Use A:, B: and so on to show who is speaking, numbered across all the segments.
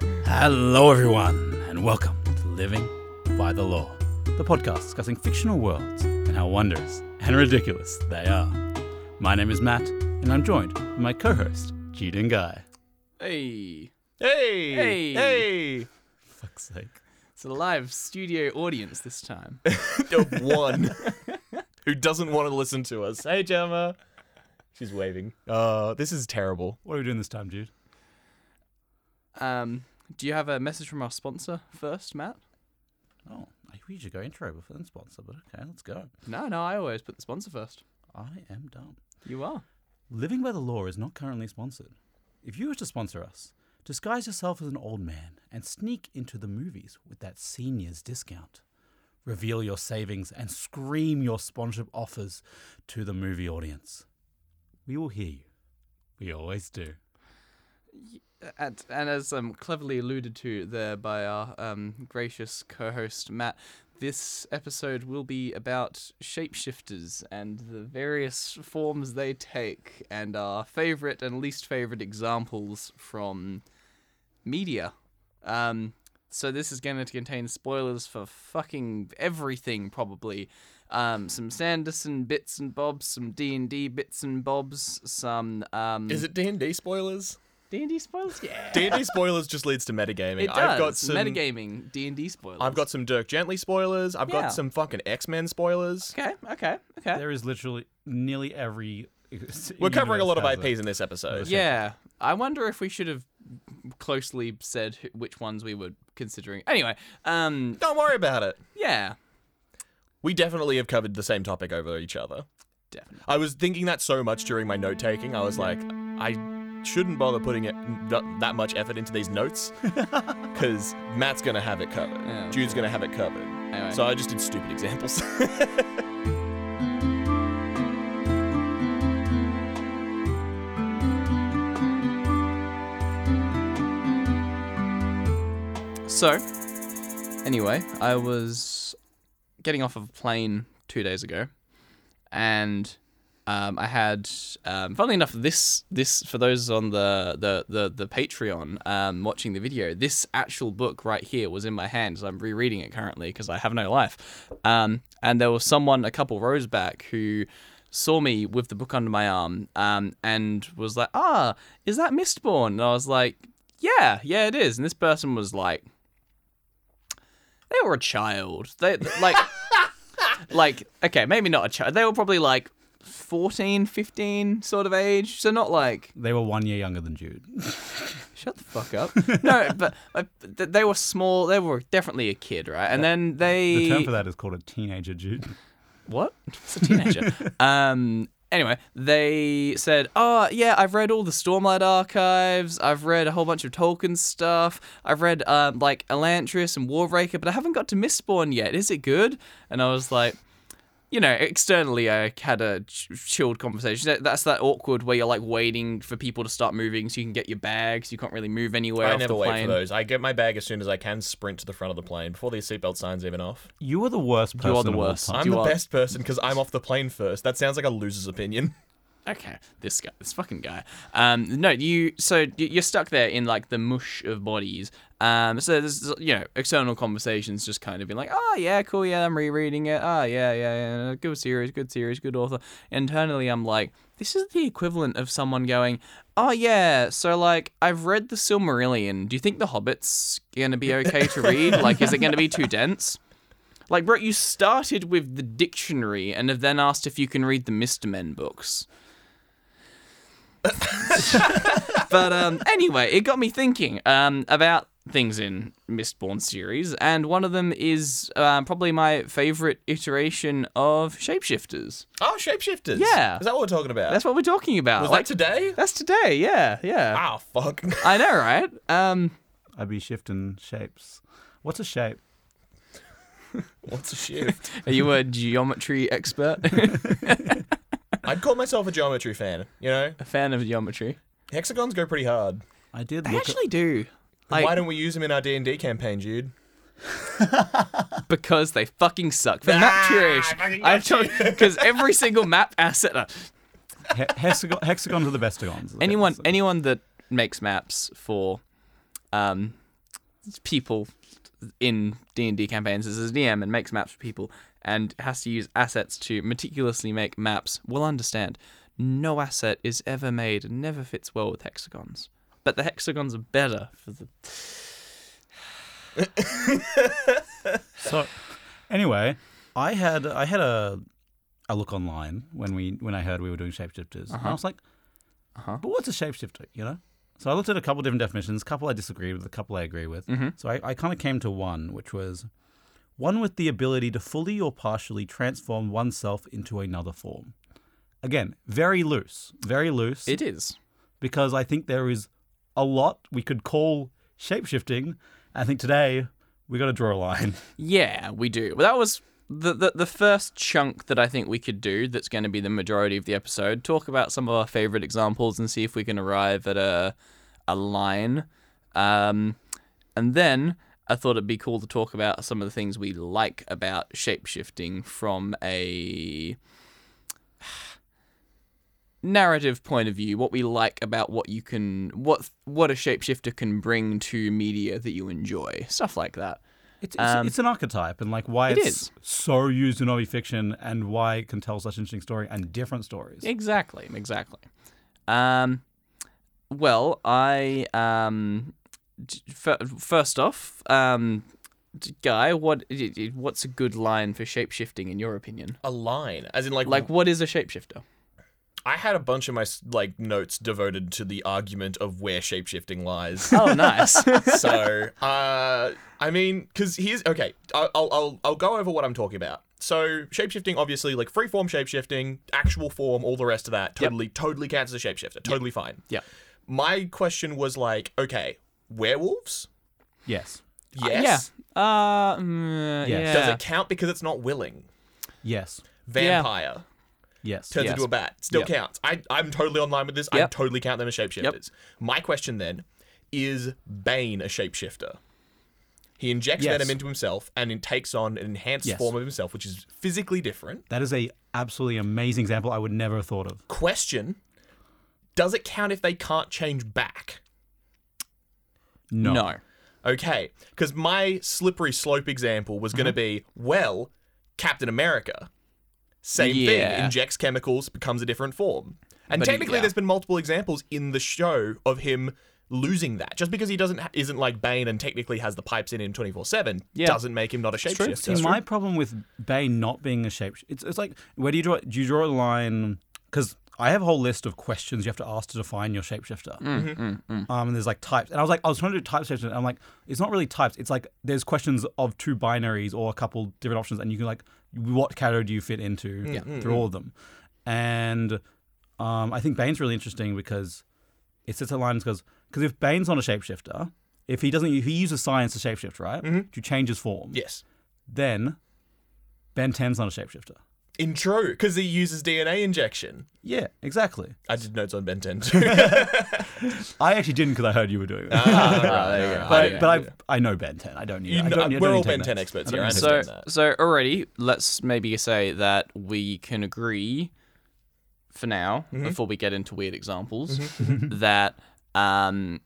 A: Hello, everyone, and welcome to Living by the Law, the podcast discussing fictional worlds and how wondrous and ridiculous they are. My name is Matt, and I'm joined by my co host, Jude and Guy.
B: Hey,
C: Hey!
B: Hey!
C: Hey! Fuck's sake.
B: it's a live studio audience this time.
C: Of one who doesn't want to listen to us. Hey, Gemma. She's waving. Uh, this is terrible.
A: What are we doing this time, Jude?
B: Um, do you have a message from our sponsor first, Matt?
A: Oh, I usually go intro before the sponsor, but okay, let's go.
B: No, no, I always put the sponsor first.
A: I am dumb.
B: You are.
A: Living by the Law is not currently sponsored. If you wish to sponsor us, disguise yourself as an old man and sneak into the movies with that senior's discount. Reveal your savings and scream your sponsorship offers to the movie audience. We will hear you. We always do.
B: And, and as um, cleverly alluded to there by our um, gracious co host Matt, this episode will be about shapeshifters and the various forms they take and our favourite and least favourite examples from media. Um, so this is going to contain spoilers for fucking everything, probably. Um, some Sanderson bits and bobs, some D and D bits and bobs, some um,
C: Is it D&D spoilers?
B: D and D spoilers? Yeah,
C: D&D spoilers just leads to metagaming.
B: it does.
C: I've got some
B: metagaming D and D spoilers.
C: I've got some Dirk Gently spoilers. I've
B: Yeah.
C: got some fucking X-Men spoilers.
B: Okay, okay, okay.
A: There is literally nearly every.
C: We're covering a lot of IPs in this episode.
B: yeah, I wonder if we should have closely said wh- which ones we were considering. Anyway, um,
C: Don't worry about it.
B: yeah,
C: We definitely have covered the same topic over each other.
B: definitely.
C: I was thinking that so much during my note taking. I was like, I shouldn't bother putting it, th- that much effort into these notes because Matt's gonna have it covered.
B: Yeah.
C: Jude's gonna have it covered.
B: Anyway.
C: So I just did stupid examples.
B: So, anyway, I was getting off of a plane two days ago, and um, I had, um, funnily enough, this this for those on the the the, the Patreon um, watching the video, this actual book right here was in my hands. I'm rereading it currently because I have no life. Um, and there was someone a couple rows back who saw me with the book under my arm um, and was like, "Ah, is that Mistborn?" And I was like, "Yeah, yeah, it is." And this person was like, "They were a child. They like." like okay maybe not a child they were probably like 14 15 sort of age so not like
A: They were one year younger than Jude.
B: shut the fuck up no but uh, th- they were small they were definitely a kid right and then they
A: The term for that is called a teenager Jude.
B: what? It's a teenager. um. Anyway, they said, "Oh yeah, I've read all the Stormlight archives. I've read a whole bunch of Tolkien stuff. I've read um, like Elantris and Warbreaker, but I haven't got to Mistborn yet. Is it good?" And I was like. You know, externally, I had a ch- chilled conversation. That- That's that awkward where you're like waiting for people to start moving so you can get your bags. You can't really move anywhere.
C: I
B: off
C: never
B: the
C: wait
B: plane.
C: for those. I get my bag as soon as I can, sprint to the front of the plane before the seatbelt sign's even off.
A: You were the worst person.
B: are the
A: of all
B: worst.
A: time.
C: I'm
B: Oh, You
C: the
B: are-
C: best person because I'm off the plane first. That sounds like a loser's opinion.
B: Okay, this guy, this fucking guy. Um, no, you. So y- you're stuck there in like the mush of bodies. Um, so there's you know external conversations just kind of being like, oh yeah, cool, yeah, I'm rereading it. Oh yeah, yeah, yeah, good series, good series, good author. Internally, I'm like, this is the equivalent of someone going, oh yeah, so like I've read the Silmarillion. Do you think the Hobbit's gonna be okay to read? like, is it gonna be too dense? Like, bro, you started with the dictionary and have then asked if you can read the Mr. Men books. but um, anyway, it got me thinking um, about things in Mistborn series, and one of them is um, probably my favorite iteration of shapeshifters.
C: Oh, shapeshifters.
B: Yeah.
C: Is that what we're talking about?
B: That's what we're talking about.
C: Was
B: like
C: that today?
B: that's today. Yeah, yeah.
C: Ah, fuck.
B: I know, right? Um,
A: I'd be shifting shapes. What's a shape?
C: What's a shift?
B: are you a geometry expert?
C: I'd call myself a geometry fan. You know,
B: a fan of geometry?
C: hexagons go pretty hard.
A: I did
B: I
A: look at
B: actually do.
C: Why
B: Like,
C: don't we use them in our D and D campaign, Jude?
B: because they fucking suck. The map
C: Ah,
B: curation.
C: fucking got
B: I've talked because every single map asset. uh,
A: He- hexagon, hexagons are the bestagons. Okay,
B: anyone
A: so-
B: anyone that makes maps for um people in D and D campaigns is a DM and makes maps for people and has to use assets to meticulously make maps will understand. No asset is ever made and never fits well with hexagons. But the hexagons are better for the
A: So, anyway, I had I had a a look online when we when I heard we were doing shapeshifters, and I was like,
B: Uh-huh.
A: "But what's a shapeshifter?" You know. So I looked at a couple different definitions. A couple I disagree with, a couple I agree with. So I, I kind of came to one, which was one with the ability to fully or partially transform oneself into another form. Again, very loose, very loose
B: It is.
A: because I think there is a lot we could call shapeshifting. I think today we got to draw a line.
B: Yeah, we do. Well, that was the, the the first chunk that I think we could do. That's going to be the majority of the episode. Talk about some of our favorite examples and see if we can arrive at a a line. Um, and then I thought it'd be cool to talk about some of the things we like about shapeshifting from a narrative point of view. What we like about what you can what what a shapeshifter can bring to media that you enjoy. Stuff like that.
A: It's, it's, it's an archetype, and like why
B: it
A: it's
B: is.
A: so used in OV fiction, and why it can tell such interesting story and different stories.
B: Exactly, exactly. Um, well, I um, d- fir- first off, um, d- guy, what i- i- what's a good line for shapeshifting in your opinion?
C: A line, as in like,
B: Like, what is a shapeshifter?
C: I had a bunch of my s- like notes devoted to the argument of where shapeshifting lies.
B: Oh, nice.
C: so, uh, I mean, because here's okay. I- I'll, I'll I'll go over what I'm talking about. So shapeshifting, obviously, like freeform shapeshifting, actual form, all the rest of that, totally totally counts as a shapeshifter. Totally fine.
B: yeah.
C: My question was like, okay, werewolves?
A: Yes,
C: Yes.
B: Yeah. Uh, mm,
A: Yes.
B: yeah.
C: Does it count because it's not willing?
A: yes,
B: Yeah.
C: Vampire.
A: yes.
C: turns
B: Yes.
C: into a bat. Still
B: Yep.
C: counts. I, I'm totally online with this. I
B: Yep.
C: totally count them as shapeshifters. My question then is Bane a shapeshifter? He injects
A: Yes.
C: venom into himself and it takes on an enhanced
A: Yes.
C: form of himself, which is physically different.
A: That is a absolutely amazing example. I would never have thought of.
C: Question Does it count if they can't change back?
A: No,
B: no.
C: Okay, because my slippery slope example was
B: Mm-hmm.
C: going to be well, Captain America, same thing,
B: Yeah.
C: injects chemicals, becomes a different form. And
B: But he-
C: technically,
B: yeah.
C: there's been multiple examples in the show of him losing that. Just because he doesn't ha- isn't like Bane and technically has the pipes in him 24 seven
B: Yeah.
C: doesn't make him not a
B: true.
C: shapeshifter.
A: See, my problem with Bane not being a shape. It's it's like where do you draw? Do you draw a line? Because I have a whole list of questions you have to ask to define your shapeshifter.
B: Mm,
A: Um, and there's like types, and I was like, I was trying to do type shapeshifter. And I'm like, it's not really types. It's like there's questions of two binaries or a couple different options, and you can like, what category do you fit into
B: Mm,
A: through all of them? And um, I think Bane's really interesting because it sets a line because because if Bane's not a shapeshifter, if he doesn't, if he uses science to shapeshift, right,
B: Mm-hmm.
A: to change his form,
C: yes.
A: then Ben 10's not a shapeshifter.
C: In true, because he uses DNA injection.
A: Yeah, exactly.
C: I did notes on Ben 10 too.
A: I actually didn't because I heard you were doing it.
B: Ah, there you go.
A: but
B: Okay.
A: but I I know Ben 10. I don't need.
C: You
A: I
C: know-
A: don't, need- I
C: we're
A: don't
C: all
A: need
C: Ben 10
A: maths.
C: experts
A: I don't
C: here, I
A: need
C: understand.
B: So,
C: that.
B: so already, let's maybe say that we can agree for now, before we get into weird examples, that um,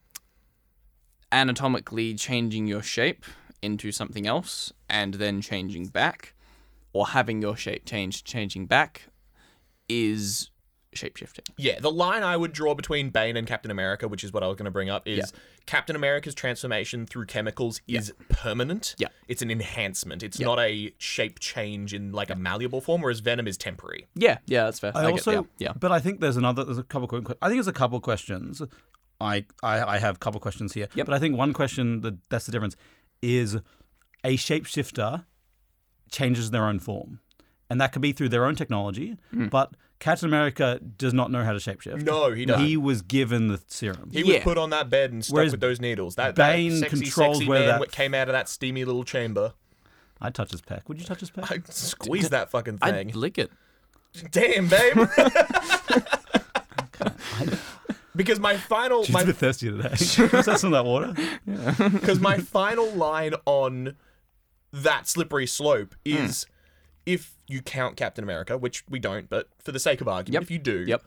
B: anatomically changing your shape into something else and then changing back, or having your shape change, changing back, is shapeshifting.
C: Yeah, the line I would draw between Bane and Captain America, which is what I was going to bring up, is Captain America's transformation through chemicals is permanent.
B: Yeah.
C: It's an enhancement. It's not a shape change in like a malleable form, whereas Venom is temporary.
B: Yeah, yeah, that's fair.
A: I,
B: get-
A: also,
B: yeah, yeah.
A: but I think there's another. There's a couple. Of, que- I think there's a couple of questions. I I, I have a couple of questions here.
B: Yep.
A: But I think one question that that's the difference is a shapeshifter changes their own form, and that could be through their own technology. But Captain America does not know how to shapeshift.
C: Mm. No, he doesn't.
A: He
C: He,
A: was given the serum.
C: was
B: Yeah.
C: put on that bed and stuck
A: Whereas
C: with those needles. That,
A: Bane
C: that sexy,
A: controls
C: sexy
A: where
C: man
A: that-
C: what came out of that steamy little chamber.
A: I'd touch his peck. Would you touch his peck?
C: I squeezed that fucking
B: I'd
C: thing.
B: lick it.
C: Damn, babe. because my final,
A: She's
C: my
A: a bit thirsty today. Is that some of that water?
C: Because my final line on that slippery slope
B: Hmm.
C: is if you count Captain America, which we don't, but for the sake of argument,
B: Yep.
C: if you do,
B: Yep.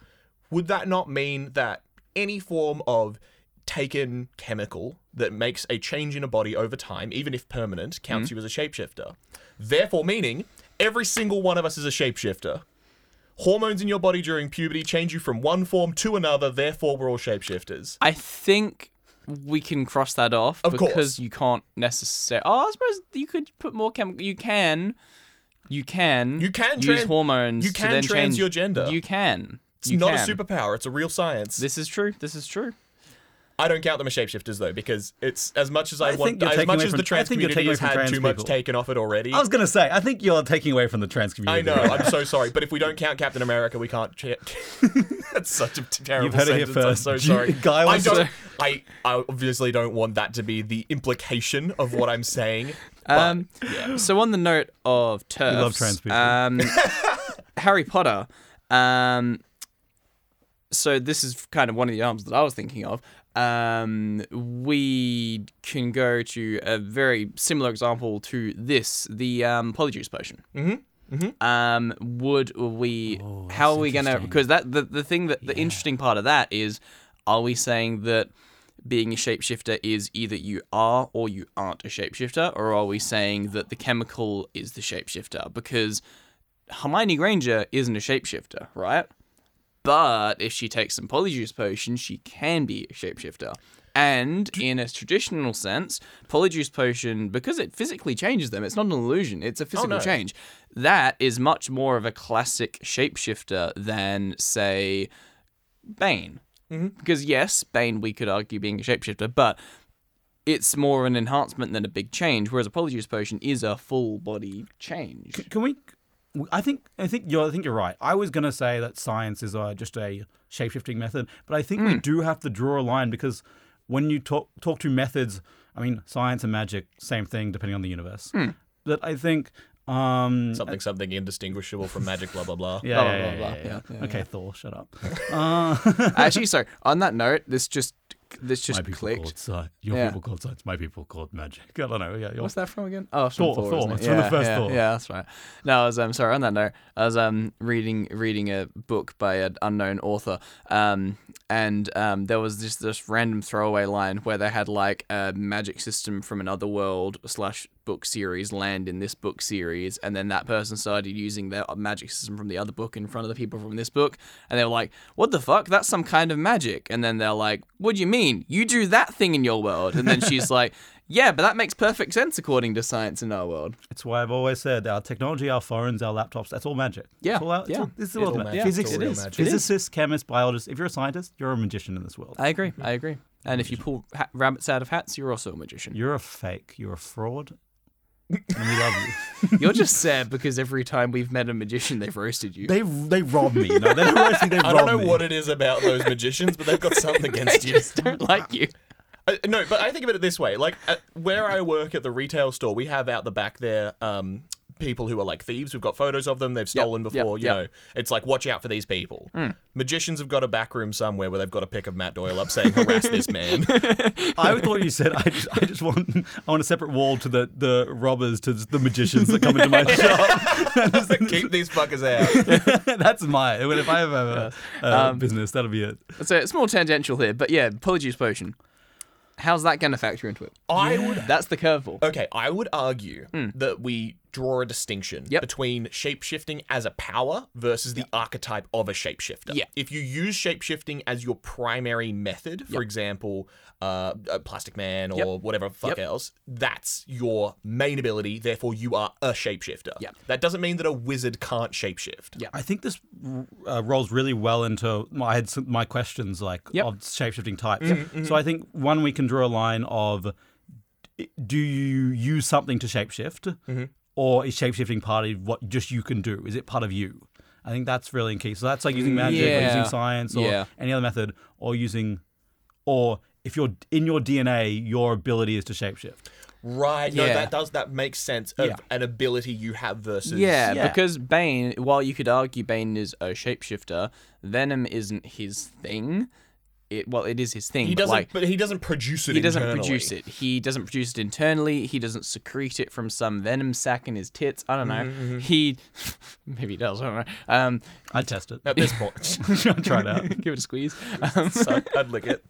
C: would that not mean that any form of taken chemical that makes a change in a body over time, even if permanent, counts
B: Hmm.
C: you as a shapeshifter. Therefore, meaning every single one of us is a shapeshifter. Hormones in your body during puberty change you from one form to another, therefore, we're all shapeshifters.
B: I think we can cross that off
C: Of
B: because
C: course.
B: you can't necessarily. Oh, I suppose you could put more chemical. You can, you can,
C: You can
B: use
C: trans-
B: hormones.
C: you
B: to
C: can
B: then
C: trans
B: change-
C: your gender.
B: You can.
C: It's
B: you
C: not
B: can.
C: a superpower, it's a real science.
B: This is true. This is true.
C: I don't count them as shapeshifters though, because it's as much as I,
A: I think
C: want,
A: you're
C: as
A: taking
C: much
A: away
C: as
A: from-
C: the
A: I
C: trans
A: think you're taking
C: community has
A: away from
C: had
A: trans
C: too much
A: people.
C: taken off it already.
A: I was going to say, I think you're taking away from the trans community.
C: I know. I'm so sorry, but if we don't count Captain America, we can't. Ch- That's such a t- terrible
A: You've heard it here
C: sentence.
A: first. Ju-
C: I'm so sorry.
A: Guy
C: I
A: wants
C: don't.
A: to-
C: I, I obviously don't want that to be the implication of what I'm saying. But
B: Um, So on the note of turfs,
A: love trans people.
B: Um, Harry Potter. Um, so this is kind of one of the arms that I was thinking of. Um, we can go to a very similar example to this, the um, polyjuice potion. Mm-hmm. Mm-hmm. Um, would we?
A: Oh,
B: how
A: that's
B: are we gonna?
A: interesting.
B: Because that the, the thing that the interesting part of that is, are we saying that being a shapeshifter is either you are or you aren't a shapeshifter, or are we saying that the chemical is the shapeshifter? Because Hermione Granger isn't a shapeshifter, right? But if she takes some polyjuice potion, she can be a shapeshifter. And in a traditional sense, polyjuice potion, because it physically changes them, it's not an illusion, it's a physical
C: no.
B: change. That is much more of a classic shapeshifter than, say, Bane. Because, yes, Bane, we could argue being a shapeshifter, but it's more an enhancement than a big change, whereas a polyjuice potion is a full body change.
A: Can we? I think I think you're I think you're right. I was gonna say that science is uh, just a shapeshifting method, but I
B: Hmm.
A: think we do have to draw a line because when you talk talk to methods, I mean science and magic, same thing depending on the universe.
B: Hmm.
A: But I think um,
C: something, something indistinguishable from magic. Blah blah blah.
A: yeah,
B: blah,
A: yeah,
B: blah,
A: yeah,
B: blah,
A: yeah, yeah.
B: yeah, yeah,
A: Okay, Thor, shut up. uh,
B: Actually, sorry. On that note, this just
A: my
B: this just
A: people
B: clicked.
A: called science. Your
B: Yeah.
A: people called science. My people called magic. I don't know. Yeah, your
B: What's that from again? Oh, it's from
A: Thor,
B: Thor.
A: Thor.
B: isn't it?
A: It's from the
B: Yeah,
A: first
B: yeah,
A: Thor.
B: Yeah, that's right. No, I was um sorry. On that note, I was um reading reading a book by an unknown author. Um, and um there was just this random throwaway line where they had like a magic system from another world slash book series land in this book series, and then that person started using their magic system from the other book in front of the people from this book, and they were like, "What the fuck? That's some kind of magic." And then they're like, "What do you mean? You do that thing in your world?" And then she's like. Yeah, but that makes perfect sense according to science in our world.
A: It's why I've always said our technology, our phones, our laptops, that's all magic.
B: Yeah,
A: It's all, our- it's
B: yeah.
A: all- this is
B: It's
A: all
B: all
A: magic.
B: magic.
A: Physics
B: It's all
A: it
B: real
A: is. Uh,
B: magic. It is.
A: Physicists, chemists, biologists. If you're a scientist, you're a magician in this world.
B: I agree. I agree.
C: Mm-hmm.
B: And if you pull ha- rabbits out of hats, you're also a magician.
A: You're a fake. You're a fraud. And we love you.
B: You're just sad because every time we've met a magician, they've roasted you.
A: They they rob me. No, they don't roast me. They
C: I
A: rob
C: don't know
A: me.
C: what it is about those magicians, but they've got something against you.
B: just don't like you.
C: Uh, no, but I think of it this way: like at where I work at the retail store, we have out the back there um, people who are like thieves. We've got photos of them. They've stolen
B: yep,
C: before. you
B: yep. Hmm.
C: know, it's like watch out for these people. Magicians have got a back room somewhere where they've got a pic of Matt Doyle up saying harass this man.
A: I thought you said I just, I just want I want a separate wall to the, the robbers to the magicians that come into my shop.
C: Keep these fuckers out.
A: that's my. If I ever have a, a business, that'll be it.
B: So it's more tangential here, but yeah, polyjuice potion. How's that going to factor into it?
C: I would
B: That's the curveball.
C: Okay, I would argue that we draw a distinction
B: Hmm. Yep.
C: between shapeshifting as a power versus the archetype of a shapeshifter.
B: Yeah.
C: If you use shapeshifting as your primary method, for example, uh, uh, Plastic Man or
B: Yep.
C: whatever the fuck
B: Yep.
C: else, that's your main ability, therefore you are a shapeshifter.
B: Yep.
C: That doesn't mean that a wizard can't shapeshift.
B: Yeah.
A: I think this uh, rolls really well into my I had some, my questions like
B: Yep. Mm-hmm.
A: of shapeshifting types. So I think one we can draw a line of: d- Do you use something to shapeshift,
B: Mm-hmm.
A: or is shapeshifting part of what just you can do? Is it part of you? I think that's really key. So that's like using magic, or
B: Mm, Yeah.
A: using science, or
B: Yeah.
A: any other method, or using, or if you're in your DNA, your ability is to shapeshift.
C: Right. No,
B: Yeah.
C: that does that makes sense of
A: Yeah.
C: an ability you have versus
B: Yeah,
A: Yeah.
B: because Bane, while you could argue Bane is a shapeshifter, Venom isn't his thing. it well it is his thing
C: He
B: but
C: doesn't,
B: like
C: but he doesn't produce it.
B: he doesn't
C: internally.
B: produce it he doesn't produce it internally he doesn't secrete it from some venom sac in his tits i don't know
C: Mm-hmm,
B: he maybe he does i don't know um
A: I'd test it.
C: at this point.
A: I'd try it out.
B: give it a squeeze um,
C: so I'd lick it.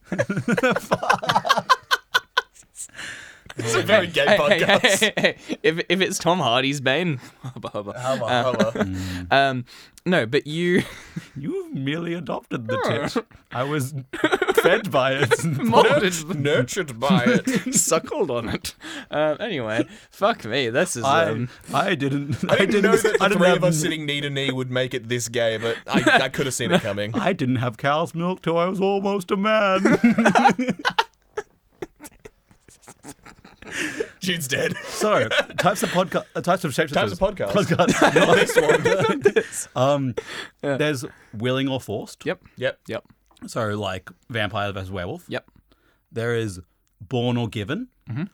C: it's a very gay
B: hey, hey,
C: podcast.
B: hey, hey, hey. if if it's Tom Hardy's Bane, hubba, hubba.
C: Hello, hello.
B: um, no, but you
A: You've merely adopted the tip. I was fed by it.
B: molded,
C: Nurtured by it.
B: suckled on it. Um, anyway, fuck me, this is
A: I,
B: um,
A: I didn't.
C: I didn't know that
A: I
C: the
A: didn't
C: three
A: have
C: of us
A: n-
C: sitting knee to knee would make it this gay, but I, I could have seen it coming.
A: I didn't have cow's milk till I was almost a man.
C: Jude's dead.
A: so types of podcast, uh, types of shapeshifters.
C: Types of podcasts.
A: Podcasts.
C: Not this one.
A: um, there's willing or forced.
B: yep,
C: yep.
B: yep,
A: So like vampire versus werewolf.
B: yep,
A: There is born or given.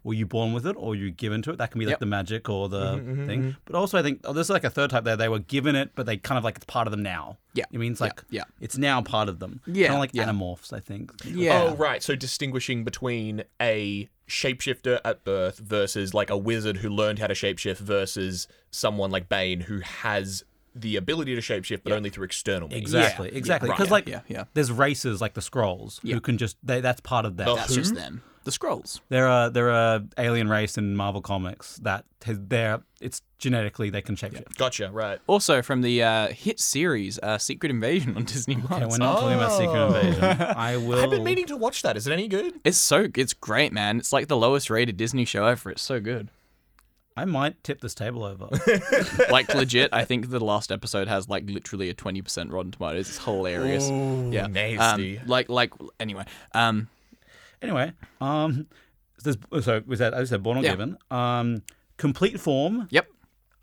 A: Were you born with it or you given to it? That can be like
B: Mm-hmm. Yep. Mm-hmm,
A: the magic or the thing. But also, I think oh, there's like a third type there. They were given it, but they kind of like it's part of them now.
B: Yeah.
A: I mean, it's
B: Yeah.
A: like
B: Yeah.
A: it's now part of them.
B: Yeah.
A: Kind of like
B: Yeah.
A: anamorphs, I think.
B: yeah.
C: Oh, right. So distinguishing between a shapeshifter at birth versus like a wizard who learned how to shapeshift versus someone like Bane who has the ability to shapeshift but only through external means.
A: Exactly. Exactly.
C: right.
A: Because
C: Yeah,
A: like
B: yeah, yeah.
A: there's races like the Scrolls who can just they, that's part of them.
C: Oh.
B: That's just them. The scrolls.
A: They're a they're a alien race in Marvel comics that has, they're it's genetically they can shapeshift.
C: Gotcha. Right.
B: Also from the uh, hit series uh, Secret Invasion on Disney Plus.
A: Okay, we're not talking about Secret
C: Oh.
A: Invasion. I will.
C: I've been meaning to watch that. Is it any good?
B: it's so it's great, man. It's like the lowest rated Disney show ever. It's so good.
A: I might tip this table over.
B: like legit, I think the last episode has like literally a twenty percent Rotten Tomatoes. It's hilarious.
C: Oh,
B: yeah,
C: nasty.
B: Um, like like anyway. Um,
A: anyway, um, so, there's- so was that I said born or
B: Yeah.
A: given? Um, complete form,
B: yep.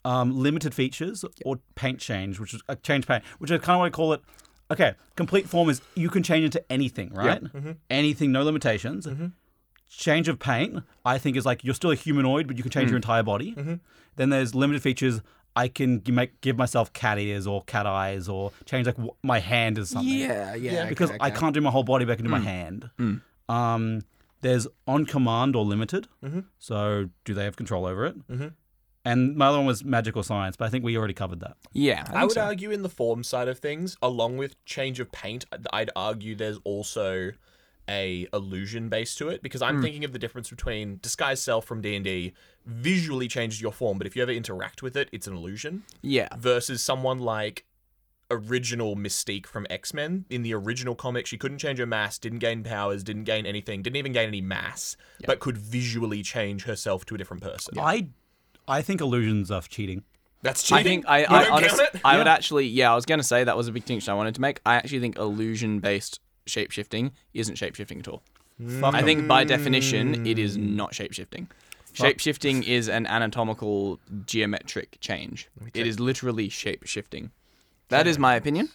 A: um, limited features, or paint change, which is uh, change paint, which is kind of what I call it. Okay, complete form is you can change into anything, right?
B: Mm-hmm.
A: Anything, no limitations. Change of paint, I think, is like you're still a humanoid, but you can change
B: Mm.
A: your entire body.
B: Mm-hmm.
A: Then there's limited features. I can g- make give myself cat ears or cat eyes or change like wh- my hand is something.
B: Yeah, yeah. okay,
A: because I
B: okay. Mm.
A: can't do my whole body, but I can do my hand. Um, there's on command or limited.
B: Mm-hmm.
A: So do they have control over it? And my other one was magic or science, but I think we already covered that.
B: Yeah,
C: I
B: think
C: would uh,
B: so.
C: argue in the form side of things, along with change of paint, I'd- I'd argue there's also a illusion base to it because I'm thinking of the difference between disguise self from D and D visually changes your form, but if you ever interact with it, it's an illusion.
B: Yeah,
C: Versus someone like original Mystique from X Men in the original comic, she couldn't change her mass, didn't gain powers, didn't gain anything, didn't even gain any mass, but could visually change herself to a different person.
A: I, I think illusions are cheating.
C: That's cheating.
B: I think I
C: You
B: I,
C: don't
B: honest,
C: count it?
B: I would actually yeah I was gonna say that was a big distinction I wanted to make. I actually think illusion based shapeshifting isn't shapeshifting at all.
A: Fuck
B: I
A: 'em.
B: think by definition it is not shapeshifting. Shapeshifting is an anatomical geometric change. It is literally shapeshifting. That is my opinion,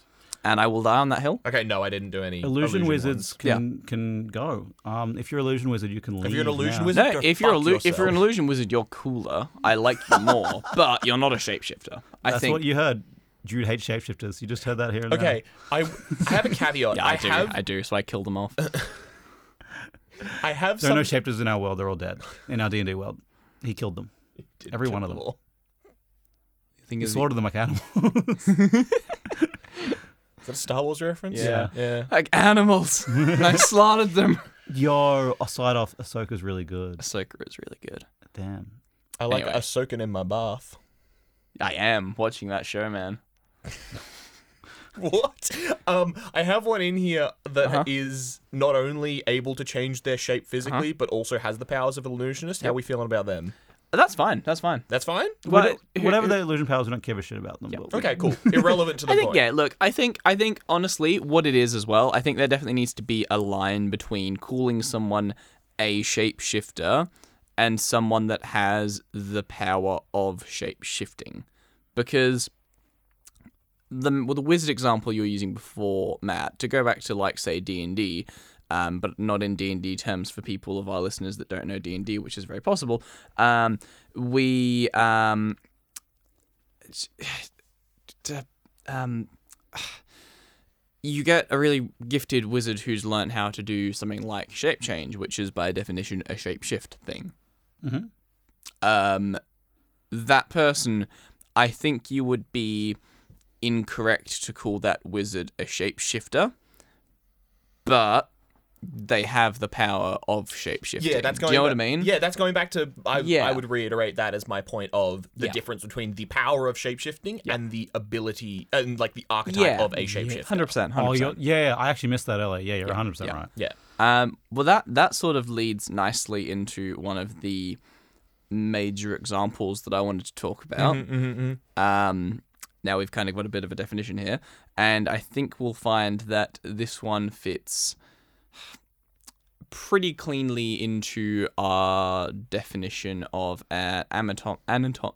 B: and I will die on that hill.
C: Okay, no, I didn't do any
A: illusion, wizards
C: ones.
A: can can go. Um, if you're an illusion wizard, you can leave.
C: If you're an illusion
A: now.
C: wizard,
B: No,
C: go
B: if you're a
C: fuck
B: lu- if you're an
C: yourself.
B: illusion wizard, you're cooler. I like you more, but you're not a shapeshifter. I
A: that's
B: think
A: what you heard. Jude hates shapeshifters. You just heard that here. And
C: Okay, I, I have a caveat.
B: yeah, I,
C: I,
B: do.
C: have
B: I do. So I kill them off.
C: I have
A: There are
C: some
A: no shapeshifters in our world. They're all dead. In our D and D world, he killed them. every one of them.
C: all.
B: Thing
A: He
B: is,
A: slaughtered them like animals.
C: Is that a Star Wars reference?
A: Yeah.
C: yeah.
B: like animals. And I slaughtered them.
A: Your side off Ahsoka's really good.
B: Ahsoka is really good.
A: Damn.
C: I like
B: Anyway.
C: a soaking in my bath.
B: I am watching that show, man.
C: What? Um, I have one in here that is
B: Uh-huh.
C: not only able to change their shape physically, but also has the powers of illusionist. How are we feeling about them?
B: That's fine. That's fine.
C: That's fine.
B: Well,
A: Whatever- whatever their illusion powers, we don't give a shit about them. But we-
C: Okay, cool. Irrelevant to the
B: I think
C: point.
B: yeah. Look, I think I think honestly, what it is as well. I think there definitely needs to be a line between calling someone a shapeshifter and someone that has the power of shapeshifting, because the well, the wizard example you were using before, Matt, to go back to like say D and D, um, but not in D and D terms for people of our listeners that don't know D and D, which is very possible. Um, we um, t- um, you get a really gifted wizard who's learned how to do something like shape change, which is by definition a shape shift thing.
A: Mhm.
B: Um, that person, I think you would be incorrect to call that wizard a shapeshifter, but they have the power of shapeshifting.
C: Yeah, that's going.
B: Do you know what I
C: ba-
B: mean?
C: Yeah, that's going back to. I,
B: Yeah.
C: I would reiterate that as my point of the
B: Yeah.
C: difference between the power of shapeshifting and the ability and like the archetype
B: Yeah.
C: of a shapeshifter.
B: hundred percent.
A: Oh,
B: Hundred
A: you're,
B: percent.
A: yeah, I actually missed that earlier. Yeah, you're 100%
B: yeah.
A: right.
C: Yeah.
B: Um, well, that that sort of leads nicely into one of the major examples that I wanted to talk about. Um, now we've kind of got a bit of a definition here, and I think we'll find that this one fits pretty cleanly into our definition of an anatom- anatom-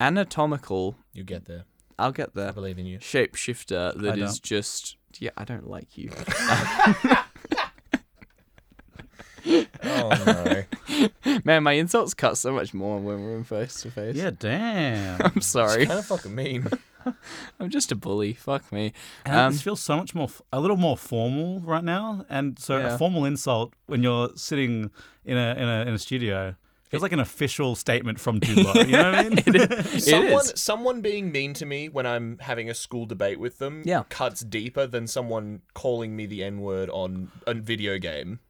B: anatomical.
C: You get there.
B: I'll get
C: I
B: there.
C: believe in you.
B: Shapeshifter that
A: I
B: is
A: don't.
B: just yeah. I don't like you.
C: Oh no.
B: Man, my insults cut so much more when we're in face to face.
A: Yeah, damn.
B: I'm sorry.
C: kind of fucking mean.
B: I'm just a bully. Fuck me.
A: And this feels so much more, f- a little more formal right now. And so
B: Yeah.
A: a formal insult when you're sitting in a in a, in a studio feels like an official statement from Dublo. you know what I mean?
C: Someone,
B: is.
C: someone being mean to me when I'm having a school debate with them
B: Yeah.
C: cuts deeper than someone calling me the N word on a video game.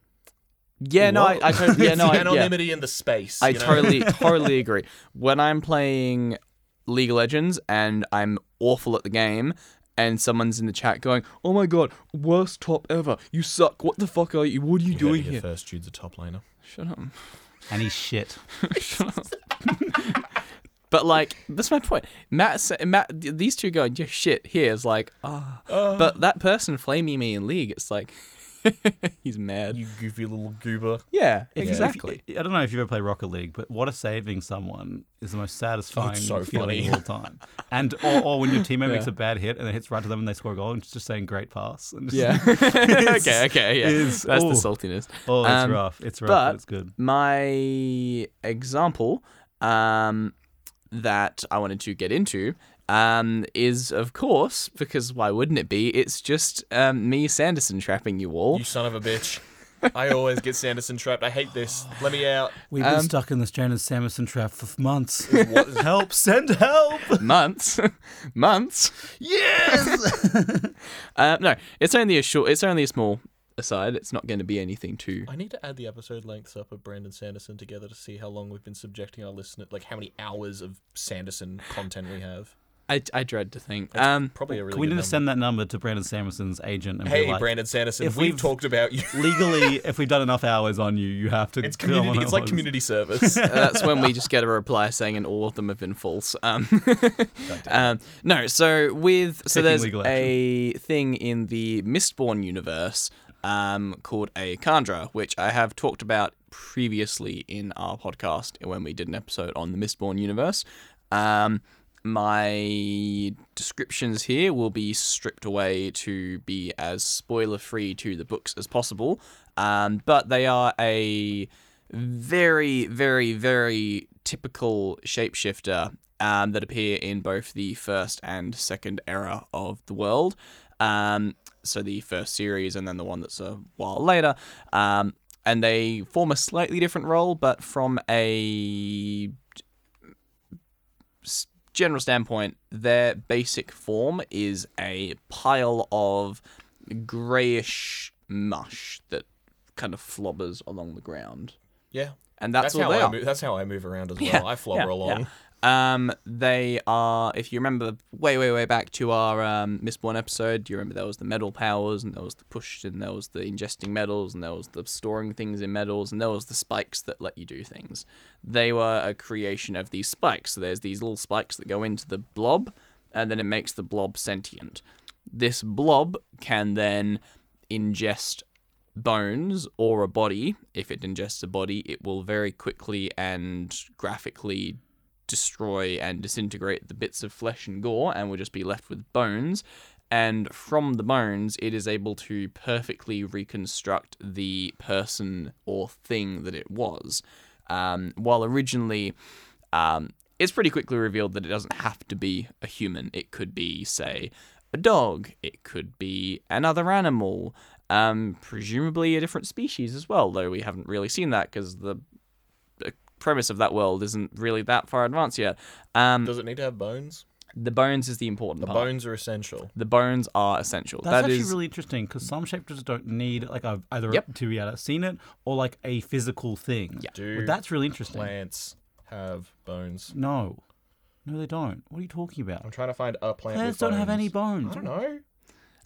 B: Yeah, no, I, I totally. Yeah,
C: It's
B: no,
C: the
B: I, yeah.
C: anonymity in the space.
B: I
C: you know?
B: totally, totally agree. When I'm playing League of Legends and I'm awful at the game, and someone's in the chat going, "Oh my god, worst top ever! You suck! What the fuck are you? What are you, doing here?"
C: First, Jude's a top laner.
B: Shut up.
A: and he's shit.
B: But like, that's my point. Matt, sa- Matt, these two going, "Yeah, shit." Here is like, ah. but that person flaming me in League, it's like, he's mad.
C: You goofy little goober.
B: Yeah,
A: If- if-
B: exactly.
A: I don't know if you've ever played Rocket League, but what a saving someone is the most
B: Oh,
A: satisfying
C: so
A: feeling
C: funny.
A: of all time. And or, or when your teammate makes
B: Yeah.
A: a bad hit and it hits right to them and they score a goal and it's just saying great pass. And just-
B: Yeah. okay, okay, yeah.
A: is-
B: That's the
A: ooh.
B: saltiness.
A: oh, it's
B: Um,
A: rough. It's rough,
B: but-
A: but it's good.
B: My example um, that I wanted to get into um, is, of course, because why wouldn't it be? It's just um, me, Sanderson, trapping you all.
C: You son of a bitch. I always get Sanderson trapped. I hate this. Let me out.
A: We've
B: been
A: been
B: um,
A: stuck in the Stranded Samuelson trap for months.
C: What-
A: help! Send help!
B: months, months.
A: Yes!
B: Uh, no, it's only a short. It's only a small aside. It's not going to be anything too.
C: I need to add the episode lengths up of Brandon Sanderson together to see how long we've been subjecting our listener, like how many hours of Sanderson content we have.
B: I, I dread to think. Um,
C: Probably a really.
A: Can we need
C: good
A: to
C: number.
A: send that number to Brandon Samuelson's agent and
C: Hey,
A: be like,
C: Brandon Sanderson,
A: if
C: we've
A: we've-
C: talked about you.
A: legally, if we've done enough hours on you, you have to.
C: It's
A: go on
C: community. It's like
A: hours."
C: community service.
B: Uh, that's when we just get a reply saying, and all of them have been false. Um, um, no, so with so
A: Taking
B: there's
A: legal
B: a thing in the Mistborn universe um, called a Chandra, which I have talked about previously in our podcast when we did an episode on the Mistborn universe. Um, my descriptions here will be stripped away to be as spoiler free to the books as possible, um, but they are a very, very, very typical shapeshifter um, that appear in both the first and second era of the world. Um, so the first series and then the one that's a while later. Um, and they form a slightly different role, but from a s- general standpoint, their basic form is a pile of grayish mush that kind of flobbers along the ground.
C: yeah,
B: And
C: that's
B: that's, all
C: how
B: they
C: I
B: are.
C: move. That's how I move around as well. I
B: Yeah,
C: flobber along.
B: yeah. Um, they are, if you remember, way, way, way back to our um, Mistborn episode, you remember there was the metal powers, and there was the push, and there was the ingesting metals, and there was the storing things in metals, and there was the spikes that let you do things. They were a creation of these spikes. So there's these little spikes that go into the blob, and then it makes the blob sentient. This blob can then ingest bones or a body, if it ingests a body, it will very quickly and graphically destroy and disintegrate the bits of flesh and gore and will just be left with bones. And from the bones, it is able to perfectly reconstruct the person or thing that it was. Um, while originally, um, it's pretty quickly revealed that it doesn't have to be a human. It could be, say, a dog. It could be another animal, um, presumably a different species as well. Though we haven't really seen that because the, the premise of that world isn't really that far advanced yet. Um,
C: Does it need to have bones?
B: the bones is the important
C: The
B: part.
C: bones are essential.
B: the bones are essential.
A: That's
B: That
A: actually
B: is-
A: really interesting because some shapeshifters don't need like a, either
B: Yep.
A: to be able to seen it or like a physical thing. Yeah,
C: Do
A: that's really interesting.
C: Plants have bones.
A: No, no, they don't. What are you talking
C: I'm
A: about?
C: trying to find a plant.
A: Plants
C: with
A: don't have any
C: bones.
A: bones.
C: I don't know.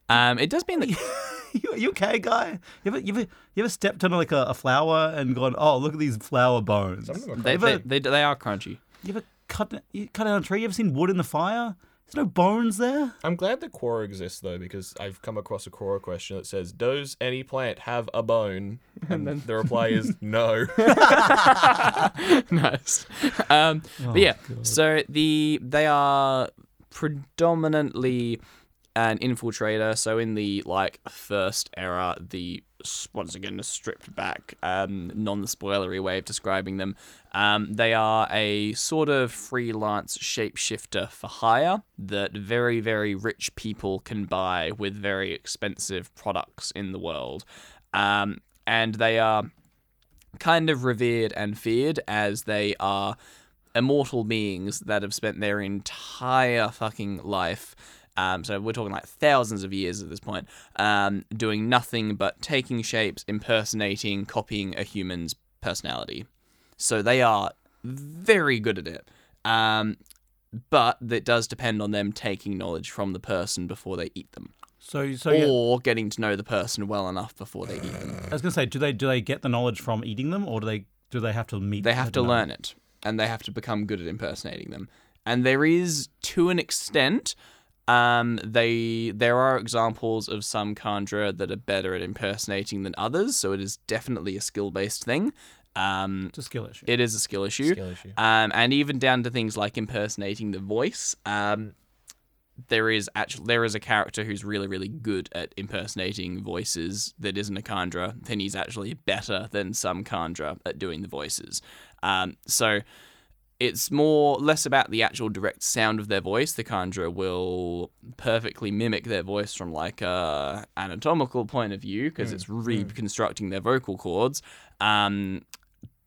B: um, it does mean that
A: you, you okay, guy? You ever, you ever, you ever stepped on like a, a flower and gone, oh, look at these flower bones?
C: Some of them are
B: they,
C: crunchy.
B: they, they, they are crunchy.
A: You ever cut, you cut down a tree? You ever seen wood in the fire? There's no bones there.
C: I'm glad the Quora exists though, because I've come across a Quora question that says, "Does any plant have a bone?" And the reply is no.
B: nice. Um, but yeah, so the they are predominantly an infiltrator. So in the like first era, the s- once again the stripped back, um, non-spoilery way of describing them, um, they are a sort of freelance shapeshifter for hire that very very rich people can buy with very expensive products in the world, um, and they are kind of revered and feared as they are immortal beings that have spent their entire fucking life. Um, so we're talking like thousands of years at this point, um, doing nothing but taking shapes, impersonating, copying a human's personality. So they are very good at it. Um, but it does depend on them taking knowledge from the person before they eat them,
A: So, so yeah,
B: or getting to know the person well enough before they eat them.
A: I was gonna say, do they do they get the knowledge from eating them, or do they do they have to meet?
B: They
A: I
B: have to
A: don't know.
B: learn it, and they have to become good at impersonating them. And there is, to an extent, um, they there are examples of some Chandra that are better at impersonating than others. So it is definitely a skill based thing. Um,
A: It's a skill issue.
B: it is a skill issue.
C: Skill issue.
B: Um, and even down to things like impersonating the voice. Um, there is actually there is a character who's really really good at impersonating voices that isn't a Chandra, and he's actually better than some Chandra at doing the voices. Um, so it's more less about the actual direct sound of their voice. The Chandra will perfectly mimic their voice from like a anatomical point of view because it's reconstructing their vocal cords. Um,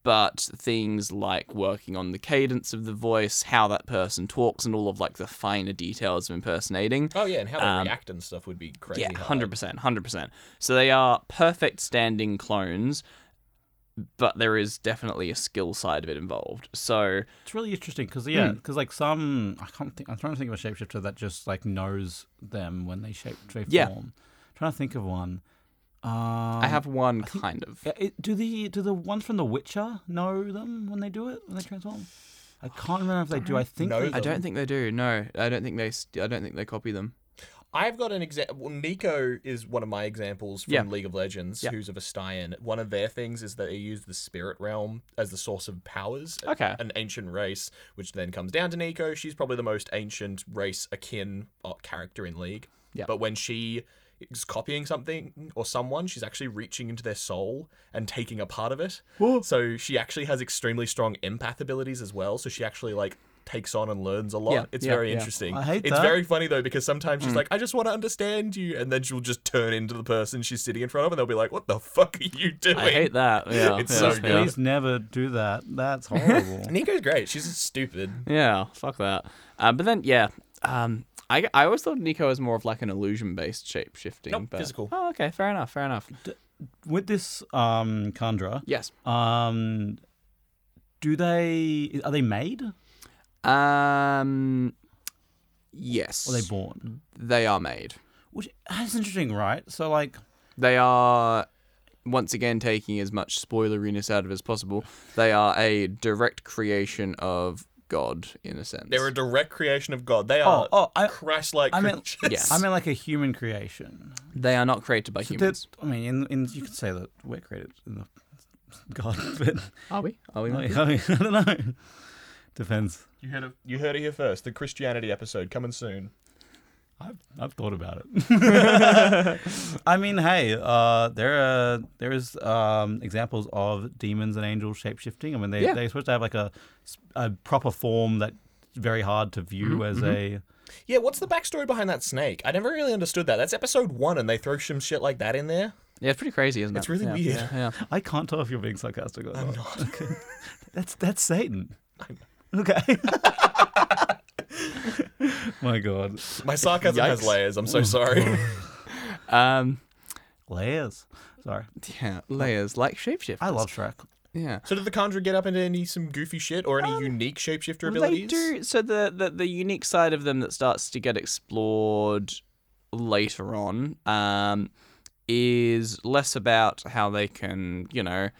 B: but things like working on the cadence of the voice, how that person talks, and all of like the finer details of impersonating.
C: Oh yeah, and how they react and stuff would be crazy.
B: Um, Yeah,
C: hard.
B: hundred percent, hundred percent. So they are perfect standing clones, but there is definitely a skill side of it involved. So
A: It's really interesting because yeah,
B: Hmm.
A: because like some I can't think. I'm trying to think of a shapeshifter that just like knows them when they shape they
B: Yeah.
A: form. trying to think of one. Um,
B: I have one kind of.
A: Yeah, it- do the do the ones from The Witcher know them when they do it when they transform? I can't remember if they do. I think
C: know
A: they,
C: them.
B: I don't think they do. No, I don't think they. st- I don't think they copy them.
C: I've got an example. Nico is one of my examples from
B: Yeah.
C: League of Legends,
B: Yeah.
C: who's of a Vestayan. One of their things is that they use the spirit realm as the source of powers.
B: Okay.
C: An ancient race, which then comes down to Nico. She's probably the most ancient race akin uh, character in League.
B: Yeah.
C: But when she is copying something or someone, she's actually reaching into their soul and taking a part of it. So she actually has extremely strong empath abilities as well. So she actually like takes on and learns a lot.
B: Yeah,
C: It's
B: yeah,
C: very
B: yeah.
C: interesting
A: I hate
C: it's
A: that.
C: very funny though because sometimes
B: Mm.
C: she's like, "I just want to understand you," and then she'll just turn into the person she's sitting in front of, and they'll be like, "What the fuck are you doing?"
B: I hate that. Yeah,
C: It's
B: yeah,
C: so
B: yeah.
C: good.
A: Please never do that. That's horrible.
C: Nico's great. She's stupid.
B: Yeah, fuck that. Uh, but then, yeah, um, I, I always thought Nico was more of like an illusion based shape shifting.
C: Nope,
B: but...
C: physical.
B: Oh, okay, fair enough, fair enough.
A: With this um Chandra,
B: Yes.
A: um, do they are they made or
B: Um, yes.
A: are they born?
B: they are made.
A: Which that's interesting, right? So like,
B: They are once again taking as much spoileriness out of it as possible. They are a direct creation of God in a sense.
C: They're a direct creation of God. They
A: oh
C: are
A: oh, I
C: Christ-like
A: I mean-
C: creatures.
B: Uh, Yes.
A: I mean like a human creation.
B: They are not created by
A: So
B: humans.
A: that- I mean, in, in you could say that we're created in the God, but
B: Are we? Are we?
A: I,
B: not?
A: mean, I don't know. Depends.
C: You heard it. You heard it here first. The Christianity episode coming soon.
A: I've, I've thought about it. I mean, hey, uh, there are there is um, examples of demons and angels shapeshifting. I mean, they
B: Yeah. Mm-hmm,
A: they're supposed to have like a, s- a proper form that very hard to view as a
C: Yeah, what's the backstory behind that snake? I never really understood that. That's episode one, and they throw some shit like that in there.
B: Yeah, it's pretty crazy, isn't it?
C: It's really
B: Yeah,
C: weird.
B: Yeah, yeah.
A: I can't tell if you're being sarcastic or not.
C: not.
A: Okay. That's that's Satan. Okay. My God.
C: My sarcasm has
B: Yikes.
C: layers. I'm so sorry.
B: Um,
A: Layers. Sorry.
B: yeah, layers like shapeshift.
A: I love Shrek.
B: Yeah.
C: so did the Conjurer get up into any some goofy shit or any unique shapeshifter
B: They
C: abilities?
B: Um, do. So the, the the unique side of them that starts to get explored later on um, is less about how they can, you know,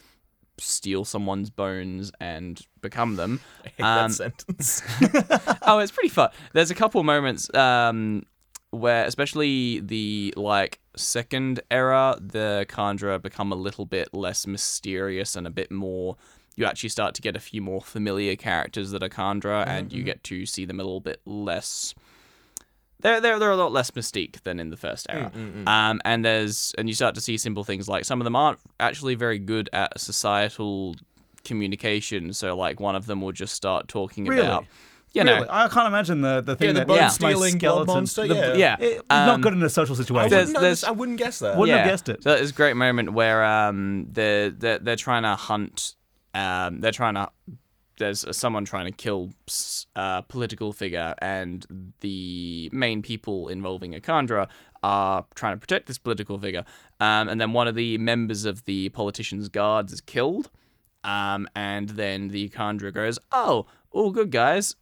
B: steal someone's bones and become them.
C: I hate that
B: Um,
C: sentence.
B: oh, it's pretty fun. There's a couple moments um, where, especially the like second era, the Chandra become a little bit less mysterious and a bit more. You actually start to get a few more familiar characters that are Chandra,
A: Mm-hmm,
B: and you get to see them a little bit less. They're, they're, they're a lot less mystique than in the first era.
A: Mm,
B: Um, and there's and you start to see simple things like some of them aren't actually very good at societal communication. So like one of them will just start talking
A: Really?
B: about you know
A: Really? I can't imagine the, the thing
C: Yeah, the
A: that
C: bone
A: yeah. my
C: stealing blood
A: skeleton.
C: monster.
A: the-
C: yeah.
B: yeah.
A: It-
B: Um,
A: not good in a social
C: I
A: situation.
B: there's-
C: wouldn't, know
B: there's-
C: this- I wouldn't guess that.
A: Wouldn't
B: yeah.
A: have guessed it.
B: So there's a great moment where um they're they're, they're trying to hunt um they're trying to there's someone trying to kill s- a political figure and the main people involving Akandra are trying to protect this political figure um and then one of the members of the politician's guards is killed um and then the Akandra goes oh all good guys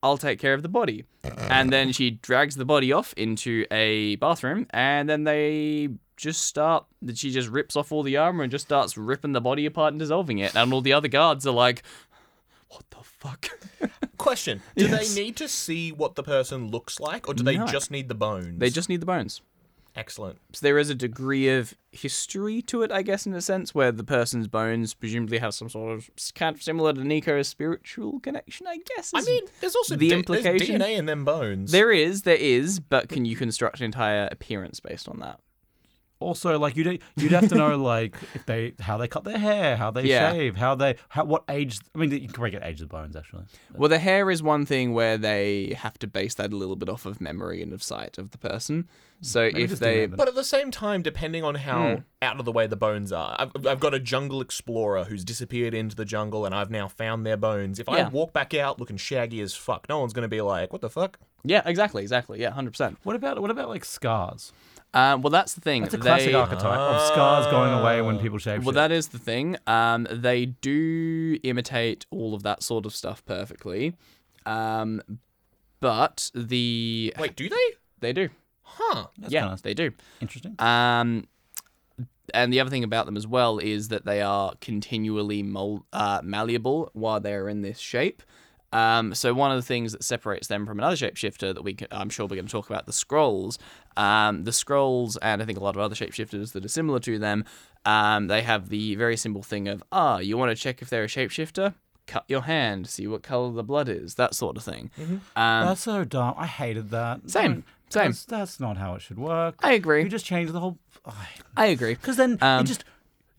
B: I'll take care of the body. And then she drags the body off into a bathroom, and then they just start. She just rips off all the armor and just starts ripping the body apart and dissolving it. And all the other guards are like, "What the fuck?"
C: Question: Do
B: Yes.
C: they need to see what the person looks like, or do they
B: No.
C: just need the bones?
B: They just need the bones.
C: excellent.
B: So there is a degree of history to it, I guess, in a sense, where the person's bones presumably have some sort of s- kind of similar to Nico's spiritual connection. I guess.
C: I
B: is-
C: mean, there's also
B: the
C: di-
B: implication-
C: there's DNA in them bones.
B: there is, there is, but can you construct an entire appearance based on that?
A: also like you'd you'd have to know like if they how they cut their hair, how they
B: Yeah.
A: shave, how they how what age. I mean, you can probably get age of bones actually.
B: Well, the hair is one thing where they have to base that a little bit off of memory and of sight of the person. So if
A: Mm. just do that
B: they,
A: then.
C: But at the same time, depending on how out of the way the bones are, I've, I've got a jungle explorer who's disappeared into the jungle and I've now found their bones. If
B: Yeah.
C: I walk back out looking shaggy as fuck, no one's going to be like, what the fuck?
B: yeah, exactly, exactly, yeah, hundred percent.
A: What about what about like scars?
B: Um, well, that's the thing.
A: That's a classic
B: They-
A: archetype of scars going away when people shave.
B: Well, that is the thing. Um, they do imitate all of that sort of stuff perfectly, um, but the
C: Wait, do they?
B: they do,
C: Huh.
B: yeah,
A: kinda-
B: they do.
A: interesting.
B: Um, and the other thing about them as well is that they are continually mol- uh, malleable while they are in this shape. Um, so one of the things that separates them from another shapeshifter that we c I'm sure we're going to talk about the scrolls. Um, the scrolls and I think a lot of other shapeshifters that are similar to them, um, they have the very simple thing of ah, you want to check if they're a shapeshifter, cut your hand, see what color the blood is, that sort of thing.
A: Mm-hmm.
B: Um,
A: That's so dumb. I hated that.
B: Same,
A: Don't-
B: same.
A: That's, that's not how it should work.
B: I agree.
A: You just change the whole.
B: I agree.
A: Because then
B: Um,
A: you just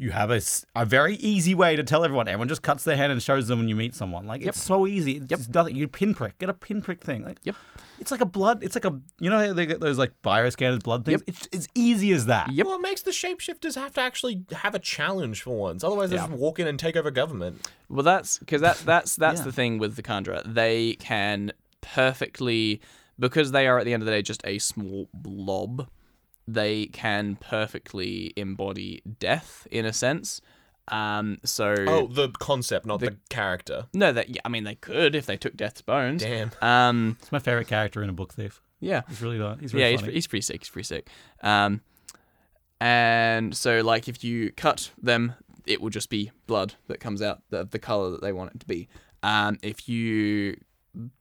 A: you have a, s- a very easy way to tell everyone. Everyone just cuts their hand and shows them when you meet someone. Like it's so easy. It's yep. nothing. You pinprick. Get a pinprick thing. Like,
B: Yep.
A: It's like a blood. It's like a you know how they get those like bioscanners blood things. It's as easy as that.
B: Yep.
C: Well, it makes the shapeshifters have to actually have a challenge for once. Otherwise, they just walk in and take over government.
B: Well, that's because that that's that's
A: Yeah.
B: the thing with the Chandra. They can perfectly because they are at the end of the day just a small blob. They can perfectly embody death in a sense. Um, so
C: Oh, the concept, not the, character.
B: no, that yeah, I mean they could if they took Death's bones.
C: Damn.
B: Um,
A: It's my favorite character in a book thief.
B: yeah,
A: He's really not. He's really
B: yeah, he's,
A: funny.
B: he's pretty sick. He's pretty sick. Um, and so like if you cut them, it will just be blood that comes out of the color that they want it to be. Um, if you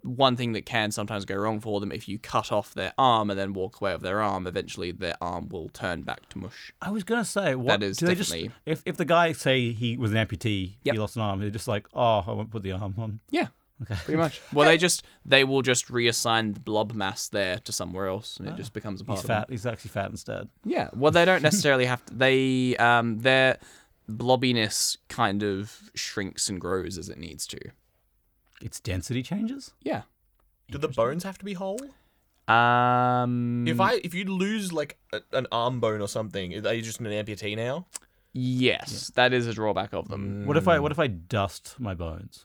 B: one thing that can sometimes go wrong for them, if you cut off their arm and then walk away with their arm, eventually their arm will turn back to mush.
A: I was gonna say what
B: That is
A: do they just
B: definitely-
A: if if the guy say he was an amputee,
B: Yep.
A: he lost an arm. They're just like, oh, I won't put the arm on.
B: Yeah. Okay. Pretty much. Well, they just they will just reassign the blob mass there to somewhere else, and it just becomes a part
A: He's
B: of them.
A: fat. He's actually fat instead.
B: Yeah. Well, they don't necessarily have to. They um their blobbiness kind of shrinks and grows as it needs to.
A: Its density changes.
B: Yeah.
C: Do the bones have to be whole?
B: Um,
C: If I if you lose like a, an arm bone or something, are you just an amputee now?
B: yes, that is a drawback of them.
A: What if
C: Hmm.
A: I what if I dust my bones?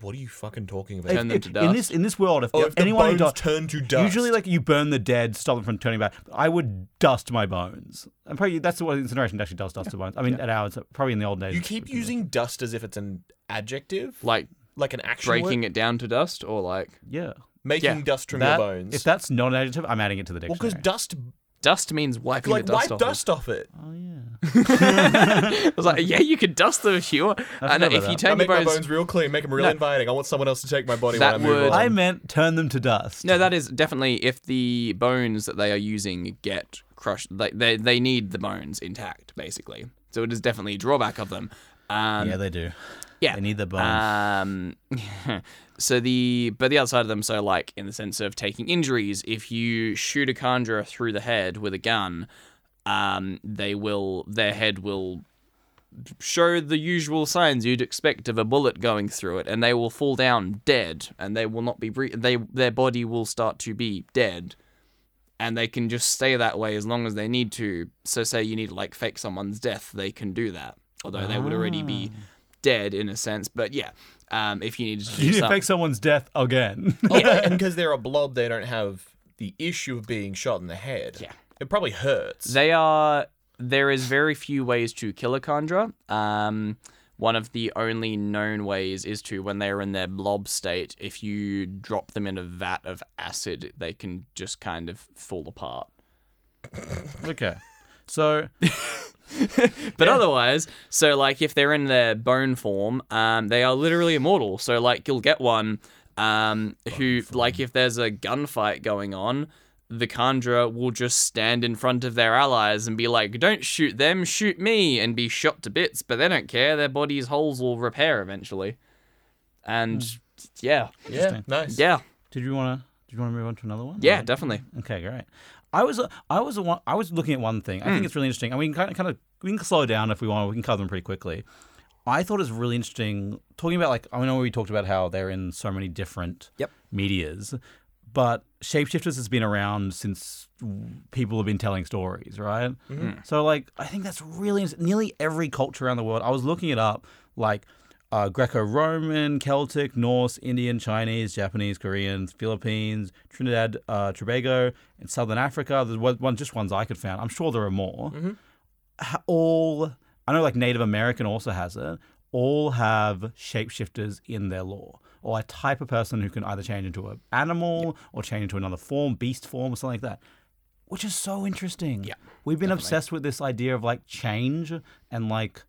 C: What are you fucking talking about?
A: If-
B: Turn them
A: if-
B: to
A: In
B: dust.
A: this in this world, if,
C: oh,
A: if
C: if the
A: anyone who
C: bones
A: dust,
C: turn to dust.
A: usually like you burn the dead, stop them from turning back. I would dust my bones. And probably that's what incineration actually does. Dust the bones. I mean, at ours, probably in the old days.
C: you keep using dust as if it's an adjective, like,
B: like
C: an action word?
B: breaking it down to dust, or like
A: yeah.
C: making
B: yeah,
C: dust from
A: That-
C: your bones.
A: If that's not an adjective, I'm adding it to the
C: well,
A: dictionary.
C: because dust,
B: dust means wiping
C: like
B: the dust
C: wipe
B: off.
C: dust off it.
A: oh yeah.
B: I was like, yeah, you could dust them if you want. And uh,
A: another
B: if you
A: route.
B: take
C: I
B: the
C: make
B: bones,
C: my bones real clean, make them real inviting. I want someone else to take my body
B: That
C: when I move
B: would-
C: on.
A: I meant turn them to dust.
B: no, that is definitely if the bones that they are using get crushed, like they they need the bones intact, basically. So it is definitely a drawback of them. Um,
A: yeah, they do.
B: Yeah.
A: They need the bones.
B: Um, so the but the other side of them, so like in the sense of taking injuries, if you shoot a conjurer through the head with a gun, um, they will their head will show the usual signs you'd expect of a bullet going through it, and they will fall down dead, and they will not be bre- they their body will start to be dead. And they can just stay that way as long as they need to. So, say you need to like fake someone's death, they can do that. Although they would already be dead in a sense. But yeah, um, if you needed to do
A: you need to
B: something,
A: fake someone's death again.
C: yeah, and because they're a blob, they don't have the issue of being shot in the head.
B: Yeah.
C: it probably hurts.
B: They are. There is very few ways to kill a Chandra. Um, one of the only known ways is to, when they are in their blob state, if you drop them in a vat of acid, they can just kind of fall apart.
A: okay. So
B: But otherwise, so like if they're in their bone form, um, they are literally immortal. So like you'll get one um, who like if there's a gunfight going on, the Chandra will just stand in front of their allies and be like, "Don't shoot them, shoot me," and be shot to bits. But they don't care. Their bodies' holes will repair eventually. And
A: Hmm.
B: yeah,
C: yeah, nice.
B: yeah,
A: did you want to? Did you want to move on to another one?
B: yeah,
A: Or-
B: definitely.
A: Okay, great. I was I was one, I was looking at one thing. I think it's really interesting. I mean, kind of kind of we can slow down if we want. We can cover them pretty quickly. I thought it was really interesting talking about like I know we talked about how they're in so many different
B: Yep.
A: medias, but shapeshifters has been around since people have been telling stories, right? So like I think that's really ins- nearly every culture around the world. I was looking it up, like uh, Greco-Roman, Celtic, Norse, Indian, Chinese, Japanese, Koreans, Philippines, Trinidad, uh, Tobago, and Southern Africa. There's one, one just ones I could find. I'm sure there are more. Ha- all I know, like Native American also has it. All have shapeshifters in their lore, or a type of person who can either change into an animal or change into another form, beast form, or something like that which is so interesting.
B: Yeah,
A: we've been obsessed with this idea of like change and like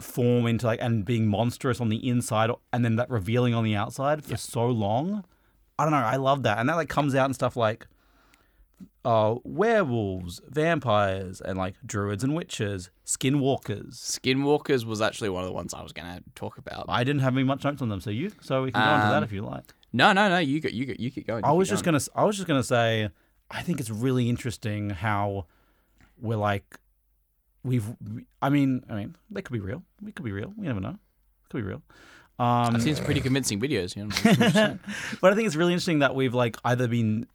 A: form into like and being monstrous on the inside and then that revealing on the outside for so long. I don't know. I love that, and that like comes out in stuff like uh, werewolves, vampires, and like druids and witches, skinwalkers.
B: Skinwalkers was actually one of the ones I was gonna talk about.
A: I didn't have any much notes on them, so you so we can go into that if you like.
B: No, no, no. You go. You go. You keep going.
A: Um, I was just gonna. I was just gonna say. I think it's really interesting how we're like, we've. I mean, I mean, they could be real. We could be real. We never know. Could be real. Um,
B: I've seen some pretty convincing videos. You know.
A: but I think it's really interesting that we've like either been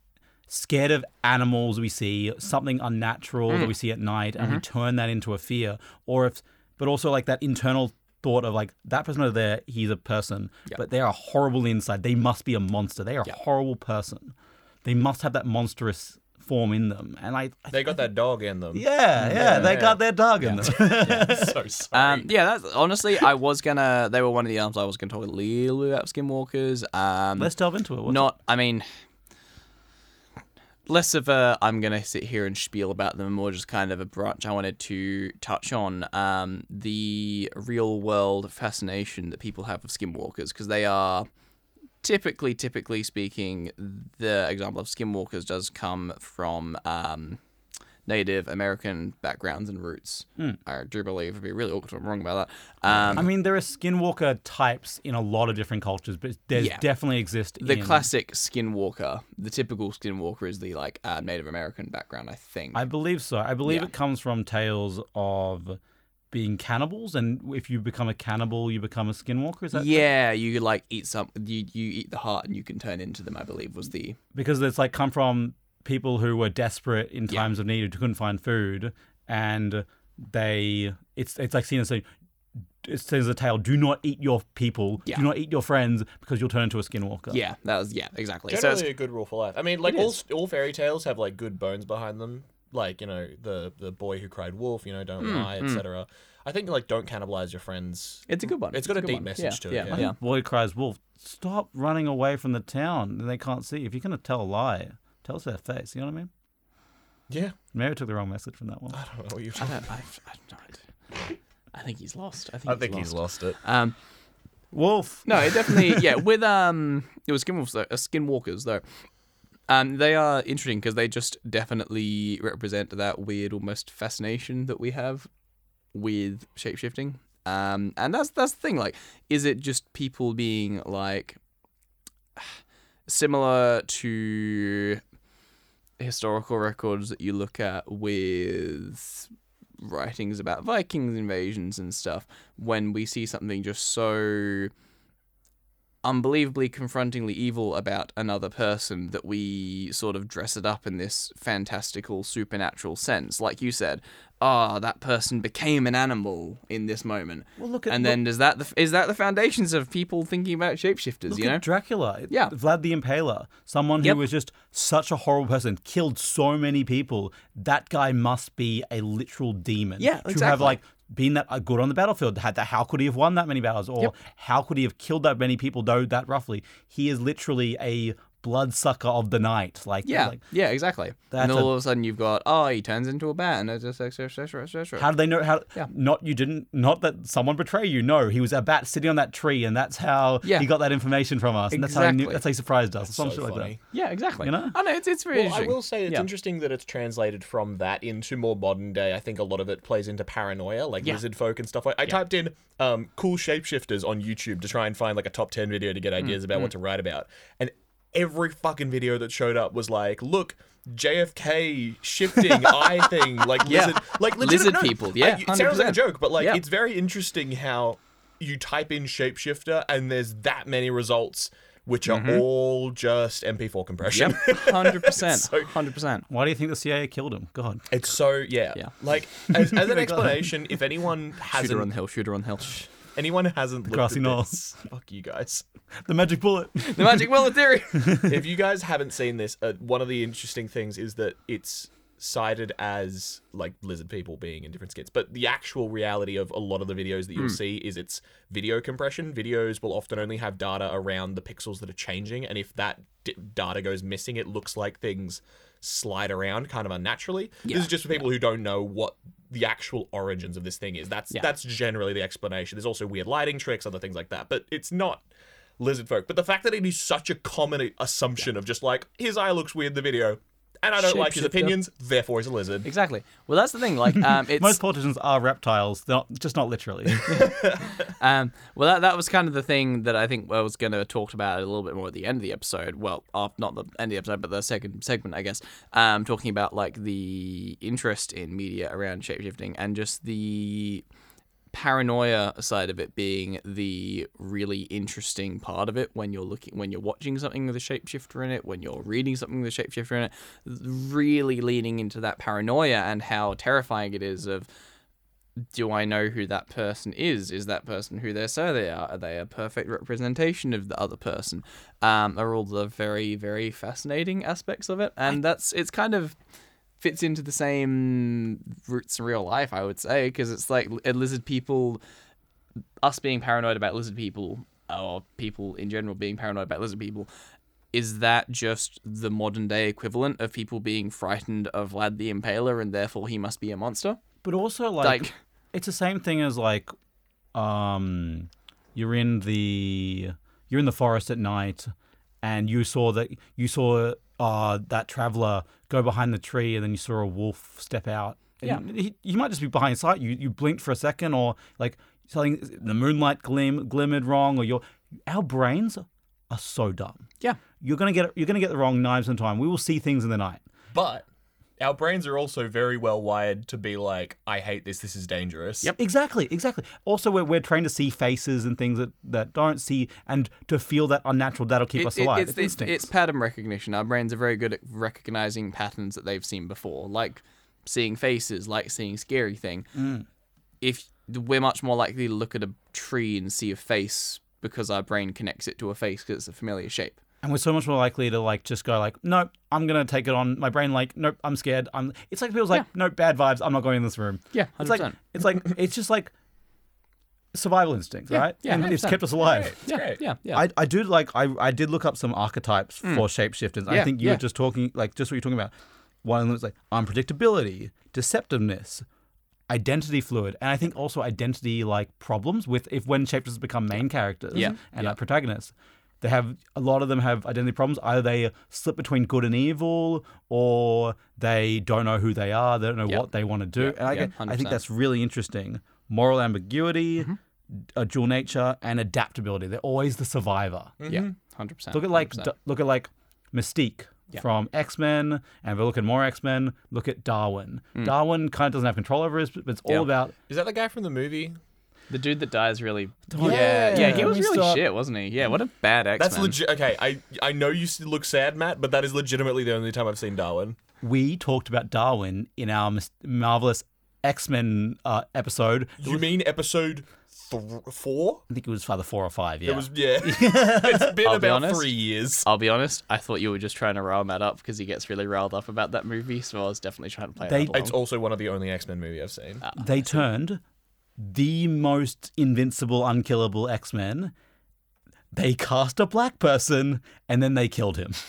A: scared of animals we see, something unnatural
C: Mm.
A: that we see at night, and we
C: Mm-hmm.
A: turn that into a fear, or if, but also like that internal thought of like that person over there, he's a person, but they are horrible inside. They must be a monster. They are a horrible person. They must have that monstrous form in them, and I. I
C: They got that dog in them.
A: yeah, yeah, they
C: yeah.
A: got their dog in them.
C: so sorry.
B: Um, yeah, that's honestly, I was gonna. They were one of the arms I was gonna talk a little bit about skinwalkers. Um,
A: Let's delve into it. What's
B: not, I mean, less of a. I'm gonna sit here and spiel about them, more just kind of a branch I wanted to touch on. Um, the real world fascination that people have with skinwalkers because they are typically, typically speaking, the example of skinwalkers does come from um, Native American backgrounds and roots. I do believe it'd be really awkward if I'm wrong about that. Um,
A: I mean, there are skinwalker types in a lot of different cultures, but there's
B: Yeah.
A: definitely exist
B: the
A: in
B: classic skinwalker, the typical skinwalker is the like uh, Native American background, I think.
A: I believe so. I believe
B: Yeah.
A: it comes from tales of being cannibals, and if you become a cannibal, you become a skinwalker. Is that
B: yeah, you like eat some. You you eat the heart and you can turn into them. I believe was the
A: because it's like come from people who were desperate in times of need who couldn't find food, and they it's it's like seen as saying. It says the tale: Do not eat your people.
B: Yeah.
A: Do not eat your friends, because you'll turn into a skinwalker.
B: yeah that was yeah exactly. So
C: Generally
B: it's,
C: a good rule for life. I mean, like all s- all fairy tales have like good bones behind them. Like you know the the boy who cried wolf. You know, don't lie, etc. I think like don't cannibalize your friends.
B: it's a good one.
C: It's got a
B: good
C: deep
B: one.
C: message
B: Yeah,
C: to it,
B: Yeah,
C: yeah.
B: yeah.
A: Boy cries wolf. Stop running away from the town. They can't see. If you're gonna tell a lie, tell us to their face. You know what I mean?
C: Yeah,
A: Maybe I took the wrong message from that one.
C: I don't know what Oh, you.
B: I don't. I, I don't. I think he's lost. I think.
C: I
B: he's
C: think
B: lost.
C: he's lost it.
B: Um,
A: Wolf.
B: no, it definitely yeah. With um, it was skinwalkers though. Uh, skinwalkers though. Um, they are interesting because they just definitely represent that weird, almost fascination that we have with shapeshifting. Um, and that's that's the thing. Like, is it just people being like similar to historical records that you look at with writings about Vikings invasions and stuff, when we see something just so unbelievably confrontingly evil about another person that we sort of dress it up in this fantastical supernatural sense. Like you said, ah, that person became an animal in this moment.
A: Well, look at
B: And then is that the is that the foundations of people thinking about shapeshifters,
A: Look
B: you know?
A: at Dracula.
B: Yeah.
A: Vlad the Impaler, someone
B: Yep.
A: who was just such a horrible person, killed so many people. That guy must be a literal demon.
B: Yeah,
A: to have
B: exactly.
A: like been that uh, good on the battlefield. Had that? How could he have won that many battles? Or how could he have killed that many people? Though that roughly, he is literally a bloodsucker of the night. Like
B: yeah,
A: like,
B: yeah, exactly.
A: That's
B: And
A: a-
B: all of a sudden you've got, oh, he turns into a bat, and it's just et cetera, et cetera, et cetera.
A: how do they know how
B: Yeah.
A: not you didn't not that someone betrayed you no he was a bat sitting on that tree and that's how
B: Yeah.
A: he got that information from us and that's how he knew,
B: Exactly.
A: that's how he surprised us or some
C: so
A: shit like that
C: funny.
B: yeah, exactly.
A: You know?
B: I know it's it's very
C: Well, I
B: interesting.
C: will say it's
B: Yeah.
C: interesting that it's translated from that into more modern day. I think a lot of it plays into paranoia, like
B: Yeah.
C: lizard folk and stuff. like I typed in um, cool shapeshifters on YouTube to try and find like a top 10 video to
B: Hmm.
C: get ideas about what to write about. And every fucking video that showed up was like, look, JFK shifting eye thing, like
B: Yeah.
C: lizard, like legit-
B: Lizard
C: no,
B: people,
C: I-
B: yeah,
C: it sounds like a
B: 100%.
C: joke, but like
B: Yeah.
C: it's very interesting how you type in shapeshifter and there's that many results. Which are all just MP4 compression.
B: Mm-hmm. Yep, hundred percent,
C: So-
B: hundred percent.
A: why do you think the CIA killed him god
C: It's so yeah.
B: Yeah.
C: Like as, as an explanation, if anyone
B: Oh Shooter on
C: hasn't
B: the hill, shooter on the hill.
C: anyone hasn't looked
A: grassy
C: at
A: knoll.
C: this, fuck you guys.
A: the magic bullet
B: the magic well theory.
C: if you guys haven't seen this, uh, one of the interesting things is that it's cited as like lizard people being in different skits, but the actual reality of a lot of the videos that you'll
B: Hmm.
C: see is it's video compression. Videos will often only have data around the pixels that are changing, and if that d- data goes missing, it looks like things slide around kind of unnaturally. This
B: Yeah,
C: is just for people who don't know what the actual origins of this thing is. That's
B: Yeah.
C: that's generally the explanation. There's also weird lighting tricks, other things like that, but it's not lizard folk. But the fact that it is such a common assumption of just like his eye looks weird in the video, and I don't like his
B: Shapeshifter.
C: opinions, therefore he's a lizard.
B: exactly. Well, that's the thing. Like, um, it's
A: Most politicians are reptiles, they're not, just not literally.
B: Um, well, that, that was kind of the thing that I think I was going to talk about a little bit more at the end of the episode. Well, uh, not the end of the episode, but the second segment, I guess. Um, talking about like the interest in media around shapeshifting and just the paranoia side of it being the really interesting part of it when you're looking when you're watching something with a shapeshifter in it when you're reading something with a shapeshifter in it really leaning into that paranoia and how terrifying it is of do I know who that person is? Is that person who they say they are? Are they a perfect representation of the other person? Um, are all the very, very fascinating aspects of it, and that's it's kind of fits into the same roots in real life, I would say, because it's like li- lizard people, us being paranoid about lizard people, or people in general being paranoid about lizard people. Is that just the modern day equivalent of people being frightened of Vlad the Impaler and therefore he must be a monster?
A: but also, like,
B: Like,
A: it's the same thing as, like, um, you're in the you're in the forest at night, and you saw that you saw uh, that traveler go behind the tree, and then you saw a wolf step out. And he, he might just be behind sight. You you blinked for a second, or like something the moonlight glim glimmered wrong, or your our brains are so dumb.
B: yeah.
A: You're gonna get you're gonna get the wrong knives in time. We will see things in the night.
C: But our brains are also very well wired to be like, I hate this, this is dangerous.
B: Yep.
A: Exactly, exactly. Also, we're, we're trained to see faces and things that, that don't see, and to feel that unnatural, that'll keep us
B: It- it-
A: alive.
B: it's,
A: It's,
B: it's,
A: instincts.
B: it's pattern recognition. Our brains are very good at recognizing patterns that they've seen before, like seeing faces, like seeing scary thing. If we're much more likely to look at a tree and see a face because our brain connects it to a face because it's a familiar shape.
A: and we're so much more likely to like just go like, nope, I'm gonna take it on. My brain like, nope, I'm scared. I'm. It's like people's like, nope, bad vibes. I'm not going in this room.
B: Yeah,
A: It's like it's like it's just like survival instinct, right?
B: yeah,
A: and it's
B: 100%.
A: kept us alive.
B: yeah,
C: great.
B: yeah, yeah. Mm.
A: I, I do like I, I did look up some archetypes for shapeshifters. I
B: Yeah,
A: think you
B: yeah.
A: were just talking like just what you're talking about. One of them was like unpredictability, deceptiveness, identity fluid, and I think also identity like problems with if when shapeshifters become main characters
B: Yeah,
A: and
B: yeah.
A: like protagonists. They have a lot of them have identity problems. Either they slip between good and evil, or they don't know who they are. They don't know
B: Yeah.
A: what they want to do. and I,
B: yeah,
A: get- I think
B: 100%.
A: that's really interesting. Moral ambiguity,
B: Mm-hmm.
A: a dual nature, and adaptability. They're always the survivor.
B: yeah, Mm, hundred percent.
A: Look at like d- look at like Mystique from X Men, and if we look at more X Men, look at Darwin. Darwin kind of doesn't have control over us, but it's all
B: Mm. Yeah.
A: about
C: Is that the guy from the movie?
B: the dude that dies really.
A: Don't-
B: Oh, Yeah, yeah, he
A: Yeah.
B: was
A: We
B: really
A: start-
B: shit, wasn't he? Yeah, what a bad X.
C: That's legit. Okay, I I know you s- look sad, Matt, but that is legitimately the only time I've seen Darwin.
A: we talked about Darwin in our mis- marvelous X Men uh, episode.
C: You mean episode th- four?
A: I think it was either four or five. Yeah,
C: It was yeah. it's been
B: I'll be
C: about
B: honest.
C: three years.
B: I'll be honest. I thought you were just trying to rile Matt up because he gets really riled up about that movie. So I was definitely trying to play
A: They-
B: that along.
C: It's also one of the only X Men movie I've seen.
A: they turned the most invincible, unkillable X Men. They cast a black person and then they killed him.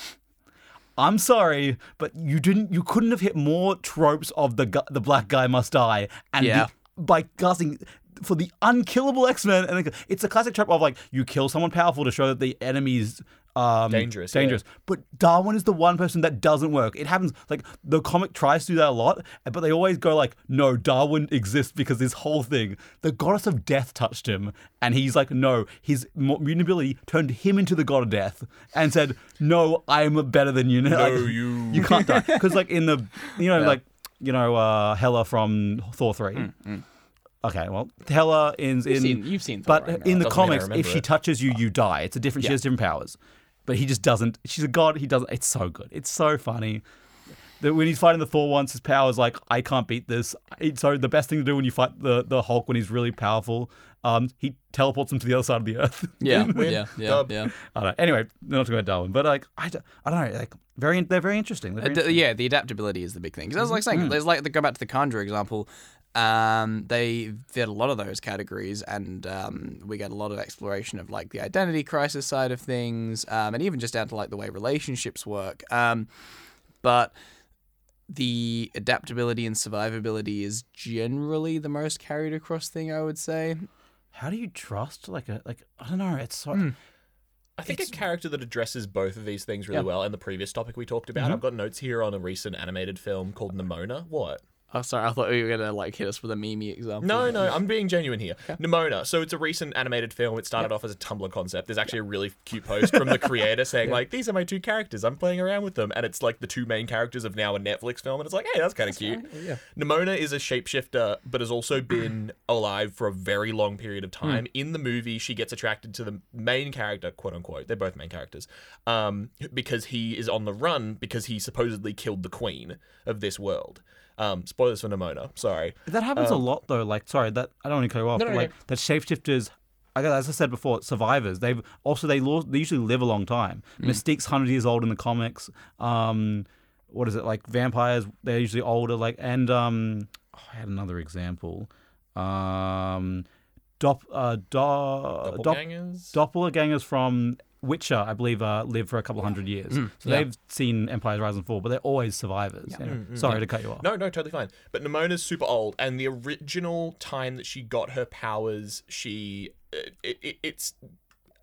A: I'm sorry, but you didn't. You couldn't have hit more tropes of the gu- the black guy must die, and
B: Yeah.
A: the, by casting for the unkillable X Men, and it- it's a classic trope of like you kill someone powerful to show that the enemy's um,
C: Dangerous, yeah.
A: dangerous. But Darwin is the one person that doesn't work. It happens like the comic tries to do that a lot, but they always go like, "No, Darwin exists because this whole thing, the goddess of death touched him, and he's like, no, his mu- mutant ability turned him into the god of death, and said, no, I am better than you. No,
C: you-
A: you can't die because like in the you know like you know uh, Hela from Thor three. Okay, well, Hela is in.
B: seen- Mm, you've seen Thor
A: but
B: Ragnarok.
A: in the
C: Doesn't mean I
A: comics, if
C: remember
A: she
C: it.
A: touches you, you die. It's a different. She has different powers, but he just doesn't. She's a god. He doesn't. It's so good. It's so funny. That when he's fighting the Thor once, his power is like, I can't beat this. It- So the best thing to do when you fight the, the Hulk when he's really powerful, um, he teleports him to the other side of the earth.
B: yeah, yeah, yeah,
C: Dub.
B: yeah.
A: I don't know. Anyway, not to go Darwin, but like I, don't- I don't know. Like very, they're very interesting. They're very
B: The- yeah, the adaptability is the big thing. Because I was like saying, there's like the go back to the Conjure example. Um, they did a lot of those categories, and um, we get a lot of exploration of like the identity crisis side of things, um, and even just down to like the way relationships work. Um, but the adaptability and survivability is generally the most carried across thing, I would say.
A: How do you trust like a like I don't know? It's
C: Hmm.
A: so
C: I think a character that addresses both of these things really well. And the previous topic we talked about, I've got notes here on a recent animated film called Nimona. What?
B: Oh, sorry, I thought you were gonna like hit us with a meme example.
C: No, no, I'm being genuine here. Nimona. So it's a recent animated film. It started off as a Tumblr concept. There's actually a really cute post from the creator saying like, "These are my two characters. I'm playing around with them." And it's like the two main characters of now a Netflix film, and it's like, "Hey, that's kind of cute."
B: yeah.
C: Nimona is a shapeshifter, but has also been alive for a very long period of time. In the movie, she gets attracted to the main character, quote unquote. They're both main characters, um, because he is on the run because he supposedly killed the queen of this world. Um, spoilers for Nimona. Sorry.
A: that happens a lot though. Like sorry that I don't want to cut you off, but
C: Um, no,
A: like that shapeshifters. I guess, As I said before, survivors. They've also they, lo- they usually live a long time.
C: Mm.
A: Mystique's hundred years old in the comics. Um, what is it like? Vampires they're usually older. Like and um, oh, I had another example. Um, dop, uh, do, dop,
C: Doppelgangers?
A: doppelgangers from Witcher, I believe, uh, live for a couple hundred years.
C: Mm,
A: So
B: Yeah.
A: they've seen Empires Rise and Fall, but they're always survivors. Anyway,
C: Mm,
A: Sorry to cut you off.
C: No, no, totally fine. But Nimona's super old, and the original time that she got her powers, she it, it, it's.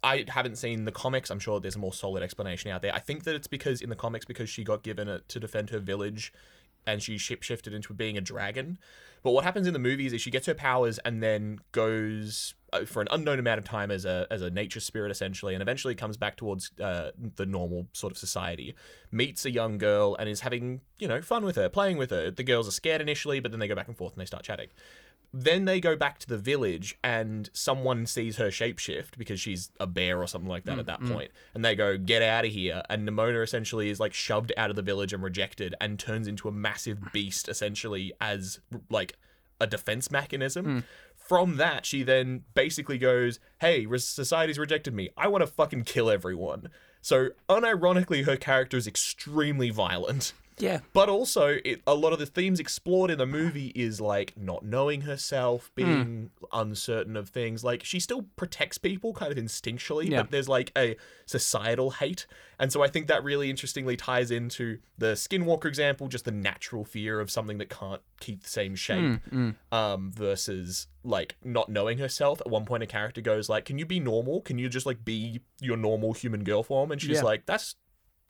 C: I haven't seen the comics. I'm sure there's a more solid explanation out there. I think that it's because in the comics, because she got given it to defend her village and she shifted into being a dragon. But what happens in the movies is she gets her powers and then goes uh, for an unknown amount of time as a as a nature spirit essentially, and eventually comes back towards uh, the normal sort of society. Meets a young girl and is having you know fun with her, playing with her. The girls are scared initially, but then they go back and forth and they start chatting. Then they go back to the village and someone sees her shapeshift because she's a bear or something like that at that point. And they go, get out of here. And Nimona essentially is like shoved out of the village and rejected and turns into a massive beast essentially as like a defense mechanism. From that, she then basically goes, hey, re- society's rejected me. I want to fucking kill everyone. So, unironically, her character is extremely violent.
B: Yeah.
C: But also, it, a lot of the themes explored in the movie is like not knowing herself,
B: Hmm.
C: being uncertain of things. Like she still protects people kind of instinctually,
B: Yeah.
C: but there's like a societal hate. And so I think that really interestingly ties into the Skinwalker example, just the natural fear of something that can't keep the same shape
B: Hmm,
C: um, versus like not knowing herself. At one point, a character goes like, "Can you be normal? Can you just like be your normal human girl form?" And she's
B: Yeah.
C: like, "That's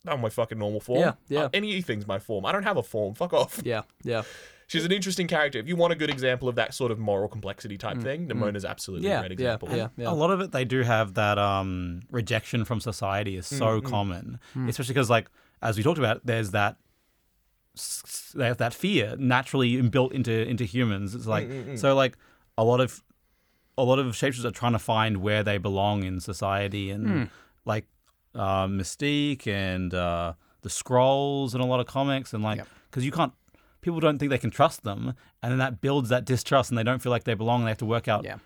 C: not my fucking normal form.
B: Yeah, yeah.
C: Uh, anything's my form. I don't have a form. Fuck off."
B: Yeah. Yeah.
C: She's an interesting character. If you want a good example of that sort of moral complexity type thing, Nimona's absolutely a
B: Mm. Yeah.
C: great
B: Yeah.
C: example.
B: Yeah.
A: a
B: Yeah.
A: lot of it they do have that um, rejection from society is so common especially because like as we talked about there's that s- s- they have that fear naturally built into into humans it's like so like a lot of a lot of shapeshifters are trying to find where they belong in society and like uh, mystique and uh, the scrolls and a lot of comics and like because you can't people don't think they can trust them and then that builds that distrust and they don't feel like they belong and they have to work out
B: Yeah.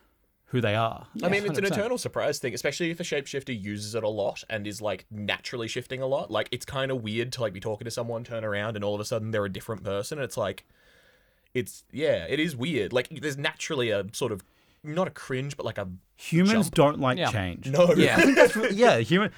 A: who they are
C: I mean, it's an
B: 100%.
C: eternal surprise thing, especially if a shapeshifter uses it a lot and is like naturally shifting a lot. Like, it's kind of weird to like be talking to someone, turn around, and all of a sudden they're a different person. And it's like, it's yeah, it is weird. Like, there's naturally a sort of not a cringe, but like a
A: Humans
C: jump.
A: don't like
B: Yeah.
A: change.
C: no.
B: Yeah.
A: That's re- yeah, human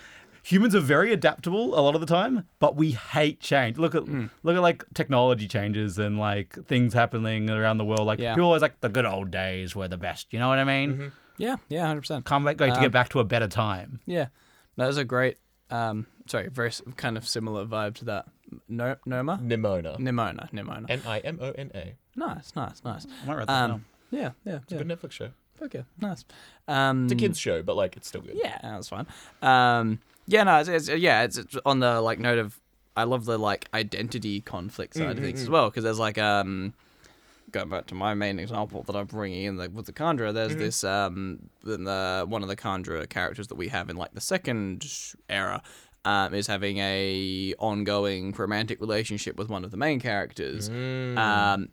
A: humans are very adaptable a lot of the time, but we hate change. Look at
B: Hmm.
A: look at like technology changes and like things happening around the world. Like
B: Yeah.
A: people always like the good old days were the best. You know what I mean?
B: Yeah. Yeah. Hundred percent.
A: Can't wait
B: Um,
A: to get back to a better time.
B: Yeah, that was a great. Um, sorry, very s- kind of similar vibe to that. No, Noma,
C: Nimona.
B: Nimona, Nimona.
C: N I M O N A.
B: Nice, nice, nice.
A: I might write that down.
B: Um, yeah, yeah, yeah.
C: Good Netflix show.
B: Okay, nice. Um,
C: It's a kids show, but like it's still good.
B: Yeah, that's fine. Um, yeah, no, it's, it's yeah, it's, it's on the like note of I love the like identity conflict side of things as well because there's like um, going back to my main example that I'm bringing in like, with the Chandra, there's this um, the, the one of the Chandra characters that we have in like the second era. Um, is having a ongoing romantic relationship with one of the main characters, um,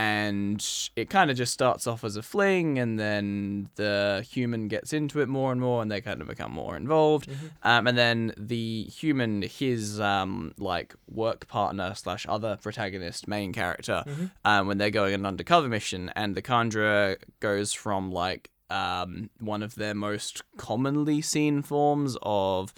B: and it kind of just starts off as a fling, and then the human gets into it more and more, and they kind of become more involved. Um, and then the human, his um, like work partner slash other protagonist main character, um, when they're going on an undercover mission, and the Chandra goes from like um, one of their most commonly seen forms of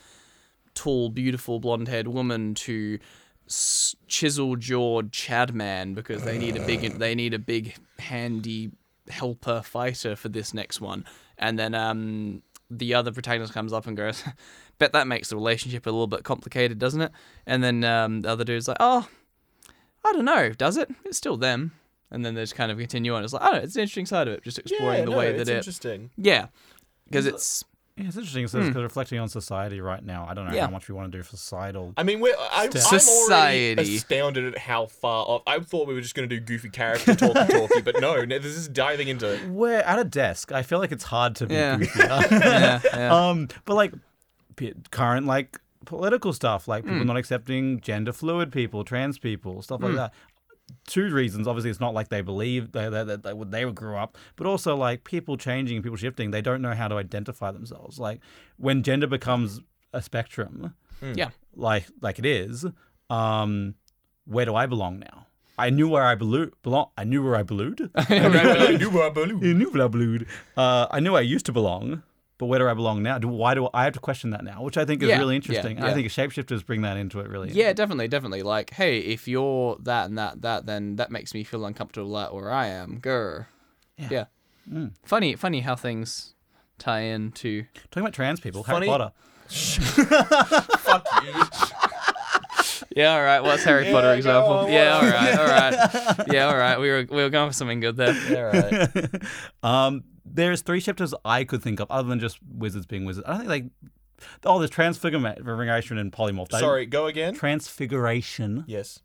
B: tall, beautiful, blonde-haired woman to s- chisel-jawed Chad man because they need a
C: Uh.
B: big, they need a big, handy helper fighter for this next one. And then um, the other protagonist comes up and goes, "Bet that makes the relationship a little bit complicated, doesn't it?" And then um, the other dude's like, "Oh, I don't know, does it? It's still them." And then they just kind of continue on. It's like, I don't know, it's an interesting side of it, just exploring
C: Yeah,
B: the
C: no,
B: way
C: it's
B: that it,
C: interesting.
B: yeah, because it's
A: Yeah, it's interesting because reflecting on society right now, I don't know
B: hmm. Yeah.
A: how much we want to do for societal.
C: I mean, we're, I, I'm already
B: Society.
C: astounded at how far off. I thought we were just going to do goofy character talky talky, but no, no, this is diving into.
A: We're at a desk. I feel like it's hard to be
B: Yeah.
A: goofier.
B: yeah, yeah.
A: um, but like p- current like political stuff, like people not accepting gender fluid people, trans people, stuff like that. Two reasons. Obviously, it's not like they believe they they, they, they, would- they grew up, but also like people changing, people shifting. They don't know how to identify themselves. Like when gender becomes a spectrum,
C: Hmm.
B: yeah.
A: like like it is, um, where do I belong now? I knew where I belo- belong. I knew where I belonged. I knew where I belonged. Uh, I knew I used to belong, but where do I belong now? Do, why do I have to question that now? Which I think is
B: Yeah,
A: really
B: yeah,
A: interesting. and I
B: yeah.
A: think shapeshifters bring that into it really.
B: Yeah, definitely, definitely. Like, hey, if you're that and that, that, then that makes me feel uncomfortable at where I am. Grr. Yeah.
A: Mm.
B: Funny, funny how things tie into.
A: Talking about trans people,
C: Funny-
A: Harry Potter.
C: Fuck you.
B: Yeah, all right. What's Harry Potter
C: go
B: example?
C: on,
B: yeah, all
C: what
B: right, all right. Yeah, all right. We were we were going for something good there.
C: All right.
A: Um, there's three chapters I could think of other than just wizards being wizards. I don't think like oh, there's transfiguration and polymorph. They-
C: Sorry, go again.
A: transfiguration.
C: Yes.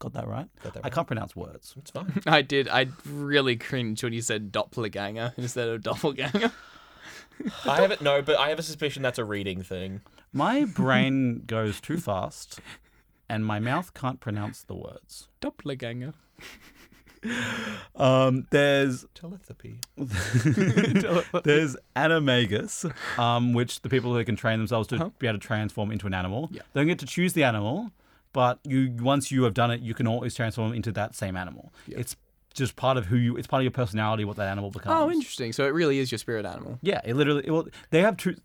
A: Got that right.
C: Got that
A: I can't pronounce words.
C: It's fine.
B: I did. I really cringed when you said doppelganger instead of doppelganger.
C: I haven't no, but I have a suspicion that's a reading thing.
A: My brain goes too fast, and my mouth can't pronounce the words.
B: Doppelganger.
A: Um, there's
C: Telepathy.
A: there's animagus, um, which the people who can train themselves to be able to transform into an animal.
B: Uh-huh. Yeah.
A: They don't get to choose the animal, but you once you have done it, you can always transform into that same animal. It's just part of who you. It's part of your personality. What that animal becomes.
B: Oh, interesting. So it really is your spirit animal.
A: Yeah, it literally. It will, they have two.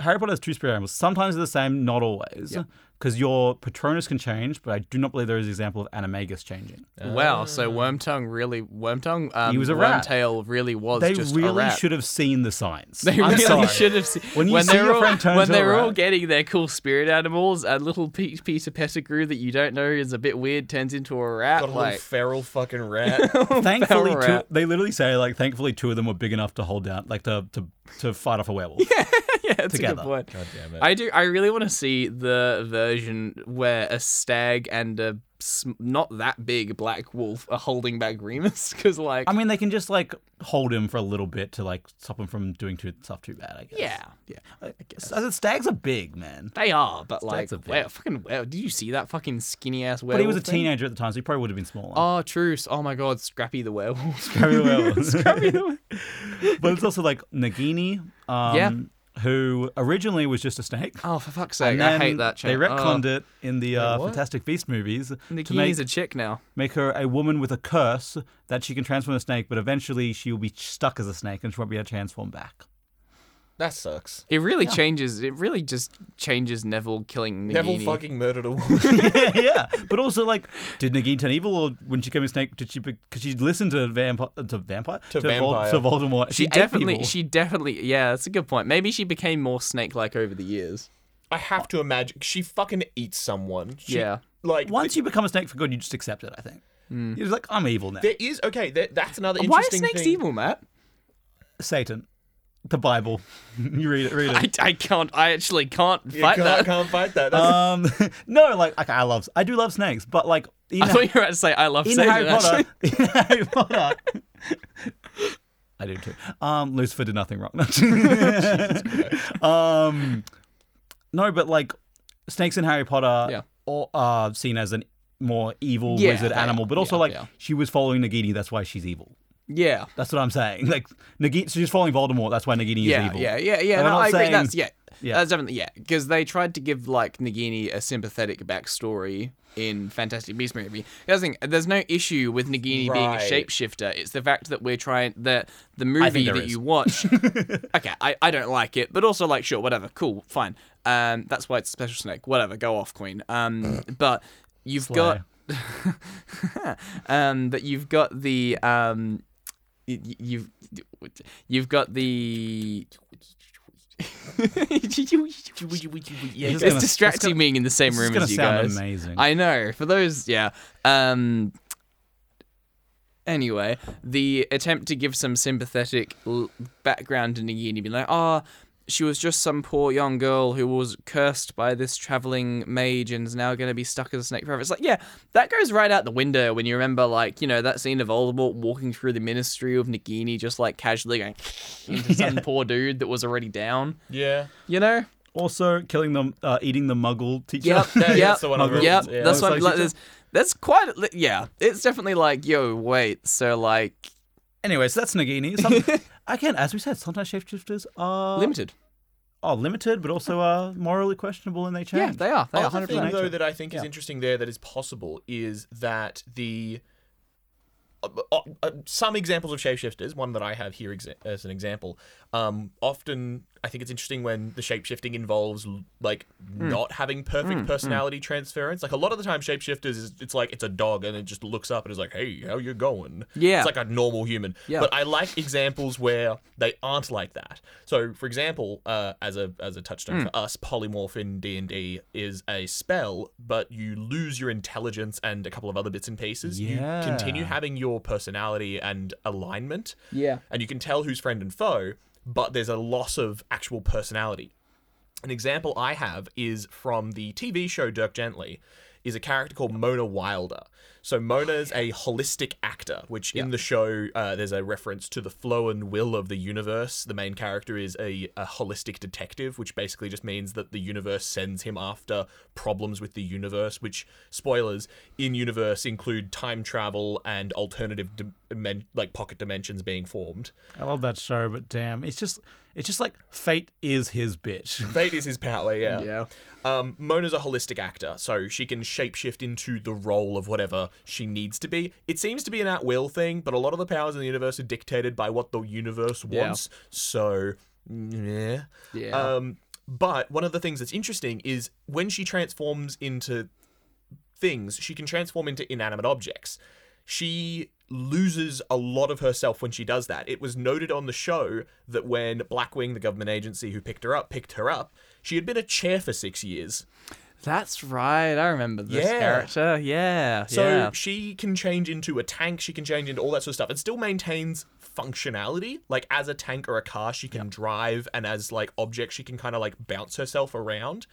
A: Harry Potter has two spirit animals. Sometimes they're the same, not always. Because your Patronus can change, but I do not believe there is an example of Animagus changing.
B: Wow. So Wormtongue really Wormtongue. Um,
A: Ah. He was a rat.
B: Wormtail really was
A: They
B: just a
A: really
B: rat.
A: should have seen the signs.
B: They
A: I'm
B: really
A: sorry.
B: should have seen
A: When you see
B: they're
A: your
B: all,
A: friend turn
B: when
A: to a
B: they're all
A: rat.
B: getting their cool spirit animals, a little pe- piece of pettigrew that you don't know is a bit weird turns into a rat.
C: Got a little
B: like
C: feral fucking rat.
A: Thankfully, two,
B: rat.
A: they literally say like, thankfully, two of them were big enough to hold down, like to to, to fight off a werewolf.
B: yeah, that's
A: together.
B: a good point.
C: God damn it.
B: I do. I really want to see the version where a stag and a sm- not that big black wolf are holding back Remus because, like,
A: I mean, they can just like hold him for a little bit to like stop him from doing too stuff too bad. I guess. Uh,
B: yeah, yeah, I guess
A: So, stags are big, man.
B: they are. But like,
A: Stags are big.
B: wow, fucking wow! Did you see that fucking skinny ass werewolf?
A: But he was a
B: thing?
A: teenager at the time, so he probably would have been smaller.
B: eh? Oh, truce. Oh my god, Scrappy the werewolf.
A: Very well.
B: Scrappy the werewolf.
A: but it's also like Nagini, um, who originally was just a snake.
B: Oh, for fuck's
A: And
B: sake! I
A: then
B: hate that. Oh. Chain.
A: They retconned it in the uh,
C: what?
A: Fantastic Beast movies to make,
B: Nagini's a chick now.
A: make her a woman with a curse that she can transform into a snake, but eventually she will be stuck as a snake and she won't be able to transform back.
C: that sucks.
B: It really changes. It really just changes Neville killing Nagini.
C: Neville fucking murdered a woman.
A: yeah, yeah. But also, like, did Nagini turn evil, or when she became a snake, did she? Because she listened to vampire, to vampire,
C: To
A: Vol-
C: vampire.
A: to Voldemort.
B: She
A: ate
B: definitely,
A: people.
B: she definitely, yeah, that's a good point. Maybe she became more snake-like over the years.
C: I have to imagine she fucking eats someone. She-
B: Yeah.
C: Like
A: Once you become a snake for good, you just accept it. I think
C: Hmm.
A: you're just like, I'm evil now.
C: there is okay. There, that's another
B: Why are
C: interesting
B: snakes
C: thing.
B: evil, Matt?
A: Satan, the Bible. you read it, read it.
B: I, I can't. I actually can't
C: You
B: fight
C: can't,
B: that.
C: can't fight that. That's
A: Um, no, like okay, I love, I do love snakes, but like in,
B: I thought you were about to say I love
A: in
B: Satan.
A: Harry Potter,
B: actually.
A: in Harry Potter, I do too. Um, Lucifer did nothing wrong. um, no, but like snakes in Harry Potter
B: Yeah.
A: or are seen as an more evil
B: Yeah,
A: wizard
B: they
A: animal,
B: are.
A: but also
B: Yeah,
A: like
B: yeah.
A: she was following Nagini, that's why she's evil.
B: Yeah,
A: That's what I'm saying. Like Nagini, she's following Voldemort, that's why Nagini is
B: yeah,
A: evil.
B: yeah, yeah,
A: Like,
B: yeah.
A: I'm
B: No,
A: not
B: I agree.
A: saying-
B: That's yeah,
A: Yeah.
B: that's definitely yeah. Because they tried to give like Nagini a sympathetic backstory in Fantastic Beasts movie. That's the thing, There's no issue with Nagini being a
C: Right.
B: shapeshifter. It's the fact that we're trying that the
A: think
B: movie
A: there
B: that
A: is.
B: you watch. okay, I, I don't like it, but also like sure, whatever, cool, fine. Um, that's why it's a special snake. Whatever, go off, queen. Um, but you've
A: Slay.
B: got. um, but you've got the um, y- y- you've you've got the.
A: This is
B: it's
A: gonna- this is
B: distracting
A: gonna-
B: being in the same
A: this is
B: room
A: gonna
B: as you
A: sound
B: guys.
A: amazing.
B: I know. For those, yeah. Um. Anyway, the attempt to give some sympathetic l- background to Nagini, being like, ah. she was just some poor young girl who was cursed by this traveling mage and is now going to be stuck as a snake forever. It's like, yeah, that goes right out the window when you remember, like, you know, that scene of Voldemort walking through the ministry of Nagini, just like casually going into some poor dude that was already down.
C: yeah.
B: You know?
A: Also, killing them, uh, eating the Muggle teacher.
B: Yep,
C: Yeah,
B: yep,
C: yeah, that's the one I'm
B: yep.
C: referencing, yeah.
B: That's
A: Oh,
B: what
A: so
B: I'm like.
A: she
B: That's, that's quite. a- Yeah, it's definitely like, yo, wait. So like
A: Anyway, so that's Nagini. Some, again, as we said, sometimes shapeshifters are
B: limited.
A: are limited, but also are morally questionable, and they
B: Yeah,
A: change.
B: they are. They are
C: Other
B: hundred
C: thing
B: percent.
C: though that I think is
A: Yeah.
C: interesting there that is possible is that the uh, uh, uh, some examples of shapeshifters. One that I have here exa- as an example, um, often I think it's interesting when the shapeshifting involves l- like
B: Hmm.
C: not having perfect personality transference. Like a lot of the time, shapeshifters is it's like it's a dog and it just looks up and is like, "Hey, how you going?"
B: Yeah.
C: it's like a normal human.
B: Yeah.
C: But I like examples where they aren't like that. So, for example, uh, as a as a
B: Hmm.
C: touchstone for us, polymorph in D and D is a spell, but you lose your intelligence and a couple of other bits and pieces. You continue
A: Yeah.
C: having your personality and alignment
B: Yeah.
C: and you can tell who's friend and foe, but there's a loss of actual personality. An example I have is from the TV show Dirk Gently, is a character called Mona Wilder. So Mona's a holistic actor, which in the show uh, there's a reference to the flow and will of the universe. The main character is a, a holistic detective, which basically just means that the universe sends him after problems with the universe. Which spoilers in universe include time travel and alternative dimen- like pocket dimensions being formed.
A: I love that show, but damn, it's just it's just like fate is his bitch.
C: Fate is his power, yeah.
B: Yeah.
C: Um, Mona's a holistic actor, so she can shapeshift into the role of whatever she needs to be. It seems to be an at will thing, but a lot of the powers in the universe are dictated by what the universe
B: Yeah.
C: wants. So, yeah.
B: Yeah.
C: Um, but one of the things that's interesting is when she transforms into things, she can transform into inanimate objects. She loses a lot of herself when she does that. It was noted on the show that when Blackwing, the government agency who picked her up, picked her up, she had been a chair for six years.
B: That's right. I remember this
C: Yeah.
B: character. Yeah.
C: So
B: yeah.
C: she can change into a tank, she can change into all that sort of stuff. It still maintains functionality. Like as a tank or a car, she can drive, and as like objects, she can kind of like bounce herself around.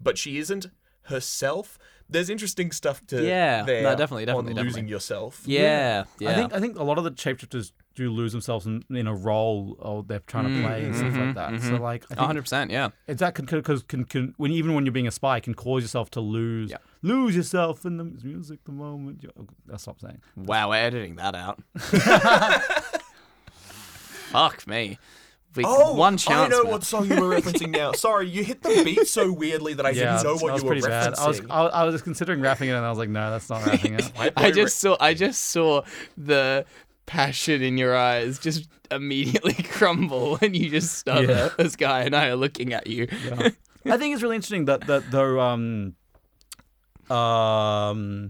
C: But she isn't herself. There's interesting stuff to
B: Yeah. No,
C: there
B: definitely,
C: on
B: definitely,
C: losing
B: definitely.
C: yourself.
B: yeah. Yeah.
A: I think I think a lot of the shapeshifters do lose themselves in, in a role or they're trying
B: Mm,
A: to play and stuff
B: mm-hmm,
A: like that. So like I think
B: 100%. Yeah.
A: it's that because can, can, can when even when you're being a spy can cause yourself to lose
B: Yeah.
A: lose yourself in the music the moment. You, that's what I'm saying.
B: Wow, we're editing that out. Fuck me. We,
C: Oh,
B: one chance.
C: I know
B: man.
C: what song you were referencing now. Sorry, you hit the beat so weirdly that I didn't know
A: that
C: what
A: was
C: you were
A: pretty bad. I was
C: referencing.
A: I, I was just considering wrapping it and I was like, no, that's not wrapping it.
B: I just saw. I just saw the passion in your eyes just immediately crumble when you just stuttered.
A: Yeah.
B: This guy and I are looking at you.
A: I think it's really interesting that that though um um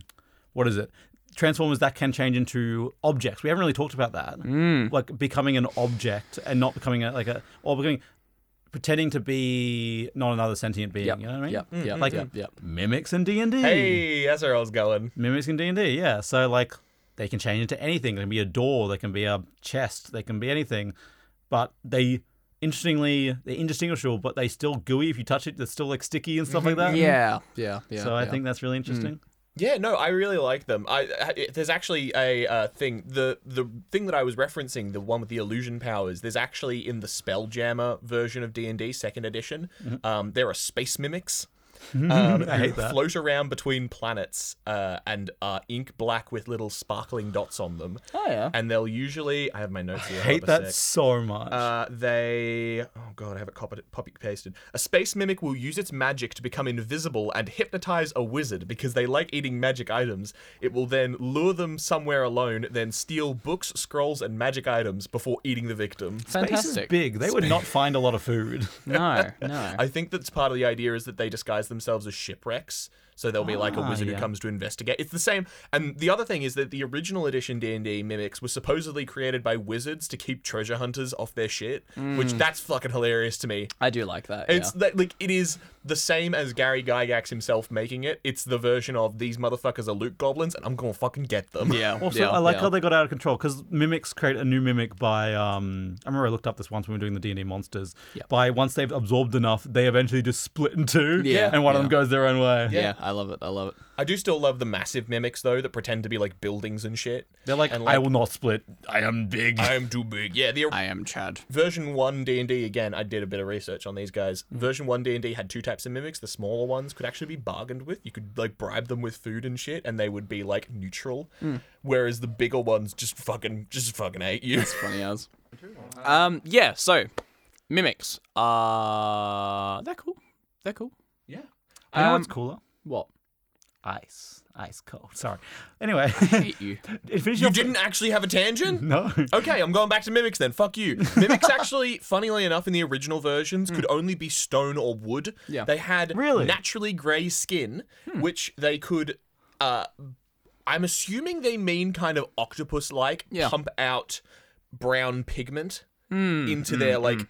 A: what is it? Transformers that can change into objects. We haven't really talked about that.
B: Mm.
A: Like becoming an object and not becoming a, like a or becoming pretending to be not another sentient being. You know what I mean? Mm.
B: Yep. Yep.
A: Like-
B: yep. Yep.
A: Mimics in D and D.
C: Hey, that's where I was going.
A: Mimics in D and D. Yeah. So like they can change into anything. They can be a door. They can be a chest. They can be anything. But they interestingly they're indistinguishable. But they still gooey if you touch it. They're still like sticky and stuff like that.
B: Mm-hmm. Yeah. Mm. Yeah. Yeah.
A: So I
B: yeah.
A: think that's really interesting.
C: Yeah, no, I really like them. I, I it- there's actually a uh, thing the the thing that I was referencing, the one with the illusion powers. There's actually in the Spelljammer version of D and D Second Edition, um, there are space mimics. Um,
A: Mm-hmm. I hate
C: who
A: that.
C: Float around between planets uh, and are ink black with little sparkling dots on them.
B: Oh yeah.
C: And they'll usually, I have my notes here.
A: I
C: hold
A: hate
C: up a
A: that
C: sec.
A: so much.
C: Uh, they. Oh god, I have it copied, copy pasted. A space mimic will use its magic to become invisible and hypnotize a wizard because they like eating magic items. It will then lure them somewhere alone, then steal books, scrolls, and magic items before eating the victim.
A: Space is
B: Fantastic.
A: big. They would not find a lot of food.
B: No. No.
C: I think that's part of the idea is that they disguise themselves as shipwrecks. So there'll be like a
B: Ah,
C: wizard
B: yeah.
C: who comes to investigate. It's the same. And the other thing is that the original edition D&D mimics were supposedly created by wizards to keep treasure hunters off their shit, which
B: Mm.
C: that's fucking hilarious to me.
B: I do like that.
C: It's
B: yeah.
C: that like it is the same as Gary Gygax himself making it. It's the version of these motherfuckers are loot goblins, and I'm gonna fucking get them.
B: Yeah.
A: Also,
B: yeah,
A: I like
B: yeah.
A: how they got out of control because mimics create a new mimic by. Um, I remember I looked up this once when we were doing the D and D monsters. By once they've absorbed enough, they eventually just split in two.
B: Yeah,
A: and one of
B: yeah.
A: them goes their own way.
B: Yeah. I love it. I love it.
C: I do still love the massive mimics though that pretend to be like buildings and shit.
A: They're like,
C: And,
A: I will not split. I am big.
C: I am too big. Yeah, the
B: I am Chad.
C: version one D and D again. I did a bit of research on these guys. Version one D and D had two types of mimics. The smaller ones could actually be bargained with. You could like bribe them with food and shit, and they would be like neutral. Whereas the bigger ones just fucking just fucking hate you.
B: Funny as. Um. Yeah. So, mimics. Uh. They're cool. They're cool.
C: Yeah.
A: You know what's
B: Um,
A: cooler?
B: What?
A: Ice. Ice cold. Sorry. Anyway,
B: Hate you.
A: it finishes
C: You
A: off-
C: didn't actually have a tangent?
A: No.
C: Okay, I'm going back to mimics then. Fuck you. Mimics actually, funnily enough, in the original versions, could only be stone or wood.
B: Yeah. Hmm.
C: They had
A: Really?
C: naturally grey skin, which they could. Uh, I'm assuming they mean kind of octopus-like
B: Yeah. Hmm,
C: pump out brown pigment into their like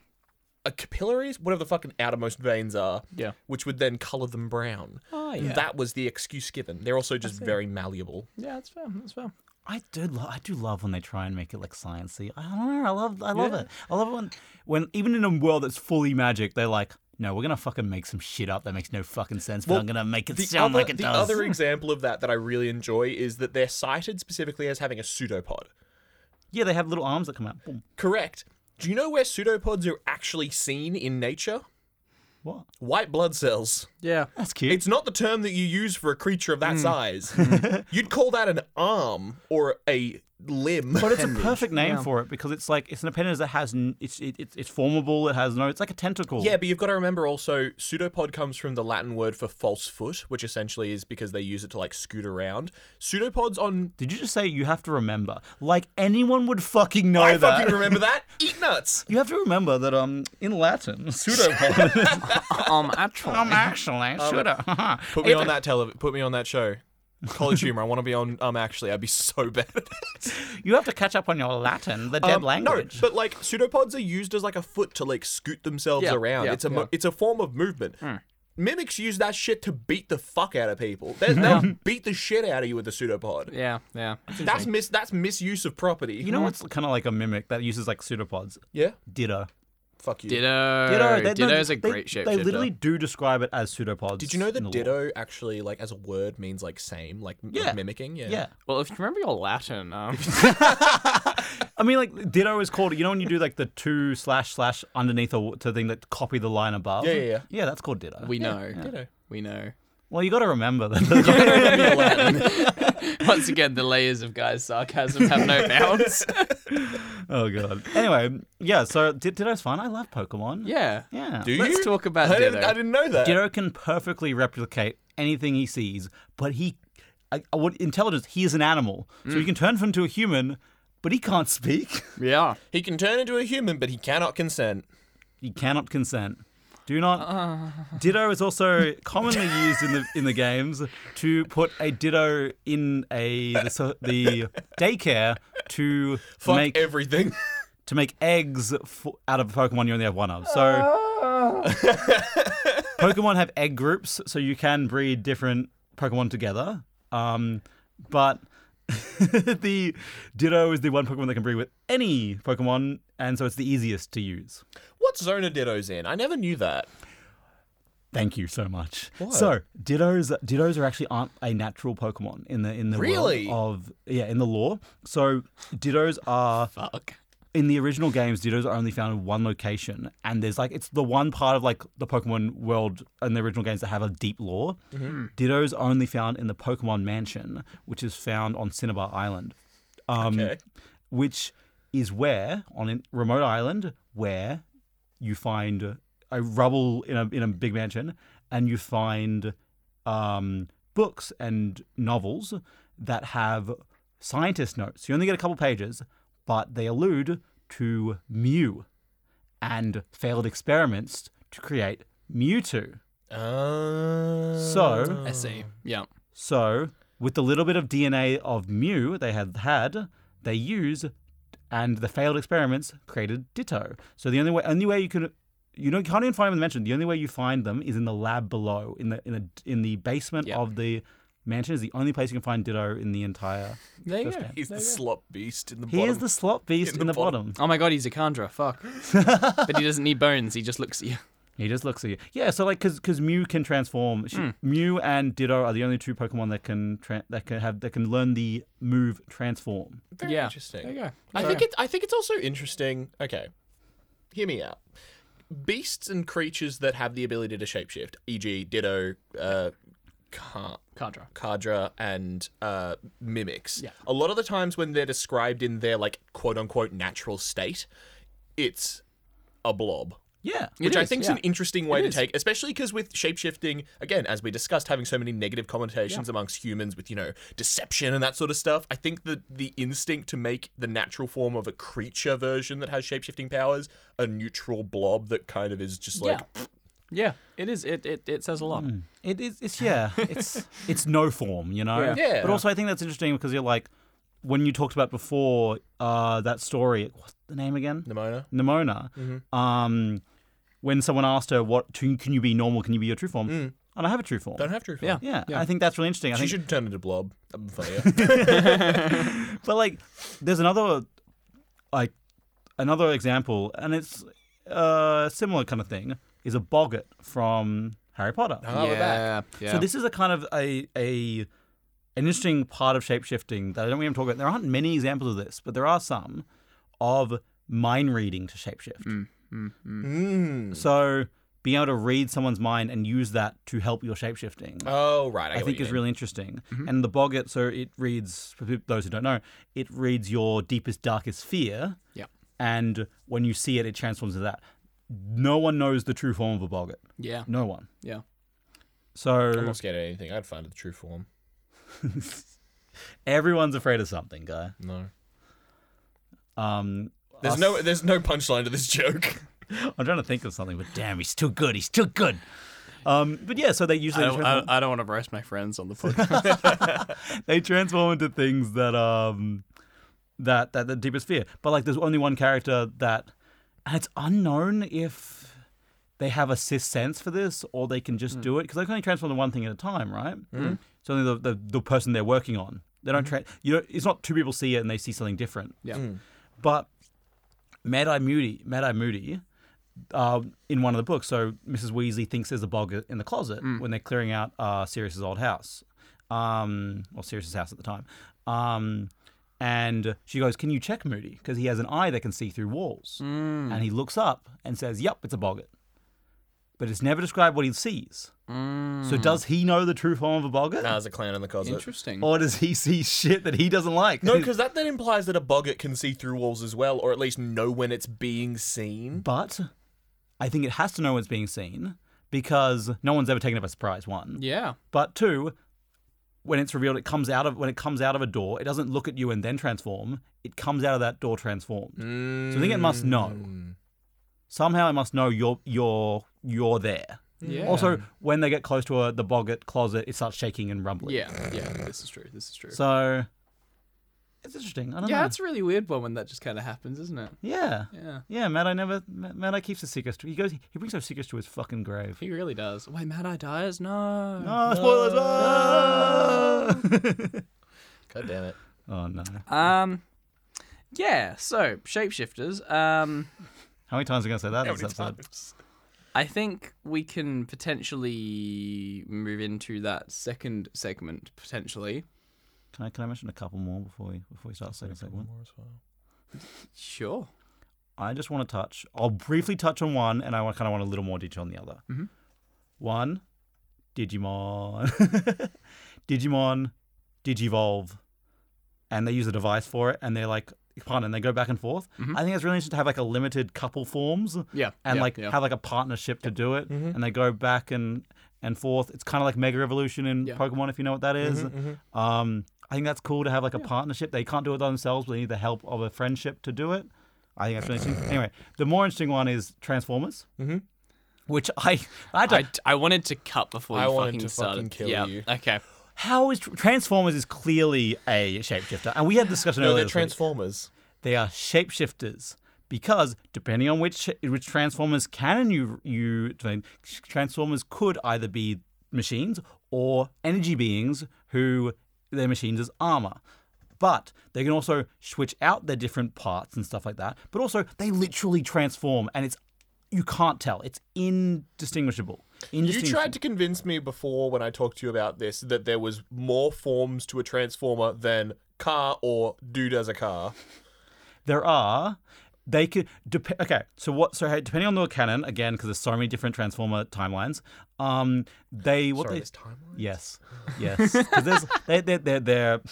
C: uh, capillaries, whatever the fucking outermost veins are.
B: Yeah.
C: Which would then color them brown.
B: Oh, yeah.
C: That was the excuse given. They're also just very malleable.
B: Yeah, that's fair. That's fair.
A: I do love. I do love when they try and make it like sciencey. I don't know. I love. I love it. I love it when, when even in a world that's fully magic, they're like, no, we're gonna fucking make some shit up that makes no fucking sense, but I'm gonna make it
C: The
A: sound
C: other,
A: like it
C: the
A: does.
C: other example of that that I really enjoy is that they're cited specifically as having a pseudopod.
A: yeah, they have little arms that come out. Boom.
C: Correct. Do you know where pseudopods are actually seen in nature?
A: What?
C: White blood cells.
B: Yeah.
A: That's cute.
C: It's not the term that you use for a creature of that
A: Hmm.
C: size. You'd call that an arm or a limb.
A: but it's a perfect name for it because it's like it's an appendage that has n- it's it, it's it's formable. It has no. It's like a tentacle.
C: yeah, but you've got to remember also, pseudopod comes from the Latin word for false foot, which essentially is because they use it to like scoot around. Pseudopods on.
A: Did you just say you have to remember? Like anyone would fucking know
C: I
A: that.
C: fucking remember that. Eat nuts.
A: you have to remember that um in Latin pseudopod.
B: Um, actually,
A: um, actually, pseudo.
C: Put me on that tele- Put me on that show. College humor. I want to be on. Um, actually, I'd be so bad at it.
A: You have to catch up on your Latin, the dead
C: Um,
A: language.
C: No, but like pseudopods are used as like a foot to like scoot themselves
B: Yeah,
C: around.
B: yeah,
C: it's a mo-
B: yeah.
C: it's a form of movement. Mimics use that shit to beat the fuck out of people. They, they'll beat the shit out of you with a pseudopod.
B: yeah, yeah.
C: That's mis that's misuse of property.
A: you know what's kind of like a mimic that uses like pseudopods?
C: yeah.
A: Ditto.
C: Fuck you.
B: Ditto.
A: Ditto.
B: Ditto,
A: they-
B: is a
A: they-
B: great shape.
A: They literally do describe it as pseudopods.
C: Did you know
A: in
C: that
A: the law.
C: ditto actually like as a word means like same, like, m-
A: Yeah.
C: mimicking? Yeah.
A: Yeah.
B: Well, if you remember your Latin, um,
A: I mean, like, ditto is called, you know, when you do like the two slash slash underneath a, to thing that copy the line above?
C: Yeah, yeah, yeah.
A: Yeah, that's called ditto.
B: we know.
C: Ditto.
B: We know.
A: well, you got to remember that.
B: Once again, the layers of guys' sarcasm have no bounds.
A: oh, God. Anyway, yeah, so di- ditto's fun. I love Pokemon.
B: yeah.
A: Yeah.
C: Do
B: Let's
C: you?
B: talk about
C: I didn't,
B: Ditto.
C: I didn't know that.
A: Ditto can perfectly replicate anything he sees, but he, I, I would intelligence. He is an animal, so he can turn him into a human, but he can't speak.
B: Yeah.
C: He can turn into a human, but he cannot consent.
A: he cannot consent. Do not. Ditto is also commonly used in the in the games to put a ditto in a the, so- the daycare to
C: Fuck
A: make
C: everything.
A: to make eggs f out of Pokemon you only have one of. So Pokemon have egg groups, so you can breed different Pokemon together. Um, but the Ditto is the one Pokemon that can breed with any Pokemon, and so it's the easiest to use.
C: what zone are dittos in? I never knew that.
A: Thank you so much. So Ditto's Ditto's are actually aren't a natural Pokemon in the in the world
C: Really?
A: of yeah in the lore. So Ditto's are
B: Fuck.
A: in the original games, Ditto's are only found in one location, and there's like it's the one part of like the Pokemon world in the original games that have a deep lore.
C: Mm-hmm.
A: Ditto's are only found in the Pokemon Mansion, which is found on Cinnabar Island, um,
C: Okay.
A: which is where on a remote island where you find a rubble in a in a big mansion, and you find um, books and novels that have scientist notes. You only get a couple pages, but they allude to Mew and failed experiments to create Mewtwo.
C: Uh,
A: So,
B: I see. E. Yeah.
A: so with the little bit of DNA of Mew they had had, they use and the failed experiments created Ditto. So the only way, only way you could, you know, you can't even find them in the mansion. The only way you find them is in the lab below, in the in the in the basement
B: Yeah.
A: of the mansion. Is the only place you can find Ditto in the entire.
B: There you go.
C: he's the slop beast in the
A: He
C: bottom.
A: is the slot beast in the,
C: the bottom.
A: bottom.
B: Oh my god, he's a Chandra. Fuck. but he doesn't need bones. He just looks at you.
A: He just looks at you. Yeah, so like, cause, cause Mew can transform. She, Mew and Ditto are the only two Pokemon that can tra- that can have that can learn the move transform.
C: Very
B: yeah.
C: interesting.
B: There you go.
C: I
B: Sorry.
C: think it. I think it's also interesting. Okay, hear me out. Beasts and creatures that have the ability to shapeshift, e.g., Ditto, uh, Car-
B: Chandra.
C: Kadra, and uh, mimics.
B: Yeah.
C: A lot of the times when they're described in their like quote unquote natural state, it's a blob
A: Yeah.
B: It
C: which I
B: is,
C: think is
B: yeah.
C: an interesting way
B: It
C: to
B: is.
C: take, especially because with shapeshifting, again, as we discussed, having so many negative connotations amongst humans with, you know, deception and that sort of stuff. I think that the instinct to make the natural form of a creature version that has shapeshifting powers a neutral blob that kind of is just like,
B: yeah, it is. It it, it says a lot.
A: It is. It's yeah. It's it's no form, you know.
B: Yeah.
C: Yeah.
A: But also, I think that's interesting because you're like, when you talked about before uh, that story. What's the name again?
C: Nimona.
A: Nimona. Um, when someone asked her, "What to, can you be normal? Can you be your true form?" And I have a true form.
C: Don't have true form.
B: Yeah.
A: yeah, I think that's really interesting. I
C: She
A: think,
C: should turn into blob. I'm for you.
A: but like, there's another, like, another example, and it's uh, similar kind of thing. Is a boggart from Harry Potter.
C: Ah, we're back.
B: yeah, yeah.
A: So this is a kind of a a an interesting part of shapeshifting that I don't even talk about. There aren't many examples of this, but there are some of mind reading to shapeshift.
C: Mm.
A: So being able to read someone's mind and use that to help your shapeshifting.
C: Oh, right.
A: I
C: I, get what
A: think
C: you
A: is
C: mean. Mm-hmm.
A: really interesting, and the boggart. So it reads for peop- those who don't know, it reads your deepest, darkest fear,
B: yeah,
A: and when you see it, it transforms into that. No one knows the true form of a boggart.
B: yeah,
A: No one.
B: yeah.
A: So
C: I'm not scared of anything. I'd find it the true form.
A: everyone's afraid of something, guy.
C: No.
A: Um,
C: There's
A: us-
C: no there's no punchline to this joke.
A: I'm trying to think of something, but damn, he's too good. He's too good. Um, but yeah, so they
B: I
A: usually
B: don't, I,
A: transform,
B: I don't want to roast my friends on the podcast.
A: they transform into things that um that that the deepest fear. But like, there's only one character that, and it's unknown if they have a cis sense for this or they can
B: Hmm.
A: just do it because they can only transform to one thing at a time, right? Mm. It's only the, the the person they're working on. They
B: Hmm.
A: don't tra- you know. It's not two people see it and they see something different.
B: yeah,
A: But Mad Eye Moody, Mad Eye Moody, uh, in one of the books, so Mrs. Weasley thinks there's a bog in the closet when they're clearing out uh, Sirius's old house, um, or Sirius's house at the time, um, and she goes, "Can you check Moody? Because he has an eye that can see through walls." And he looks up and says, "Yep, it's a boggart." But it's never described what he sees.
B: Mm.
A: So does he know the true form of a boggart,
C: Nah, there's a clown in the closet.
B: interesting.
A: or does he see shit that he doesn't like?
C: No, because that then implies that a boggart can see through walls as well, or at least know when it's being seen.
A: But I think it has to know what's being seen because no one's ever taken it by surprise. One,
B: Yeah,
A: but two, when it's revealed, it comes out of when it comes out of a door. It doesn't look at you and then transform. It comes out of that door transformed.
C: Mm,
A: So I think it must know.
B: Mm.
A: Somehow it must know you're you're you're there.
B: yeah.
A: Also, when they get close to a, the boggart closet, it starts shaking and rumbling.
B: yeah, yeah. This is true. This is true.
A: So it's interesting. I don't
B: yeah,
A: know.
B: it's a really weird one when that just kind of happens, isn't it?
A: yeah.
B: Yeah.
A: Yeah, Mad I never Mad Mad Eye keeps the secrets to he goes he brings those secrets to his fucking grave.
B: He really does. Wait, Mad Eye dies? No.
A: Oh, spoilers! Ah.
C: God damn it.
A: Oh no!
B: Um, yeah. So shapeshifters. Um,
A: How many times are we gonna say that? this episode?
B: I think we can potentially move into that second segment potentially.
A: Can I can I mention a couple more before we before we start the second segment?
B: Sure.
A: I just want to touch. I'll briefly touch on one, and I kind of want a little more detail on the other. One, Digimon, Digimon, Digivolve, and they use a device for it, and they're like, pardon, and they go back and forth. I think it's really interesting to have like a limited couple forms.
B: Yeah.
A: and
B: yeah,
A: like
B: yeah. Mm-hmm.
A: have like a partnership to do it, and they go back and and forth. It's kind of like Mega Evolution in
B: Yeah. Mm-hmm,
A: Pokemon, if you know what that is. Um, I think that's cool to have like a partnership. They can't do it themselves, but they need the help of a friendship to do it. I think that's really interesting. Anyway, the more interesting one is Transformers, mm-hmm. which I I don't.
B: I, I wanted to cut before you
C: I wanted
B: fucking
C: to
B: started.
C: fucking kill
B: yeah.
C: you.
B: Okay.
A: how is Transformers is clearly a shapeshifter, and we had a discussion
C: No,
A: earlier.
C: they're
A: this week.
C: Transformers.
A: they are shapeshifters because depending on which which transformers canon you you transformers could either be machines or energy beings who their machines as armor but they can also switch out their different parts and stuff like that but also they literally transform and it's you can't tell it's indistinguishable
C: You
A: indistinguishable
C: tried to convince me before when I talked to you about this that there was more forms to a transformer than car or dude as a car.
A: There are. They could dep- okay. So what? So hey, depending on the canon, again, because there's so many different Transformer timelines. Um, they what
C: Sorry,
A: they
C: this timeline.
A: yes, yes, because there's they they they they're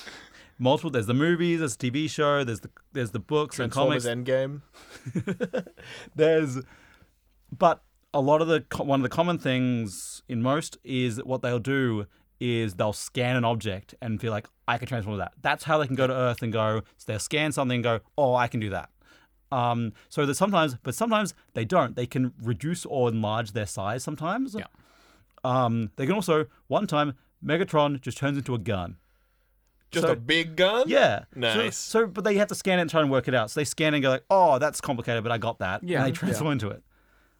A: multiple. There's the movies, there's the TV show, there's the there's the books and
C: Transformers
A: comics.
C: Endgame.
A: There's but a lot of the co- one of the common things in most is that what they'll do is they'll scan an object and feel like I can transform to that. That's how they can go to Earth and go. So they'll scan something and go, oh, I can do that. Um, so that sometimes, but sometimes they don't. They can reduce or enlarge their size. Sometimes.
B: Yeah.
A: Um, they can also one time Megatron just turns into a gun.
C: Just
A: So-
C: a big gun?
A: Yeah. So-
C: Nice.
A: So, but they have to scan it and try and work it out. So they scan and go like, oh, that's complicated, but I got that.
B: Yeah.
A: And they transform into it.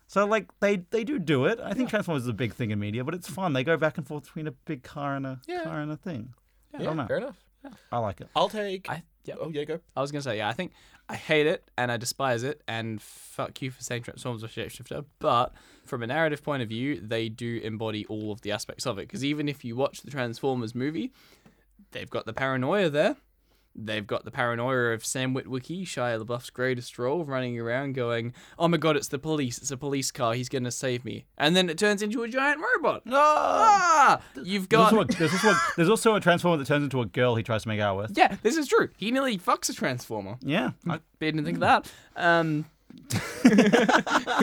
A: So like they they do do it. I think Transformers is a big thing in media, but it's fun. They go back and forth between a big car and a
B: Yeah.
A: car and a thing.
C: Yeah,
A: I don't know.
C: fair enough.
A: I like it.
C: I'll take.
B: I yeah.
C: Oh yeah, go.
B: I was gonna say yeah. I think I hate it and I despise it and fuck you for saying Transformers are shapeshifter. But from a narrative point of view, they do embody all of the aspects of it. Because even if you watch the Transformers movie, they've got the paranoia there. They've got the paranoia of Sam Witwicky, Shia LaBeouf's greatest role, running around going, "Oh my god, it's the police! It's a police car! He's gonna save me!" And then it turns into a giant robot. Ah! You've
A: There's
B: got
A: also, a, there's, also a, there's also a Transformer that turns into a girl he tries to make out with.
B: yeah. This is true. He nearly fucks a transformer.
A: Yeah. I,
B: Didn't think of that. Um,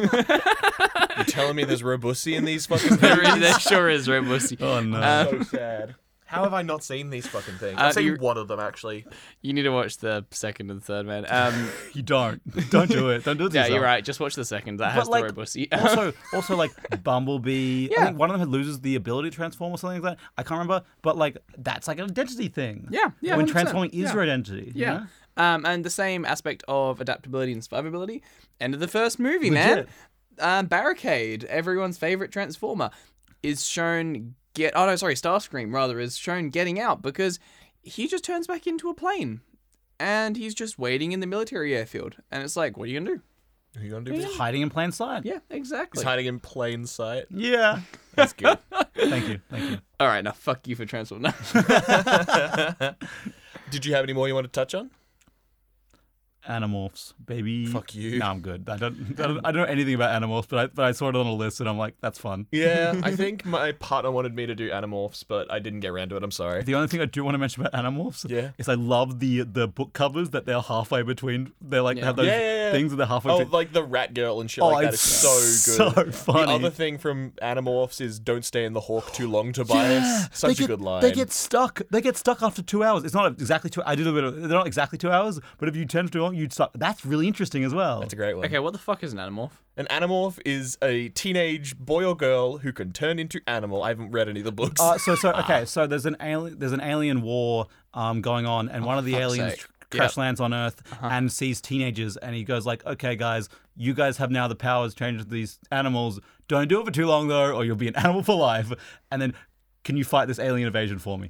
C: You're telling me there's Robusti in these fucking things?
B: there, is, there sure is Robusti.
A: oh no.
B: Uh,
C: so sad. How have I not seen these fucking things?
B: Uh,
C: I've seen
B: you-
C: one of them actually.
B: You need to watch the second and third man. Um,
A: you don't. Don't do it. Don't do it. to
B: yeah, you're
A: yourself.
B: right. Just watch the second.
A: But,
B: That has
A: like,
B: the Robusti.
A: also, also like Bumblebee. I
B: Yeah.
A: think one of them loses the ability to transform or something like that. I can't remember, but like that's like an identity thing.
B: Yeah, yeah,
A: When
B: 100%.
A: transforming is
B: Yeah.
A: your identity. you
B: yeah.
A: know?
B: Um, and the same aspect of adaptability and survivability. End of the first movie, man.
A: Legit.
B: Um, Barricade, everyone's favorite Transformer, is shown get. Oh no, sorry, Starscream rather is shown getting out because he just turns back into a plane, and he's just waiting in the military airfield. And it's like, what are you gonna do?
C: Who you gonna do? He's
A: Hiding in plain sight.
B: Yeah, exactly.
C: hiding in plain sight.
A: Yeah.
C: That's good.
A: Thank you. Thank you.
B: All right, now fuck you for Transformer. No.
C: Did you have any more you want to touch on?
A: Animorphs, baby.
C: Fuck you.
A: No, I'm good. I don't. I don't, I don't know anything about animorphs, but I but I saw it on a list and I'm like, that's fun.
C: Yeah, I think my partner wanted me to do Animorphs, but I didn't get around to it. I'm sorry.
A: The only thing I do want to mention about Animorphs
C: Yeah.
A: is I love the the book covers that they're halfway between. They're like they
B: Yeah.
A: have those
C: Yeah, yeah, yeah.
A: things that they're halfway.
C: Oh,
A: between. Oh,
C: like the rat girl and shit like that is so good.
A: So funny.
C: The other thing from Animorphs is don't stay in the hawk too long, Tobias. Such
A: they
C: a
A: get,
C: good line.
A: They get stuck. They get stuck after two hours. It's not exactly two. I did a bit. Of, they're not exactly two hours, but if you turn too long, you'd suck. That's really interesting as well.
C: That's a great one.
B: okay, what the fuck is an animorph?
C: An animorph is a teenage boy or girl who can turn into animal. I haven't read any of the books.
A: Uh, so so
C: Ah.
A: okay. So there's an alien. There's an alien war um, going on, and one of the
B: fuck's
A: aliens
B: sake.
A: tr- crash lands on Earth
C: Uh-huh.
A: and sees teenagers, and he goes like, "Okay, guys, you guys have now the powers to change into these animals. Don't do it for too long though, or you'll be an animal for life." And then, can you fight this alien invasion for me?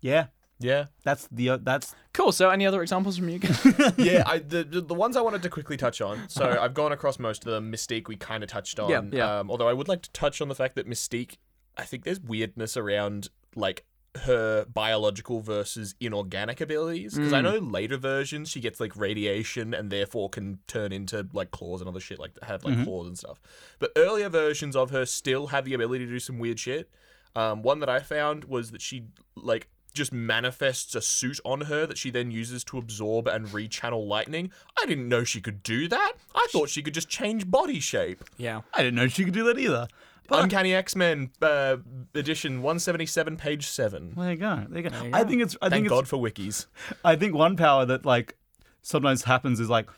A: Yeah,
C: yeah,
A: that's the uh, that's
B: Cool. So, any other examples from you guys?
C: yeah. I, the the the ones I wanted to quickly touch on. So I've gone across most of them. Mystique we kind of touched on.
B: Yeah, yeah.
C: Um, although I would like to touch on the fact that Mystique, I think there's weirdness around like her biological versus inorganic abilities because I know later versions she gets like radiation and therefore can turn into like claws and other shit like have like claws and stuff. But earlier versions of her still have the ability to do some weird shit. Um, one that I found was that she like just manifests a suit on her that she then uses to absorb and rechannel lightning. I didn't know she could do that. I thought she could just change body shape.
B: yeah.
A: I didn't know she could do that either. But
C: Uncanny X Men uh, edition one seventy seven, page seven.
A: there you go. There you go. I think it's. I
C: Thank
A: think
C: God for wikis.
A: it's. I think one power that like sometimes happens is like,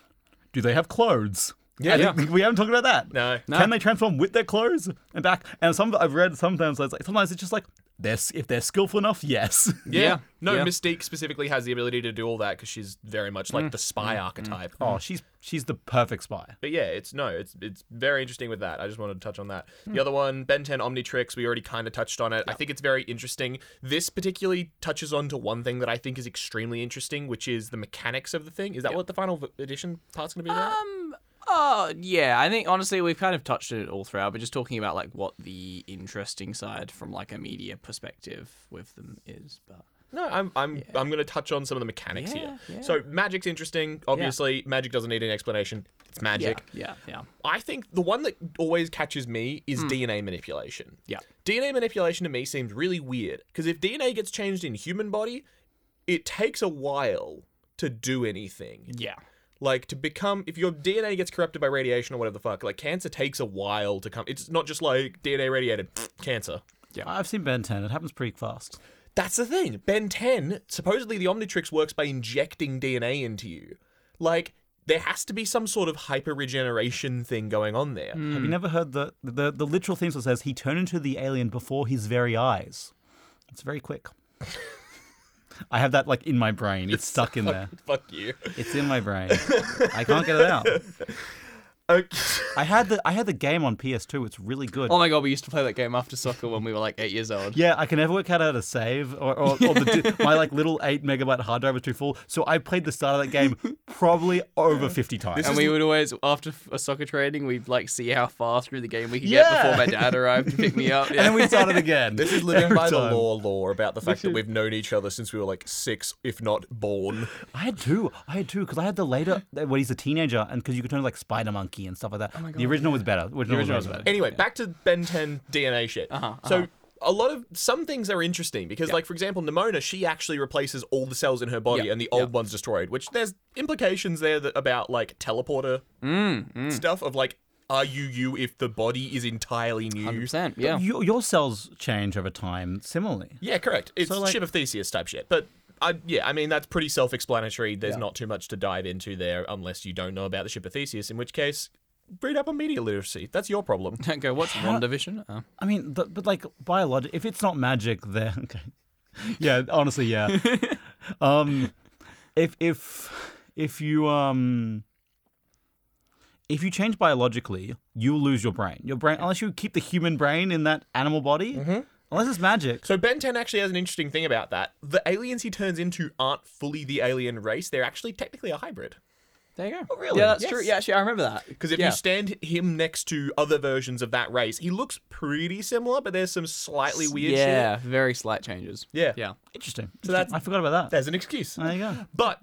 A: do they have clothes?
C: Yeah,
A: I think- we haven't talked about that.
C: No.
A: Can they transform with their clothes and back? And some I've read sometimes it's like sometimes it's just like they're if they're skillful enough, yes.
C: Yeah.
B: Yeah,
C: No,
B: yeah.
C: Mystique specifically has the ability to do all that because she's very much like the spy archetype.
A: oh, she's she's the perfect spy.
C: But yeah, it's no, it's it's very interesting with that. I just wanted to touch on that. The other one, Ben 10 Omnitrix, we already kind of touched on it. I think it's very interesting. This particularly touches on to one thing that I think is extremely interesting, which is the mechanics of the thing. Is that what the final v- edition part's going to be about?
B: Um. Oh, yeah. I think honestly, we've kind of touched on it all throughout, but just talking about like what the interesting side from like a media perspective with them is. But
C: No, I'm I'm I'm going to touch on some of the mechanics
B: Yeah,
C: here.
B: yeah.
C: So magic's interesting. Obviously, magic doesn't need an explanation. It's
B: yeah,
C: magic.
B: yeah, yeah,
C: I think the one that always catches me is DNA manipulation.
B: Hmm. yeah.
C: DNA manipulation to me seems really weird because if DNA gets changed in human body, it takes a while to do anything.
B: Yeah.
C: Like to become, if your DNA gets corrupted by radiation or whatever the fuck, like cancer takes a while to come. It's not just like DNA radiated cancer.
A: I've seen Ben 10. It happens pretty fast.
C: That's the thing. Ben 10, supposedly the Omnitrix works by injecting DNA into you. Like, there has to be some sort of hyper regeneration thing going on there.
A: Have you never heard the, the, the literal theme song says he turned into the alien before his very eyes? It's very quick. I have that like in my brain. It's stuck in there.
C: Fuck you.
A: It's in my brain. I can't get it out.
C: Okay.
A: I had the I had the game on PS2. It's really good.
B: Oh my god, we used to play that game after soccer when we were like eight years old.
A: Yeah, I can never work out how to save, or, or, or the, di- my like little eight megabyte hard drive was too full. So I played the start of that game probably over fifty times.
B: And we would always, after f- a soccer training, we'd like see how far through the game we could
C: Yeah.
B: get before my dad arrived to pick me up. Yeah.
A: and then we started again.
C: This is living
A: every
C: by the
A: time.
C: law law about the fact that we've known each other since we were like six, if not born.
A: I had two. I had two because I had the later when he's a teenager, and because you could turn like Spider Monkey and stuff like that.
C: Oh
A: the original was better. The original,
B: original
A: was
B: was
A: better.
C: Anyway, back to Ben 10 DNA shit. So a lot of some things are interesting because, like for example, Nimona, she actually replaces all the cells in her body,
B: Yeah,
C: and the old one's destroyed. Which there's implications there that about like teleporter stuff of like, are you you if the body is entirely new?
B: 100%, yeah.
A: Your, your cells change over time similarly.
C: Yeah, correct. It's
A: So, like-
C: ship of Theseus type shit, but. I, yeah, I mean that's pretty self-explanatory. There's not too much to dive into there, unless you don't know about the ship of Theseus. In which case, read up on media literacy. That's your problem.
B: Go watch WandaVision. Oh.
A: I mean, th but like biologic, if it's not magic, then okay. Yeah, honestly, yeah. um, if if if you um if you change biologically, you lose your brain. Your brain, unless you keep the human brain in that animal body, unless it's magic.
C: Mm-hmm. So Ben 10 actually has an interesting thing about that. The aliens he turns into aren't fully the alien race. They're actually technically a hybrid.
B: There you go. Oh,
C: really?
B: Yeah, that's
C: Yes.
B: true. Yeah, actually, I remember that.
C: Because if
B: Yeah.
C: you stand him next to other versions of that race, he looks pretty similar, but there's some slightly weird shit.
B: yeah, very slight changes.
C: Yeah.
B: Yeah.
A: Interesting.
C: that's-
A: I forgot about that.
C: There's an excuse.
A: There you go.
C: But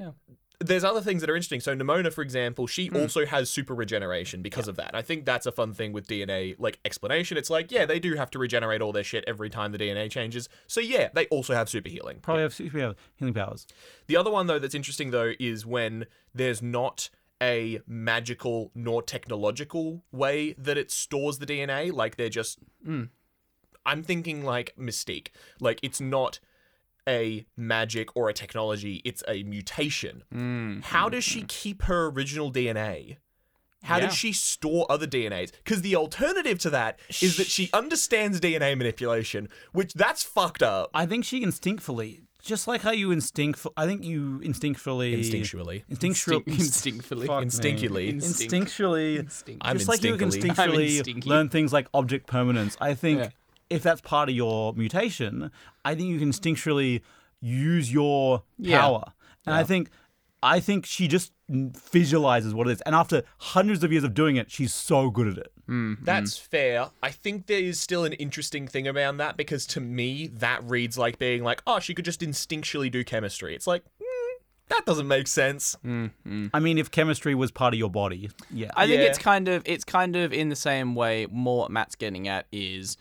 C: there's other things that are interesting. So Nimona, for example, she
B: Hmm.
C: also has super regeneration because of that. I think that's a fun thing with DNA like explanation. It's like, yeah, they do have to regenerate all their shit every time the DNA changes. So yeah, they also have super healing.
A: Probably have super have healing powers.
C: The other one though that's interesting though is when there's not a magical nor technological way that it stores the DNA. Like they're just I'm thinking like Mystique. Like it's not a magic or a technology, it's a mutation. How does she keep her original DNA? How
B: Yeah.
C: does she store other DNAs? Because the alternative to that is that she understands DNA manipulation, which that's fucked up.
A: I think she instinctfully, just like how you instinct, I think you instinctfully,
C: Instinctually.
A: instinctual,
B: Instinct- instinctfully.
A: fuck me.
C: Instinctually.
B: Instinct.
A: instinctually,
B: Instinct.
C: I'm
A: just like you can
C: instinctly-
B: I'm
A: instinctually
B: instinky.
A: learn things like object permanence. I think
B: Yeah.
A: if that's part of your mutation, I think you can instinctually use your
B: Yeah.
A: power. And I think, I think she just n- visualizes what it is. And after hundreds of years of doing it, she's so good at it.
B: Hmm.
C: That's
B: Mm.
C: fair. I think there is still an interesting thing around that because to me, that reads like being like, oh, she could just instinctually do chemistry. It's like, mm, that doesn't make sense.
B: Mm,
A: I mean, if chemistry was part of your body, yeah,
B: I think
C: Yeah.
B: it's kind of it's kind of in the same way. More what Matt's getting at is,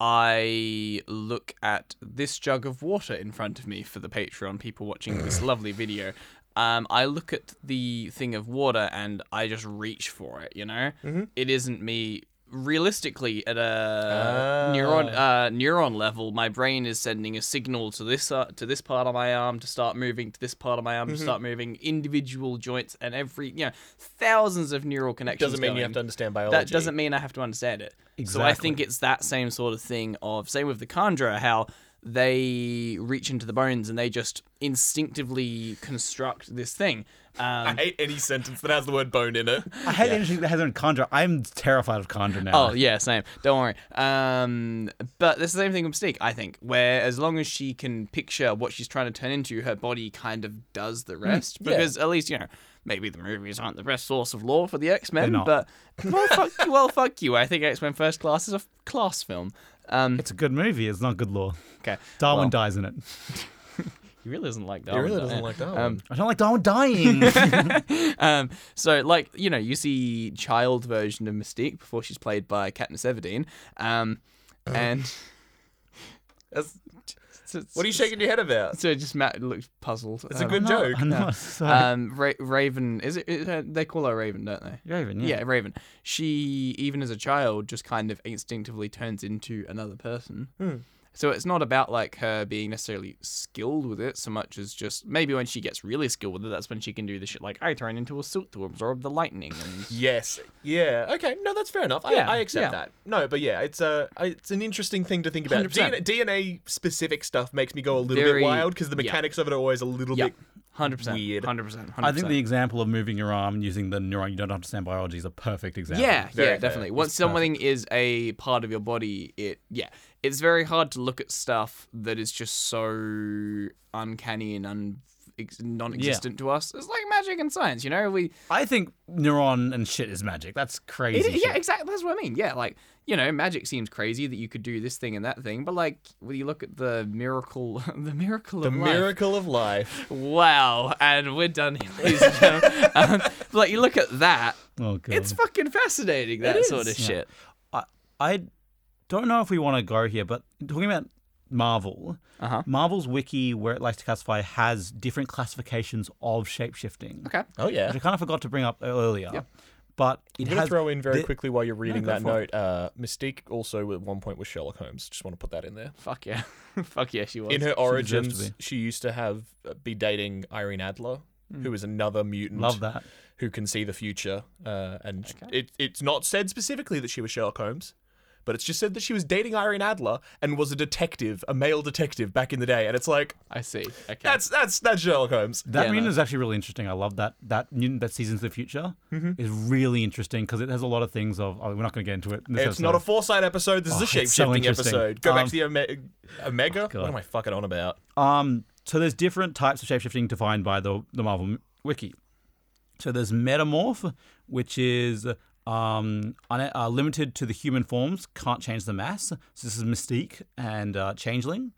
B: I look at this jug of water in front of me for the Patreon people watching this lovely video. Um, I look at the thing of water and I just reach for it. You know,
C: Mm-hmm.
B: It isn't me. Realistically, at a
C: Ah.
B: neuron uh, neuron level, my brain is sending a signal to this uh, to this part of my arm to start moving, to this part of my arm
C: Mm-hmm.
B: to start moving. Individual joints and every you know thousands of neural connections.
C: Doesn't mean you have
B: going.
C: to understand biology.
B: That doesn't mean I have to understand it. So I think
A: Exactly.
B: it's that same sort of thing of same with the Conjurer, how they reach into the bones and they just instinctively construct this thing.
C: I
B: Um,
C: hate any sentence that has the word bone in it.
A: I had anything that has an Chandra. I'm terrified of Chandra now.
B: oh yeah, same. Don't worry. Um, but it's the same thing with Mystique, I think, where as long as she can picture what she's trying to turn into, her body kind of does
A: Mm,
B: the rest. Because at least you know. Maybe the movies aren't the best source of lore for the X Men,
A: not.
B: but well, fuck, well, fuck you. I think X Men First Class is a f- class film. Um,
A: it's a good movie. It's not good lore.
B: okay,
A: Darwin
B: well.
A: dies in it.
B: He really doesn't like that.
C: It really doesn't like that one.
A: I don't like Darwin dying.
B: Um, so like you know, you see child version of Mystique before she's
C: Uh.
B: played by Katniss Everdeen, um, and that's
C: What are you shaking your head about?
B: So just Matt looked puzzled.
C: It's a
B: Um,
C: good
A: I'm not-
C: joke.
A: I'm not, sorry.
B: Um, Ra- Raven is it, is her- They call her Raven, don't they?
A: Raven, yeah.
B: Yeah. Raven. She even as a child just kind of instinctively turns into another person. So it's not about like her being necessarily skilled with it so much as just maybe when she gets really skilled with it, that's when she can do the shit like I turn into a suit to absorb the lightning. And
C: Yes. Yeah. Okay. No, that's fair enough. I,
B: Yeah,
C: I accept
B: yeah.
C: that. No, but yeah, it's a it's an interesting thing to think about.
B: 100%.
C: DNA, DNA specific stuff makes me go a little
B: Very-
C: bit wild because the
B: yeah.
C: mechanics of it are always a little
B: yeah,
C: bit.
B: hundred percent,
C: Weird.
B: hundred percent.
A: I think the example of moving your arm and using the neuron you don't understand biology is a perfect example.
B: Yeah,
C: Very
B: yeah,
C: fair.
B: definitely. Once something is a part of your body, it yeah, it's very hard to look at stuff that is just so uncanny and un ex- non-existent to us. It's like magic and science, you know. We
A: I think neuron and shit is magic. That's crazy.
B: it, yeah,
A: shit.
B: exactly. That's what I mean. Yeah, like you know, magic seems crazy that you could do this thing and that thing, but like when you look at the miracle, the miracle
C: The
B: of life.
C: miracle of life.
B: Wow, and we're done here, ladies and gentlemen. um, but like you look at that,
A: Oh god.
B: it's fucking fascinating. That sort of shit.
A: I, I don't know if we want to go here, but talking about Marvel,
B: Uh-huh.
A: Marvel's wiki, where it likes to classify, has different classifications of shapeshifting,
B: Okay.
C: Oh yeah.
A: which I kind of forgot to bring up e-, earlier. But it
C: I'm gonna
A: has
C: throw in very
A: the-
C: quickly while you're reading
A: go
C: that
A: for
C: note. Uh, Mystique also at one point was Sherlock Holmes. Just want to put that in there.
B: Fuck yeah. Fuck yeah, she was.
C: In her
A: deserves to
C: origins, she used to have uh, be dating Irene Adler, who is another mutant.
A: Hmm. Love that.
C: who can see the future. Uh, and it, it's not said specifically that she was Sherlock Holmes, but it's just said that she was dating Irene Adler and was a detective, a male detective back in the day. And it's like
B: I see. Okay.
C: that's that's that's Sherlock Holmes.
A: That
B: Yeah,
A: mutant
B: no.
A: is actually really interesting. I love that. That mutant that seasons of the future
C: Mm-hmm.
A: is really interesting because it has a lot of things of. Oh, we're not going to get into it. In this
C: It's not a
A: episode.
C: foresight episode. This is a
A: Oh,
C: shape
A: it's so
C: shifting
A: interesting.
C: episode. Go back
A: Um, oh,
C: to the Ome- Omega.
A: God.
C: what am I fucking on about?
A: um. So there's different types of shapeshifting defined by the the Marvel wiki. So there's metamorph, which is um, un- uh, limited to the human forms, can't change the mass. So this is Mystique and uh, Changeling.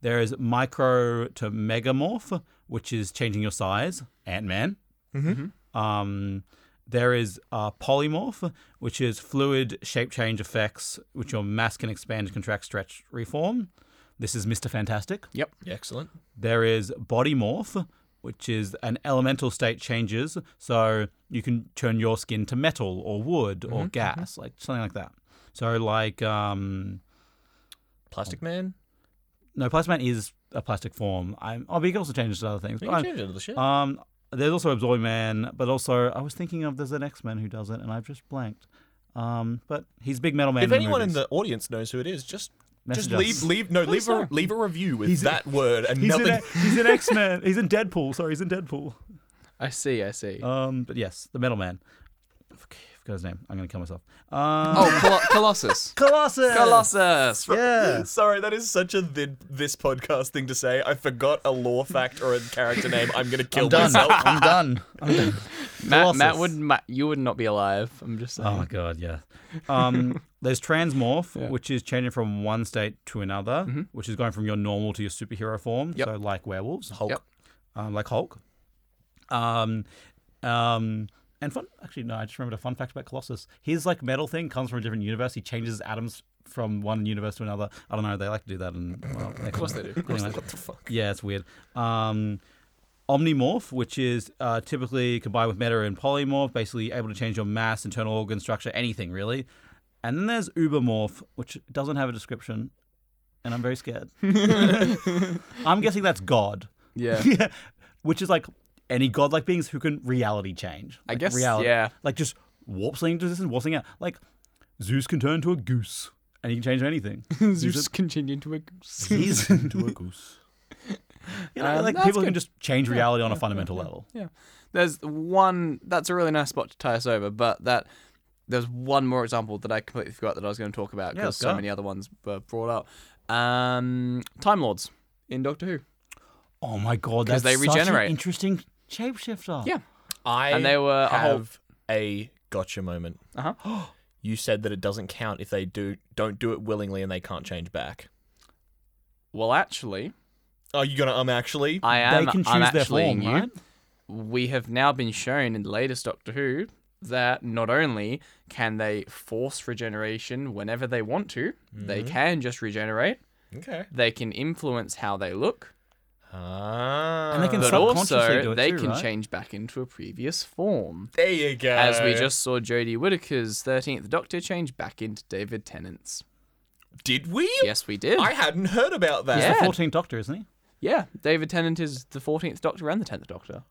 A: There is micro to megamorph, which is changing your size, Ant Man. Um, there is uh, polymorph, which is fluid shape change effects, which your mass can expand, contract, stretch, reform. This is Mr. Fantastic.
B: Yep.
C: Excellent.
A: There is body morph, which is an elemental state changes. So you can turn your skin to metal or wood
C: Mm-hmm,
A: or gas, like something like that. So like um,
C: Plastic Man.
A: no, plastic man is a plastic form. I'm, oh, but you can also change it to other things.
C: You
A: But I'm-
C: can change it to the shit.
A: um, there's also Absorbing Man, but also I was thinking of there's an X Men who does it, and I've just blanked. Um, but he's big metal man.
C: if
A: in the
C: anyone in
A: movies.
C: the audience knows who it is, just
A: Message
C: just leave
A: us.
C: leave no leave
B: know.
C: a, leave a review with
A: He's-
C: that word and
A: he's in,
C: nothing.
A: a- he's in X Men. He's in Deadpool. Sorry, he's in Deadpool.
B: I see. I see.
A: Um, but yes, the metal man. Okay, I forgot his name. I'm gonna kill myself. Um,
B: oh, Colo- Colossus.
A: Colossus.
B: Colossus.
A: Yeah.
C: Sorry, that is such a th- this podcast thing to say. I forgot a lore fact or a character name. I'm gonna kill
A: I'm done.
C: myself.
A: I'm done. I'm done.
B: Matt, Matt
A: Colossus.
B: would Matt, you would not be alive. I'm just saying.
A: Oh my god, yeah. Um, there's transmorph,
B: Yeah. Mm-hmm.
A: which is changing from one state to another, which is going from your normal to your superhero form.
B: Yep.
A: So like werewolves, Hulk,
B: Yep.
A: um, like Hulk. Um, um, and fun. Actually, no, I just remembered a fun fact about Colossus. His like metal thing comes from a different universe. He changes his atoms from one universe to another. I don't know. They like to do that. And well, of
B: course they do. Of course
C: What the fuck?
A: yeah, it's weird. Um, omnimorph, which is uh, typically combined with meta and polymorph, basically able to change your mass, internal organ structure, anything really. And then there's ubermorph, which doesn't have a description, and I'm very scared. I'm guessing that's God,
B: Yeah.
A: which is like any godlike beings who can reality change.
B: I
A: Like,
B: guess,
A: reality,
B: yeah.
A: like just warp something into this and warp something out. Like Zeus can turn into a goose, and he can change anything.
B: Zeus continued to ex-
A: He's into a goose. You know,
B: Um,
A: like
B: that's
A: people
B: good.
A: can just change reality on a fundamental level.
B: Yeah. There's one. That's a really nice spot to tie us over, but that. There's one more example that I completely forgot that I was going to talk about
A: Yeah,
B: because
A: let's
B: so
A: go.
B: many other ones were brought up. Um, Time Lords in Doctor Who.
A: Oh my god, that's
B: 'Cause they
A: such
B: regenerate.
A: an interesting shapeshifter.
B: Yeah.
C: I
B: And they were a whole-
C: have a gotcha moment.
B: Uh huh.
A: Uh-huh.
C: You said that it doesn't count if they do don't do it willingly and they can't change back.
B: Well, actually,
A: Oh,
C: Are you gonna um actually?
B: I
A: they
B: am.
A: can
B: I'm
A: choose their
B: actually
A: form,
B: you.
A: right?
B: we have now been shown in the latest Doctor Who that not only
A: Mm-hmm.
B: can they force regeneration whenever they want to, they can just regenerate,
C: Okay.
B: They can influence how they look,
C: Ah.
A: they can
B: but
A: Subconsciously do
B: also
A: it
B: they
A: too,
B: can
A: right?
B: change back into a previous form.
C: There you go.
B: As we just saw Jodie Whittaker's 13th Doctor change back into David Tennant's.
C: did we?
B: Yes, we did.
C: I hadn't heard about that.
A: He's the
B: Yeah.
A: 14th Doctor, isn't he?
B: Yeah, David Tennant is the 14th Doctor and the 10th Doctor.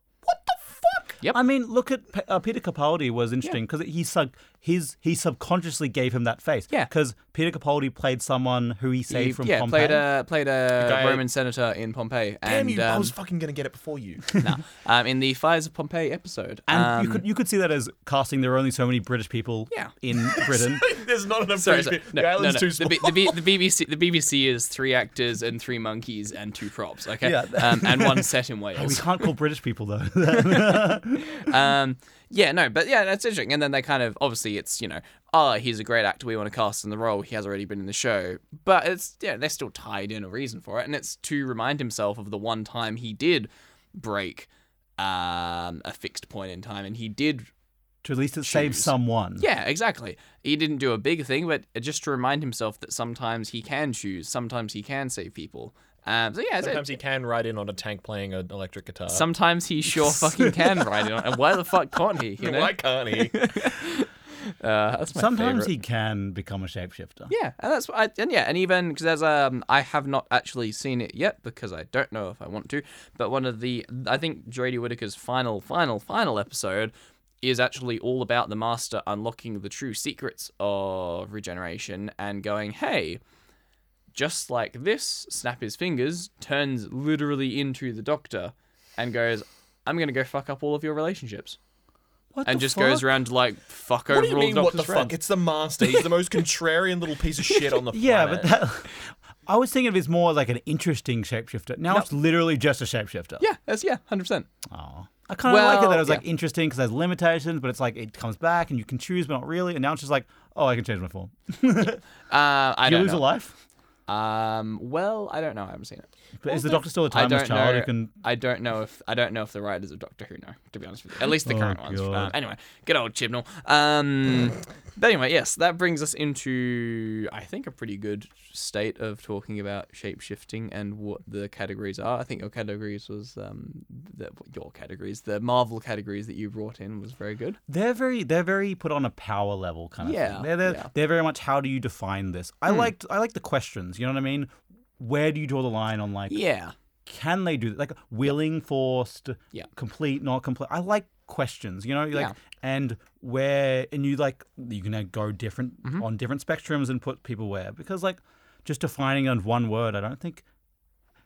B: Yep.
A: I mean, look at P- uh, Peter Capaldi was interesting because he sub- his he subconsciously gave him that face.
B: Yeah.
A: because Peter Capaldi played someone who he saved
B: He-
A: from
B: yeah,
A: Pompeii.
B: played a played a
C: guy-
B: Roman senator in Pompeii,
C: Damn
B: and
C: you! I
B: um,
C: was fucking gonna get it before you.
B: nah, um, in the Fires of Pompeii episode.
A: and
B: um,
A: you could you could see that as casting there are only so many British people
B: Yeah.
A: in Britain.
C: There's not enough.
B: Sorry,
C: British
B: sorry.
C: people.
B: No,
C: the
B: no, no.
C: island's too
B: The,
C: small.
B: B- the, B- the BBC the BBC is three actors and three monkeys and two props. Okay,
A: Yeah.
B: um, and one set in
A: we
B: Wales.
A: can't call British people though.
B: Um, yeah, no, but yeah, that's interesting. And then they kind of obviously it's you know ah he's a great actor we want to cast in the role he has already been in the show, but it's yeah they're still tied in a reason for it, and it's to remind himself of the one time he did break um, a fixed point in time, and he did
A: to at least it saves
B: Choose.
A: someone.
B: Yeah, exactly. He didn't do a big thing, but just to remind himself that sometimes he can choose, sometimes he can save people. Um, so yeah, it's-
C: Sometimes he can ride in on a tank playing an electric guitar.
B: sometimes he sure fucking can ride it on. And why the fuck can't he? You know?
C: Why can't he?
B: Uh, that's my
A: Sometimes
B: favorite.
A: he can become a shapeshifter.
B: Yeah, and that's why, and yeah, and even because there's um, I have not actually seen it yet because I don't know if I want to. But one of the, I think Jodie Whittaker's final, final, final episode is actually all about the Master unlocking the true secrets of regeneration and going, hey, just like this, snap his fingers, turns literally into the Doctor, and goes, I'm gonna go fuck up all of your relationships,
A: What
B: and
A: the
B: just
A: fuck?
B: goes around like fuck over
C: What do you
B: all
C: mean?
B: the
C: What
B: Doctor's
C: the
B: friends.
C: fuck? It's the master. He's the most contrarian little piece of shit on the
A: Yeah,
C: planet.
A: but that, I was thinking of it as more like an interesting shapeshifter. Now it's literally just a shapeshifter.
B: yeah, that's yeah, hundred percent.
A: Aw. I kind of like it that it
B: Well,
A: was like interesting because there's limitations, but it's like it comes back and you can choose, but not really. And now it's just like, oh, I can change my form.
B: Uh, I
A: Do you
B: don't
A: lose
B: know.
A: a life?
B: Um, well, I don't know. I haven't seen it.
A: But is the doctor still a timeless
B: I don't
A: child
B: know.
A: who can?
B: I don't know if I don't know if the writers of Doctor Who know. To be honest with you, at least the
A: Oh,
B: current ones.
A: God.
B: Um, anyway, good old Chibnall. Um, but anyway, yes, that brings us into I think a pretty good state of talking about shape shifting and what the categories are. I think your categories was um, the, your categories, the Marvel categories that you brought in was very good.
A: They're very, they're very put on a power level kind of
B: Yeah,
A: thing. They're, they're,
B: yeah. Hmm.
A: they're very much how do you define this? I liked, I like the questions. You know what I mean? Where do you draw the line on like
B: Yeah.
A: can they do that? Like willing, forced,
B: Yeah.
A: complete, not complete. I like questions, you know, like
B: Yeah.
A: and where and you like you can now go different
B: Mm-hmm.
A: on different spectrums and put people where because like just defining on one word, I don't think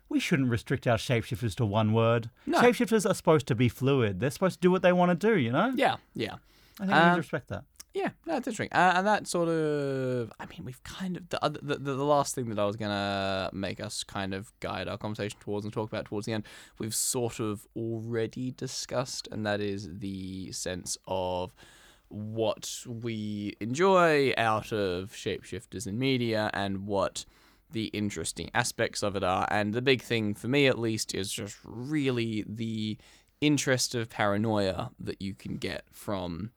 A: we shouldn't restrict our shapeshifters to one word.
B: No.
A: Shapeshifters are supposed to be fluid. They're supposed to do what they want to do, you know?
B: Yeah. Yeah.
A: I think we need
B: Um,
A: to respect that.
B: Yeah, no, it's interesting. Uh, and that sort of, I mean, we've kind of the, other, the the the last thing that I was gonna make us kind of guide our conversation towards and talk about towards the end, we've sort of already discussed, and that is the sense of what we enjoy out of shapeshifters in media and what the interesting aspects of it are. And the big thing for me, at least, is just really the interest of paranoia that you can get from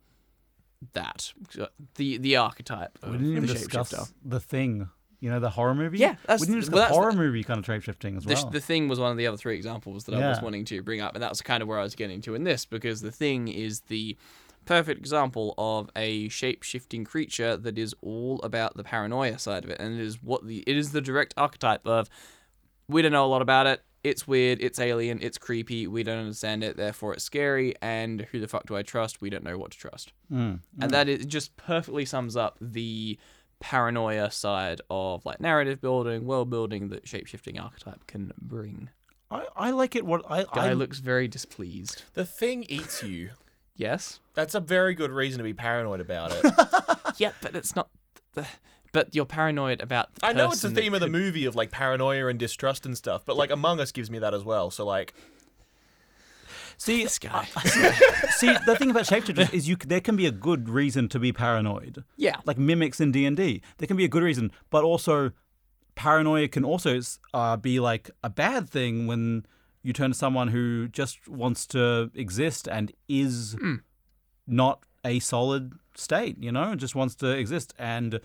B: that uh, the the archetype of
A: We didn't even
B: the
A: discuss
B: shapeshifter.
A: the thing. You know, the horror movie?
B: Yeah, that's-
A: we didn't discuss
B: well, that's
A: horror
B: the-
A: movie kind of shapeshifting as
B: The,
A: well.
B: the thing was one of the other three examples that I was
A: Yeah.
B: wanting to bring up, and that's kind of where I was getting to in this because the thing is the perfect example of a shape shifting creature that is all about the paranoia side of it, and it is what the it is the direct archetype of we don't know a lot about it. It's weird. It's alien. It's creepy. We don't understand it. Therefore, it's scary. And who the fuck do I trust? We don't know what to trust.
A: Mm.
B: and that is, just perfectly sums up the paranoia side of like narrative building, world building that shapeshifting archetype can bring.
A: I, I like it what I,
B: Guy
A: I
B: looks very displeased.
C: the thing eats you.
B: Yes.
C: That's a very good reason to be paranoid about it.
B: yeah, but it's not. The, but you're paranoid about. The
C: I know it's the
B: person that
C: theme of the
B: could-
C: movie of like paranoia and distrust and stuff, but like Among Us gives me that as well. So like,
A: see
B: This guy.
A: See, the thing about shapeshifters is you c- there can be a good reason to be paranoid.
B: yeah.
A: Like mimics in D&D. There can be a good reason, but also paranoia can also s- uh, be like a bad thing when you turn to someone who just wants to exist and is not a solid state, you know, just wants to exist and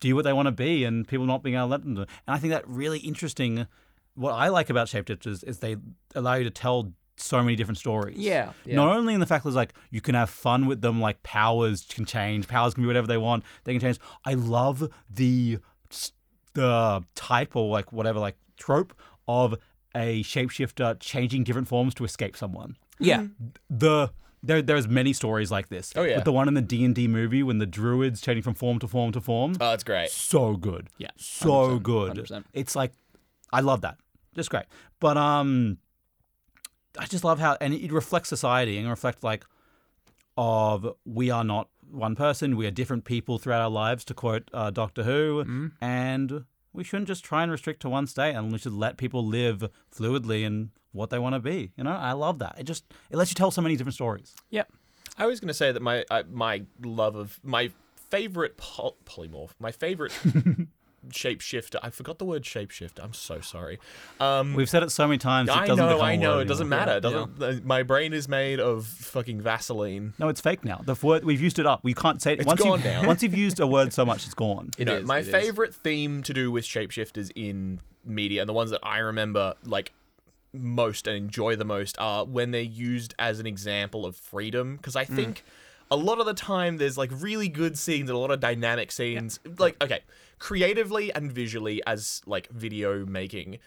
A: do what they want to be and people not being able to let them do. it. And I think that really interesting. What I like about shapeshifters is they allow you to tell so many different stories.
B: Yeah, yeah.
A: Not only in the fact that it's like you can have fun with them, like powers can change, powers can be whatever they want, they can change. I love the the type or like whatever like trope of a shapeshifter changing different forms to escape someone
B: Yeah.
A: the there there's many stories like this.
C: Oh, yeah.
A: But the one in the D and D movie when the druids changing from form to form to form,
C: Oh, it's great.
A: so good.
B: Yeah,
A: so
B: 100%,
A: good.
B: 100%.
A: It's like I love that. Just great. But um, I just love how and it reflects society and reflects like of we are not one person. We are different people throughout our lives. To quote uh, Doctor Who,
C: Mm-hmm.
A: and we shouldn't just try and restrict to one state, and we should let people live fluidly in what they want to be. You know, I love that. It just it lets you tell so many different stories.
B: Yep.
C: I was going to say that my I, my love of my favorite pol- polymorph, my favorite shapeshifter. I forgot the word shapeshifter. I'm so sorry. Um,
A: We've said it so many times. It
C: I
A: doesn't
C: know,
A: become a
C: I know.
A: word
C: It doesn't
A: anymore.
C: matter. It doesn't. uh, My brain is made of fucking Vaseline.
A: No, it's fake now. The word we've used it up. We can't say it. once
C: gone
A: you've,
C: now.
A: Once you've used a word so much, it's gone.
C: You know,
B: is,
C: my
B: it is.
C: favorite theme to do with shapeshifters in media and the ones that I remember like most and enjoy the most are when they're used as an example of freedom because
B: Mm.
C: I think a lot of the time there's like really good scenes and a lot of dynamic scenes like okay creatively and visually as like video making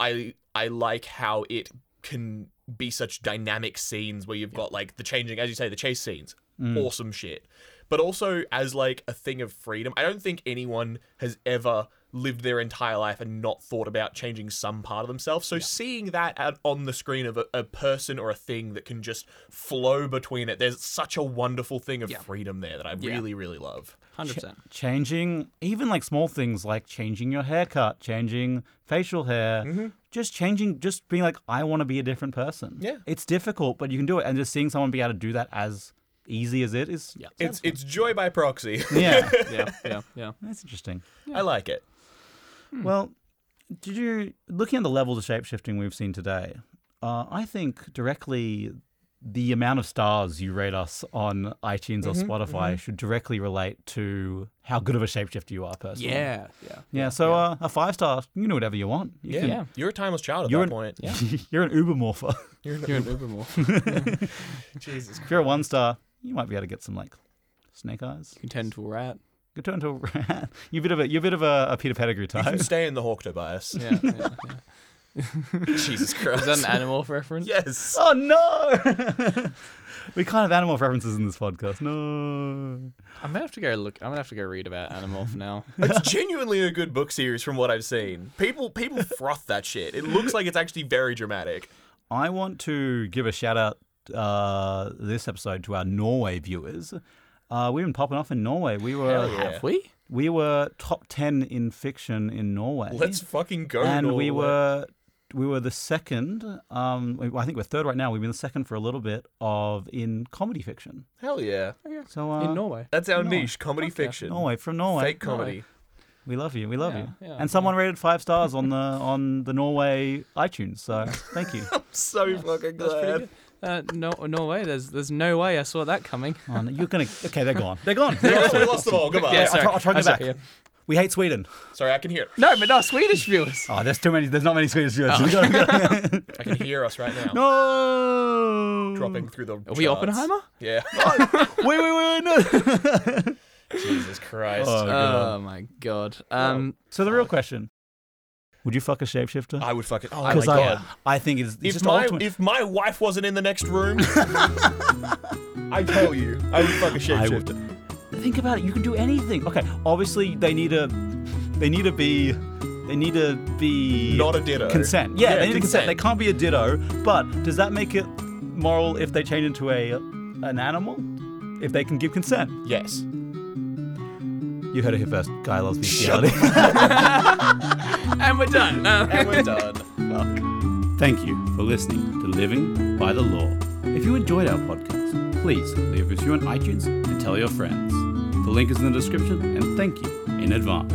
C: I I like how it can be such dynamic scenes where you've got like the changing, as you say, the chase scenes,
B: Mm.
C: awesome shit. But also as like a thing of freedom, I don't think anyone has ever lived their entire life and not thought about changing some part of themselves. So seeing that at, on the screen of a, a person or a thing that can just flow between it, there's such a wonderful thing of freedom there that I
B: Yeah.
C: really, really love.
B: Hundred percent.
A: Changing even like small things like changing your haircut, changing facial hair,
C: Mm-hmm.
A: just changing, just being like, I want to be a different person.
C: Yeah.
A: it's difficult, but you can do it. And just seeing someone be able to do that as easy as it is. Yeah,
C: It's it's joy by proxy.
A: yeah,
B: Yeah. Yeah. Yeah.
A: that's interesting.
C: I like it.
A: Well, did you looking at the levels of shapeshifting we've seen today? Uh, I think directly the amount of stars you rate us on iTunes or Spotify should directly relate to how good of a shapeshifter you are personally.
B: Yeah. Yeah.
A: Yeah, so Uh, a five star, you can do whatever you want. You
C: Yeah.
A: can-
B: Yeah.
C: You're a timeless child at
A: You're
C: that
A: an-
C: point.
A: You're an uber morpher.
B: You're an Ubermore. you
C: Jesus
A: if you're a one star, you might be able to get some like snake eyes.
B: can turn into a rat.
A: You turn into a rat. You're a bit of a you're a bit of a, a Peter Pettigrew type.
C: Christ. Stay in the Hawkto bias.
B: Yeah. yeah, yeah.
C: Jesus Christ.
B: Is that an animal reference?
C: Yes.
A: Oh no! we can't have animal references in this podcast. No.
B: I'm gonna have to go look. I'm gonna have to go read about Animorph now.
C: It's genuinely a good book series from what I've seen. People people froth that shit. It looks like it's actually very dramatic.
A: I want to give a shout out uh, this episode to our Norway viewers. Uh, we've been popping off in Norway. We were
C: Hell yeah.
B: Have we?
A: we were top ten in fiction in Norway.
C: Let's fucking go.
A: and we
C: Norway.
A: were we were the second. Um, we- I think we're third right now. We've been the second for a little bit of in comedy fiction.
C: Hell yeah.
A: So uh,
B: In Norway.
C: That's our niche, comedy fiction.
A: Norway from Norway.
C: Fake comedy.
A: We love you. We love
B: Yeah,
A: you.
B: yeah,
A: and someone rated five stars on the on the Norway iTunes. So thank you.
C: So
B: That's pretty
C: fucking glad.
B: good. Uh, no, Norway. There's, there's no way I saw that coming.
A: Oh, no, you're gonna. Okay, they're gone. They're gone.
C: We lost- we lost them all. Goodbye.
B: Yeah,
A: I'll,
B: sorry.
A: try, I'll try and
B: I'm
A: get back.
B: sorry, yeah.
A: We hate Sweden.
C: Sorry, I can hear. it.
B: No, but no Swedish viewers.
A: Oh, there's too many. There's not many Swedish viewers.
C: Oh.
A: We gotta- we gotta-
C: I can hear us right now.
A: no.
C: Dropping through the.
B: Are we Oppenheimer?
C: Yeah.
A: Wait, wait, wait, no.
C: Jesus Christ.
A: Oh, God.
B: Oh my god. Um,
A: so the real question: Would you fuck a shapeshifter?
C: I would fucking. Oh my
A: Because
C: god.
A: I, uh, I think it's, it's
C: if
A: just
C: my
A: ultimate.
C: if my wife wasn't in the next room, I tell you, I would fuck a
A: I
C: shapeshifter.
A: would- Think about it. You can do anything. Okay. Obviously, they need to. They need to be. They need to be.
C: Not a ditto.
A: Consent. Yeah.
C: Yeah,
A: they need to consent.
C: consent.
A: They can't be a ditto. But does that make it moral if they change into a an animal? If they can give consent.
C: Yes.
A: You heard it here first. Guy loves bestiality.
B: and we're done. Um,
C: And we're done.
A: Thank you for listening to Living by the Law. If you enjoyed our podcast, please leave a review on iTunes and tell your friends. The link is in the description, and thank you in advance.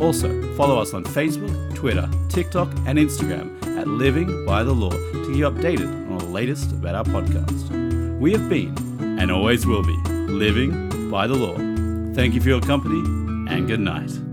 A: Also, follow us on Facebook, Twitter, TikTok, and Instagram at Living by the Law to keep updated on the latest about our podcast. We have been, and always will be, living by the law. Thank you for your company, and good night.